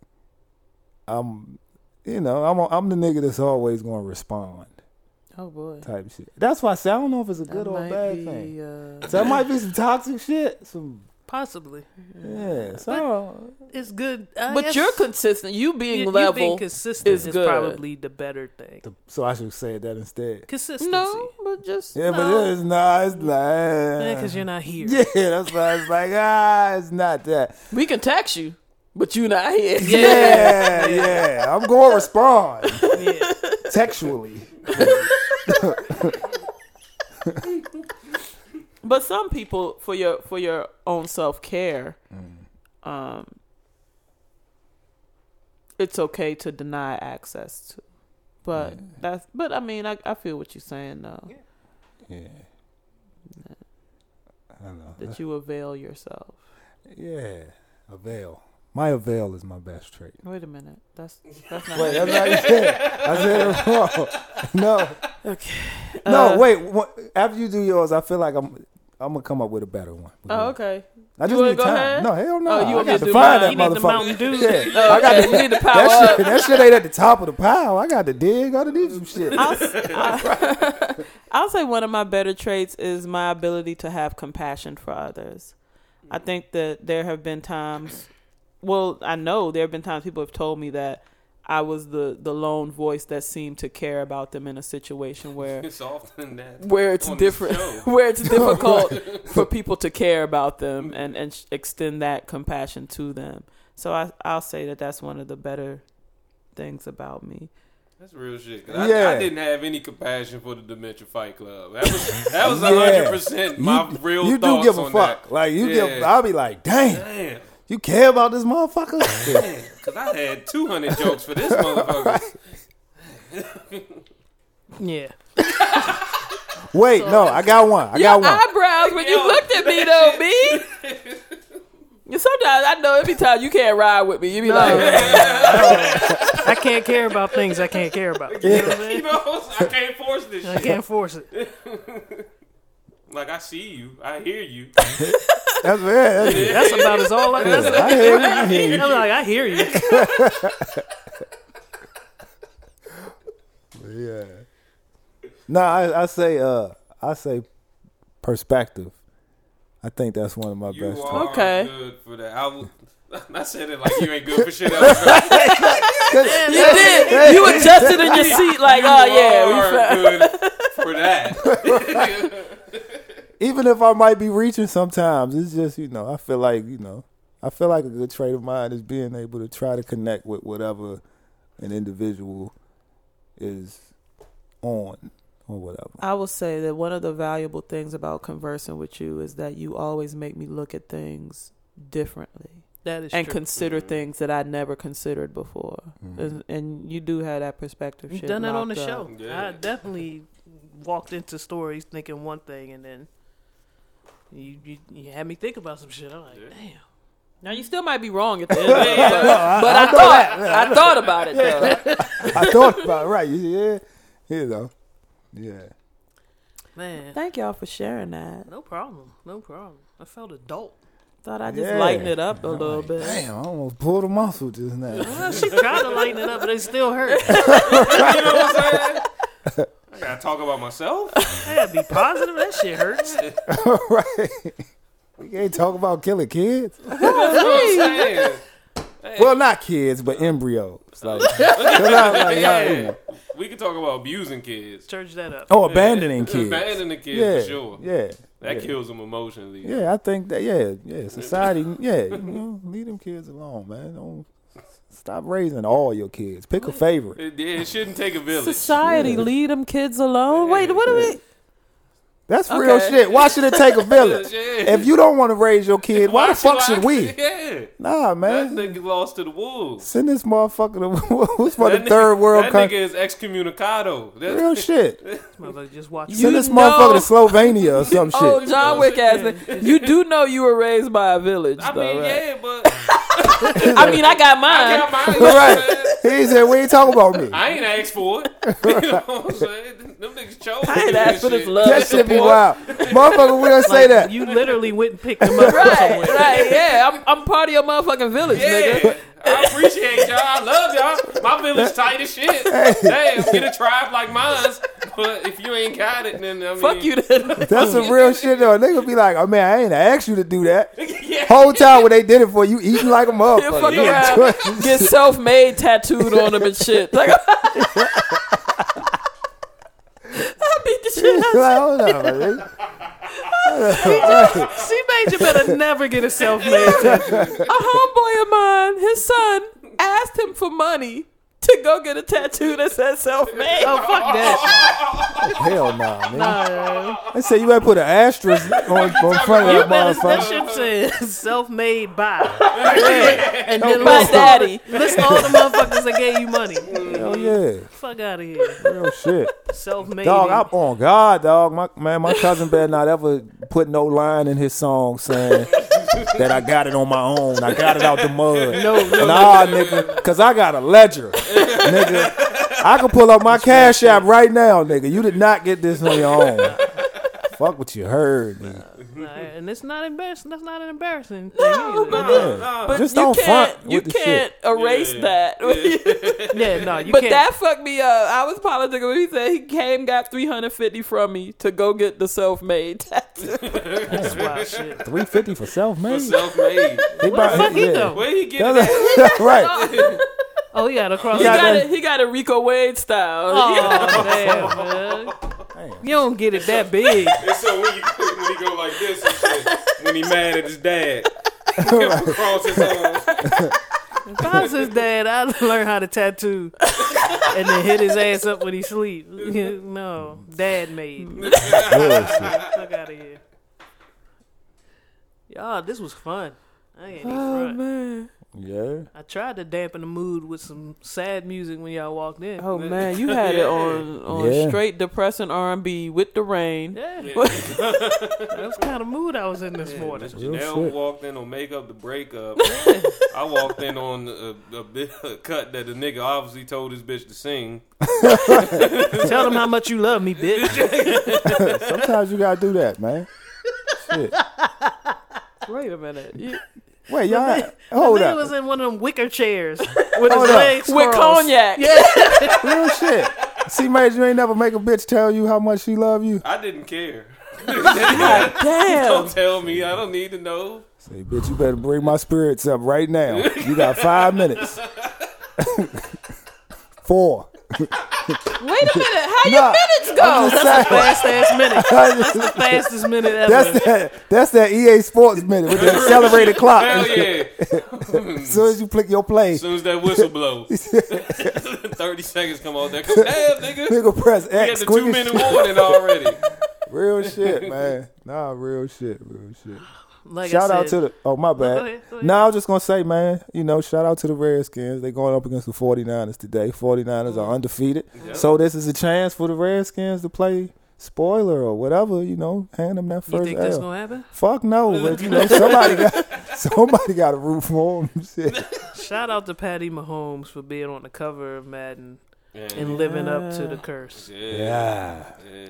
Speaker 1: I'm, you know, I'm, I'm the nigga that's always gonna respond
Speaker 2: Oh boy,
Speaker 1: type shit. That's why I say I don't know if it's a good or a bad thing.
Speaker 3: uh,
Speaker 1: So that might be some toxic shit. Some
Speaker 3: Possibly.
Speaker 1: yeah. So
Speaker 3: It's good. I
Speaker 2: but
Speaker 3: guess
Speaker 2: you're consistent. You being
Speaker 3: you- you
Speaker 2: level
Speaker 3: being consistent
Speaker 2: is
Speaker 3: is,
Speaker 2: good.
Speaker 3: probably the better thing.
Speaker 1: so I should say that instead.
Speaker 3: Consistency.
Speaker 2: No, but just
Speaker 1: Yeah, but it's not. It's not.
Speaker 3: Because you're not here.
Speaker 1: yeah, that's why it's like ah, it's not that.
Speaker 2: we can tax you, but you not here.
Speaker 1: Yeah, yeah. I'm going to respond
Speaker 3: Yeah.
Speaker 1: textually.
Speaker 2: But some people, for your for your own self care,
Speaker 1: Mm.
Speaker 2: um, it's okay to deny access to. But that's but I mean I, I feel what you're saying though
Speaker 1: Yeah. I don't know.
Speaker 2: that you avail yourself.
Speaker 1: Yeah, avail. My avail is my best trait.
Speaker 2: Wait a minute, that's that's not.
Speaker 1: Wait, that's not what you said. I said it wrong. No.
Speaker 2: Okay.
Speaker 1: No,
Speaker 2: Uh,
Speaker 1: wait. wha- After you do yours, I feel like I'm. I'm gonna come up with a better one.
Speaker 2: Oh, okay.
Speaker 1: I just
Speaker 2: wanna
Speaker 1: need
Speaker 2: go
Speaker 1: time.
Speaker 2: ahead?
Speaker 1: No, hell no.
Speaker 2: Oh, you
Speaker 1: I
Speaker 2: want me
Speaker 1: got
Speaker 2: to
Speaker 1: to,
Speaker 2: do
Speaker 1: find
Speaker 2: mine?
Speaker 1: that
Speaker 3: You need the Mountain
Speaker 1: motherfucker.
Speaker 3: Dew.
Speaker 1: Yeah.
Speaker 2: Oh,
Speaker 1: I got
Speaker 2: okay.
Speaker 1: to,
Speaker 2: we need to power
Speaker 1: that
Speaker 2: up.
Speaker 1: shit. That shit ain't at the top of the pile. I got to dig. I got to do some shit.
Speaker 2: I'll, s- I'll say one of my better traits is my ability to have compassion for others. I think that there have been times, well, I know there have been times people have told me that I was the the lone voice that seemed to care about them in a situation where
Speaker 4: It's often that.
Speaker 2: where it's
Speaker 4: on this
Speaker 2: different
Speaker 4: show.
Speaker 2: where it's difficult for people to care about
Speaker 4: Mm-hmm.
Speaker 2: them and and sh- extend that compassion to them. So I I'll say that that's one of the better things about me.
Speaker 4: That's real shit. 'cause I, I
Speaker 1: Yeah.
Speaker 4: didn't have any compassion for the Dementia Fight Club. That was that was
Speaker 1: Yeah.
Speaker 4: hundred percent my
Speaker 1: you,
Speaker 4: real
Speaker 1: You do
Speaker 4: thoughts
Speaker 1: give a
Speaker 4: on
Speaker 1: fuck.
Speaker 4: that.
Speaker 1: Like you give.
Speaker 4: Yeah.
Speaker 1: I'll be like, damn.
Speaker 4: Damn,
Speaker 1: You care about this motherfucker?
Speaker 4: man, because I had two hundred jokes for this motherfucker.
Speaker 3: Yeah.
Speaker 1: Wait, no. I got one. I
Speaker 2: Your
Speaker 1: got one.
Speaker 2: eyebrows when you looked at me though, B. Yeah, Sometimes I know every time you can't ride with me, you be like,
Speaker 3: I can't care about things I can't care about. You know what I'm
Speaker 4: You
Speaker 3: saying?
Speaker 4: know, I can't force this
Speaker 3: I
Speaker 4: shit.
Speaker 3: can't force it.
Speaker 4: Like I see you, I hear you.
Speaker 1: That's yeah, that's it.
Speaker 3: That's about as all I that's,
Speaker 1: I hear you. I hear you.
Speaker 3: I'm like, I hear you.
Speaker 1: Yeah. No, I, I say uh I say perspective. I think that's one of my
Speaker 4: You
Speaker 1: best
Speaker 4: are
Speaker 1: traits.
Speaker 2: Okay.
Speaker 4: good for that. I, w- I said it like you ain't good for shit else.
Speaker 2: you did. You adjusted in your seat, like, oh yeah, we
Speaker 4: are
Speaker 2: fell.
Speaker 4: good for that.
Speaker 1: Even if I might be reaching sometimes, it's just, you know, I feel like, you know, I feel like a good trait of mine is being able to try to connect with whatever an individual is on or whatever.
Speaker 2: I will say that one of the valuable things about conversing with you is that you always make me look at things differently.
Speaker 3: That is
Speaker 2: and
Speaker 3: true.
Speaker 2: consider things that I never considered before. And, and you do have that perspective.
Speaker 3: You've
Speaker 2: shit
Speaker 3: done that on the
Speaker 2: locked up.
Speaker 3: show.
Speaker 4: Yeah.
Speaker 3: I definitely walked into stories thinking one thing, and then you you, you had me think about some shit. I'm like, damn.
Speaker 2: Now you still might be wrong at the end, of it, but, but I, thought I thought about it though.
Speaker 1: I thought about it, right. You see, yeah, you know, yeah.
Speaker 3: Man,
Speaker 2: Thank y'all for sharing that.
Speaker 3: no problem, no problem. I felt adult.
Speaker 2: Thought I just
Speaker 1: Yeah.
Speaker 2: lighten it up a
Speaker 1: I'm
Speaker 2: little
Speaker 1: like,
Speaker 2: bit.
Speaker 1: Damn, I almost pulled a muscle just now.
Speaker 3: Well, she tried to lighten it up, but it still hurt.
Speaker 4: You know what I'm saying? I gotta talk about myself.
Speaker 3: Yeah, be positive. That shit hurts.
Speaker 1: right. We can't talk about killing kids.
Speaker 4: You know what I'm saying?
Speaker 1: Well, not kids, but embryos. Like, 'cause I- like, I- you know.
Speaker 4: We can talk about abusing kids.
Speaker 3: Church that up.
Speaker 1: Oh, abandoning kids.
Speaker 4: Abandoning kids
Speaker 1: yeah,
Speaker 4: for sure.
Speaker 1: Yeah.
Speaker 4: That
Speaker 1: yeah.
Speaker 4: kills them emotionally.
Speaker 1: Yeah, I think that. Yeah, yeah. Society. Yeah, you know, leave them kids alone, man. Don't stop raising all your kids. Pick a favorite.
Speaker 4: It, it shouldn't take a village.
Speaker 2: Society, leave them kids alone. Wait, what are we?
Speaker 1: That's real
Speaker 2: Okay.
Speaker 1: shit. Why should it take a village?
Speaker 4: Yeah.
Speaker 1: If you don't want to raise your kid, why, the
Speaker 4: should
Speaker 1: fuck
Speaker 4: I-
Speaker 1: should we?
Speaker 4: Yeah.
Speaker 1: Nah,
Speaker 4: That
Speaker 1: man.
Speaker 4: nigga lost to the wolves.
Speaker 1: Send this motherfucker to who's for the
Speaker 4: That nigga-
Speaker 1: third world
Speaker 4: That nigga
Speaker 1: country.
Speaker 4: is excommunicado. That,
Speaker 1: Real shit.
Speaker 3: Motherfucker, just watch.
Speaker 2: You
Speaker 1: Send this
Speaker 2: know-
Speaker 1: motherfucker to Slovenia or some shit.
Speaker 2: Oh, John Wick ass. nigga. You do know you were raised by a village,
Speaker 4: I
Speaker 2: though,
Speaker 4: mean,
Speaker 2: right?
Speaker 4: yeah, but
Speaker 2: I mean, I got mine.
Speaker 4: I got mine.
Speaker 1: right. He said, "We ain't talking about me."
Speaker 4: I ain't asked for it. you know what I'm saying? Them niggas chose.
Speaker 2: I ain't asked for this love.
Speaker 1: That shit be wild, motherfucker. We don't say that.
Speaker 3: You literally went and picked them up.
Speaker 2: Right, right, yeah. I'm, I'm part of your motherfucking village, nigga.
Speaker 4: Yeah, I appreciate y'all. I love y'all. My village tight as shit. Damn, get a tribe like mine. But if you ain't got it, then I mean,
Speaker 2: Fuck you. Then.
Speaker 1: That's some real shit though. Nigga be like, "Oh man, I ain't asked you to do that." Whole time when they did it for you, eating like a
Speaker 2: Get
Speaker 1: motherfucker.
Speaker 2: fucking
Speaker 1: You
Speaker 2: around.
Speaker 1: enjoy-
Speaker 2: Get self made tattooed on them and shit. Like, I beat the shit out.
Speaker 1: like, hold on, man.
Speaker 3: She made you better never get a self made.
Speaker 2: A homeboy of mine, his son, asked him for money to go get a tattoo that said self made.
Speaker 3: Oh fuck that.
Speaker 1: Hell nah, man. They say you better put an asterisk on, on front
Speaker 3: shit. You
Speaker 1: of that
Speaker 3: better that
Speaker 1: motherfucker.
Speaker 3: shit says self made by.
Speaker 1: And
Speaker 2: My daddy.
Speaker 3: List all the motherfuckers that gave you money.
Speaker 1: Hell yeah,
Speaker 3: Fuck out of here.
Speaker 1: real shit.
Speaker 3: Self made.
Speaker 1: Dog, I'm on God, dog. My man, my cousin better not ever put no line in his song saying that I got it on my own. I got it out the mud.
Speaker 3: No, no.
Speaker 1: nah, nigga, cause I got a ledger, nigga. I can pull up my cash app right now, nigga. You did not get this on your own. Fuck what you heard. nigga.
Speaker 3: Nah, and it's not embarrassing. That's not an embarrassing thing.
Speaker 2: No,
Speaker 3: either.
Speaker 2: but, then- but
Speaker 1: Just
Speaker 2: you
Speaker 1: don't
Speaker 2: can't,
Speaker 1: front
Speaker 2: you
Speaker 1: with the shit.
Speaker 2: can't erase that.
Speaker 3: yeah, no, you
Speaker 2: but
Speaker 3: can't.
Speaker 2: that fucked me up. I was politicking when he said he came, got 350 from me to go get the self made tattoo.
Speaker 3: That's wild shit.
Speaker 1: Three fifty for self made.
Speaker 4: Self made.
Speaker 1: What
Speaker 3: Fuck he though.
Speaker 4: Where he get it? at?
Speaker 1: right.
Speaker 3: Oh, he got a cross.
Speaker 2: He
Speaker 1: Yeah,
Speaker 2: got
Speaker 1: man.
Speaker 2: it. He got a Rico Wade style.
Speaker 3: Oh, damn, man.
Speaker 1: Damn.
Speaker 3: You don't get it that big.
Speaker 4: And so when, you, when he go like this and shit, when he mad at his dad, cross his arms.
Speaker 3: If I was his dad, I'd learn how to tattoo and then hit his ass up when he sleep. no, dad made.
Speaker 1: Bullshit.
Speaker 3: Fuck out of here. Y'all, this was fun. I ain't even
Speaker 1: Oh,
Speaker 3: front.
Speaker 2: man.
Speaker 1: Yeah.
Speaker 3: I tried to dampen the mood with some sad music when y'all walked in.
Speaker 2: Oh man, you had it on on
Speaker 1: Yeah.
Speaker 2: straight depressing R and B with the rain.
Speaker 3: Yeah. that was kind of mood I was in this morning.
Speaker 1: Real
Speaker 4: Janelle
Speaker 1: shit.
Speaker 4: walked in on make up the breakup. I walked in on a, a, bit, a cut that the nigga obviously told his bitch to sing.
Speaker 3: Tell them how much you love me, bitch.
Speaker 1: Sometimes you gotta do that, man. Shit.
Speaker 2: Wait a minute, You-
Speaker 1: Wait, y'all.
Speaker 3: Oh,
Speaker 1: Hold
Speaker 3: nigga
Speaker 1: up.
Speaker 3: was in one of them wicker chairs with his
Speaker 1: Hold up.
Speaker 3: legs
Speaker 2: with
Speaker 3: crossed.
Speaker 2: cognac.
Speaker 1: Real shit. See, Major, you ain't never make a bitch tell you how much she love you.
Speaker 4: I didn't care.
Speaker 2: Damn,
Speaker 3: Oh,
Speaker 4: Don't tell me. I don't need to know.
Speaker 1: Say, bitch, you better bring my spirits up right now. You got five minutes. Four.
Speaker 2: wait a minute, how you
Speaker 1: Nah,
Speaker 2: minutes go?
Speaker 1: I'm just saying.
Speaker 3: Fast ass minute.
Speaker 1: That's just-
Speaker 3: Fastest minute ever.
Speaker 1: that's that. That's that EA Sports minute with the accelerated clock.
Speaker 4: Hell yeah.
Speaker 1: As soon as you click your play,
Speaker 4: As soon as that whistle blow, 30 seconds come out there. Come, damn, nigga. You
Speaker 1: nigga press
Speaker 4: had
Speaker 1: X.
Speaker 4: the
Speaker 1: quick
Speaker 4: two
Speaker 1: as
Speaker 4: minute
Speaker 1: shit.
Speaker 4: warning already.
Speaker 1: Real shit, man. Nah, real shit, real shit.
Speaker 3: Like I
Speaker 1: shout out to
Speaker 3: said,
Speaker 1: the. Oh my bad.
Speaker 3: go ahead, go ahead.
Speaker 1: No, I was just gonna say, man. You know, shout out to the Redskins. They going up against the 49ers today. 49ers
Speaker 3: Mm-hmm.
Speaker 1: are undefeated. So this is a chance for the Redskins to play spoiler or whatever. You know, hand them that
Speaker 3: You
Speaker 1: first
Speaker 3: think that's
Speaker 1: L.
Speaker 3: gonna happen?
Speaker 1: Fuck no, but you know somebody got somebody got to root for them. Shit.
Speaker 3: Shout out to Patty Mahomes for being on the cover of Madden
Speaker 4: Yeah.
Speaker 3: and living up to the curse.
Speaker 1: Yeah.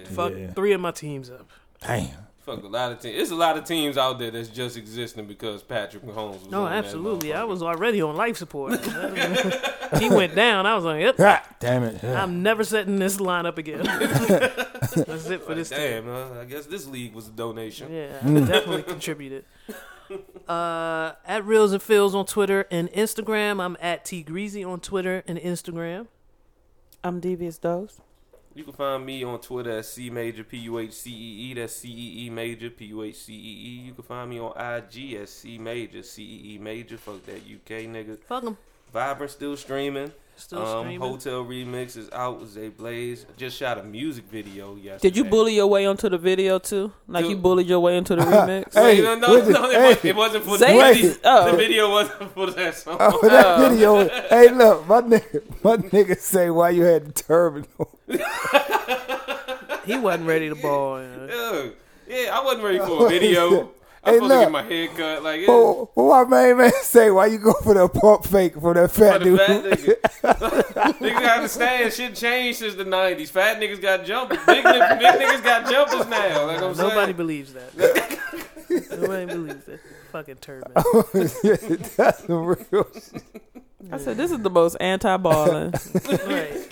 Speaker 3: Fuck
Speaker 1: Yeah.
Speaker 3: three of my teams up.
Speaker 1: Damn.
Speaker 4: Fuck a lot of teams. There's a lot of teams out there that's just existing because Patrick Mahomes. Was
Speaker 3: No,
Speaker 4: on that
Speaker 3: absolutely.
Speaker 4: motherfucker.
Speaker 3: I was already on life support. he went down. I was like, yep.
Speaker 1: God damn it. Yeah.
Speaker 3: I'm never setting this line up again. That's it for this team.
Speaker 4: Damn, Mm. uh, I guess this league was a donation.
Speaker 3: Yeah, I definitely contributed. Uh, at Reels and Phils on Twitter and Instagram. I'm at T Greasy on Twitter and Instagram.
Speaker 2: I'm devious dose.
Speaker 4: You can find me on Twitter at C Major P U H C E E. That's C E E Major P U H C E E. You can find me on IG at C Major C E E Major. Fuck that UK nigga.
Speaker 3: Fuck 'em.
Speaker 4: Vibrant still streaming.
Speaker 3: Still
Speaker 4: um,
Speaker 3: streaming.
Speaker 4: Hotel remix is out with Zay Blaze. Just shot a music video yesterday.
Speaker 2: Did you bully your way onto the video too? Like you
Speaker 4: Dude.
Speaker 2: bullied your way into the remix?
Speaker 4: Wait,
Speaker 1: Hey,
Speaker 4: no, no,
Speaker 1: what the-
Speaker 4: no, it, was,
Speaker 1: hey.
Speaker 4: it wasn't for
Speaker 2: Zay-
Speaker 4: the video.
Speaker 1: Wait.
Speaker 2: Oh.
Speaker 4: The video wasn't for that song.
Speaker 1: Oh, that video. hey, look, my nigga, my nigga say why you had the turban on.
Speaker 3: He wasn't ready to ball. you know.
Speaker 4: Ugh. Yeah, I wasn't ready for a video. I
Speaker 1: Hey,
Speaker 4: was supposed to
Speaker 1: look.
Speaker 4: get my hair cut. Like, yeah.
Speaker 1: Well, well, my main man say why you go for the pump fake for that fat
Speaker 4: But the
Speaker 1: dude?
Speaker 4: fat nigga. niggas gotta understand shit changed since the nineties. Fat niggas got jumpers. Big, niggas, big niggas got jumpers now. Like I'm
Speaker 3: Nobody
Speaker 4: saying.
Speaker 3: believes that. Nobody believes that. Fucking turban.
Speaker 1: That's some real. shit.
Speaker 2: I said this is the most anti-balling.
Speaker 3: Right.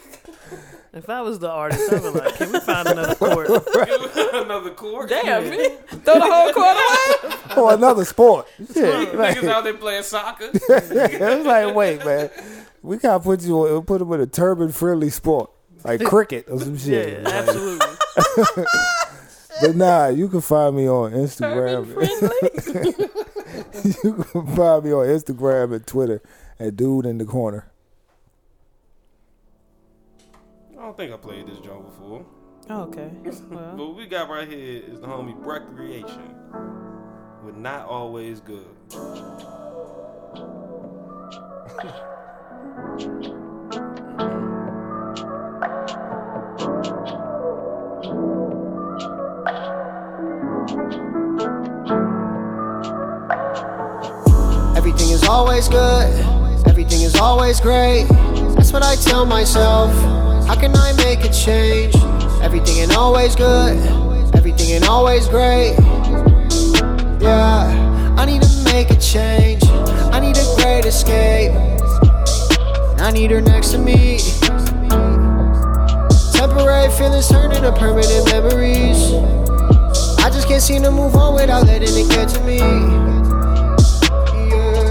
Speaker 3: If I was the artist, I would like, can we find another court?
Speaker 4: Another court.
Speaker 2: Damn, me. throw the whole court away.
Speaker 1: Or oh, another sport. Shit, like,
Speaker 4: Niggas out there playing soccer.
Speaker 1: it's like, wait, man, we gotta put you on, put him in a turban friendly sport like cricket or some shit.
Speaker 3: Yeah, absolutely.
Speaker 1: But nah, you can find me on Instagram. you can find me on Instagram and Twitter at Dude in the Corner.
Speaker 4: I don't think I played this joint before.
Speaker 2: Oh, okay.
Speaker 4: But
Speaker 2: Well,
Speaker 4: what we got right here is the homie Breck Creation. With not always good.
Speaker 8: Everything is always good. Everything is always great. That's what I tell myself. How can I make a change? Everything ain't always good. Everything ain't always great. Yeah, I need to make a change. I need a great escape. I need her next to me. Temporary feelings turn into permanent memories. I just can't seem to move on without letting it get to me.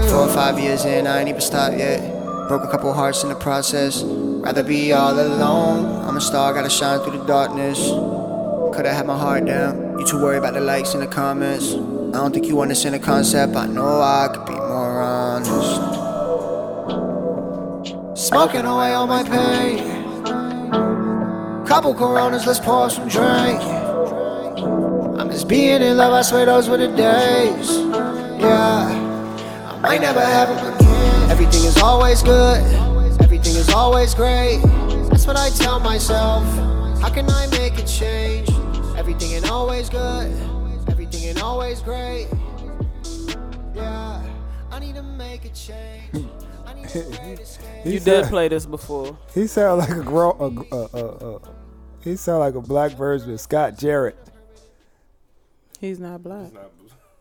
Speaker 8: Four or five years in, I ain't even stopped yet. Broke a couple hearts in the process. Rather be all alone. I'm a star, gotta shine through the darkness. Could've had my heart down. You too worried about the likes and the comments. I don't think you understand the concept. I know I could be more honest. Smoking away all my pain. Couple coronas, let's pour some drink. I'm just being in love, I swear those were the days. Yeah. Might never happen again. Everything is always good. Everything is always great. That's what I tell myself. How can I make a change? Everything ain't always good. Everything ain't always great. Yeah, I need to make a change. I need a great escape.
Speaker 1: He
Speaker 2: you did
Speaker 1: sound-
Speaker 2: play this before.
Speaker 1: He sound like a grown. A, a, a, a, he sound like a black version of Scott Jarrett.
Speaker 2: He's not black.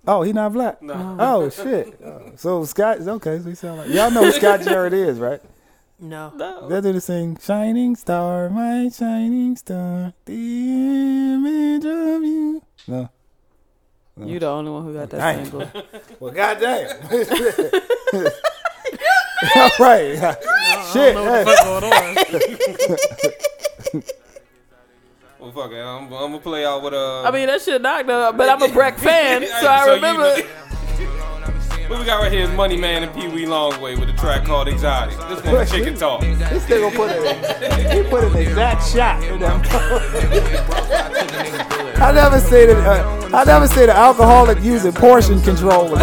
Speaker 1: Oh, he not black. Oh shit. Oh, so Scott. Okay, so he sound like y'all know who Scott Jarrett is, right?
Speaker 3: No.
Speaker 2: No.
Speaker 1: They do the sing "Shining Star, My Shining Star, the image of you." No.
Speaker 2: You the only one who got that
Speaker 1: Dang.
Speaker 2: single.
Speaker 1: Well, goddamn. All right. Shit. hey.
Speaker 3: What's going on?
Speaker 4: Well fuck it. I'm, I'm gonna play out with uh
Speaker 2: I mean, that shit knocked up, but I'm a Breck fan, so I
Speaker 4: you
Speaker 2: remember.
Speaker 4: know- What we got right here is Money Man and Pee Wee Longway with a track called Exotic. This one Chicken Talk.
Speaker 1: This nigga put it. He put an exact shot. in that- I never seen it. Uh,
Speaker 9: I never said an alcoholic using portion control.
Speaker 1: I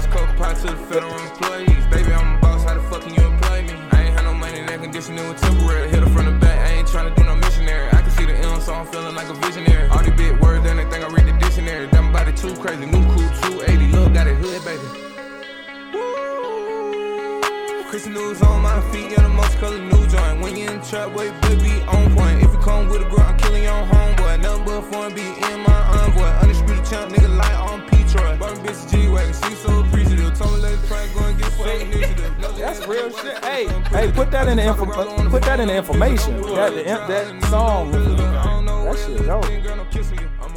Speaker 1: scope pot to the federal employees. Baby, I'm a boss. How the fuck can you employ me? I ain't had no money. That conditioning was temporary. Hit it from the back. I ain't tryna do no missionary. I can see the M, so I'm feeling like a visionary. All these big words, and they think I read the dictionary. Dumb body too crazy. New cool 280. Love got it hood, baby. Woo. Christian news on my feet, yeah, the most color new joint. When you in the trap, boy, you be on point. If you come with a girl, I'm killing your homeboy. Nothing but fun, be in my envoy. Undisputed champ, nigga, light on P-Troy. Bought me bitch G-Wagon, she so appreciative. Told me let it prank, go and get fucked initiative.
Speaker 9: That's real shit. Hey, hey, put that in the info, put that in the information. That, the, that song, that shit dope.
Speaker 1: Girl, no kissing you. I'm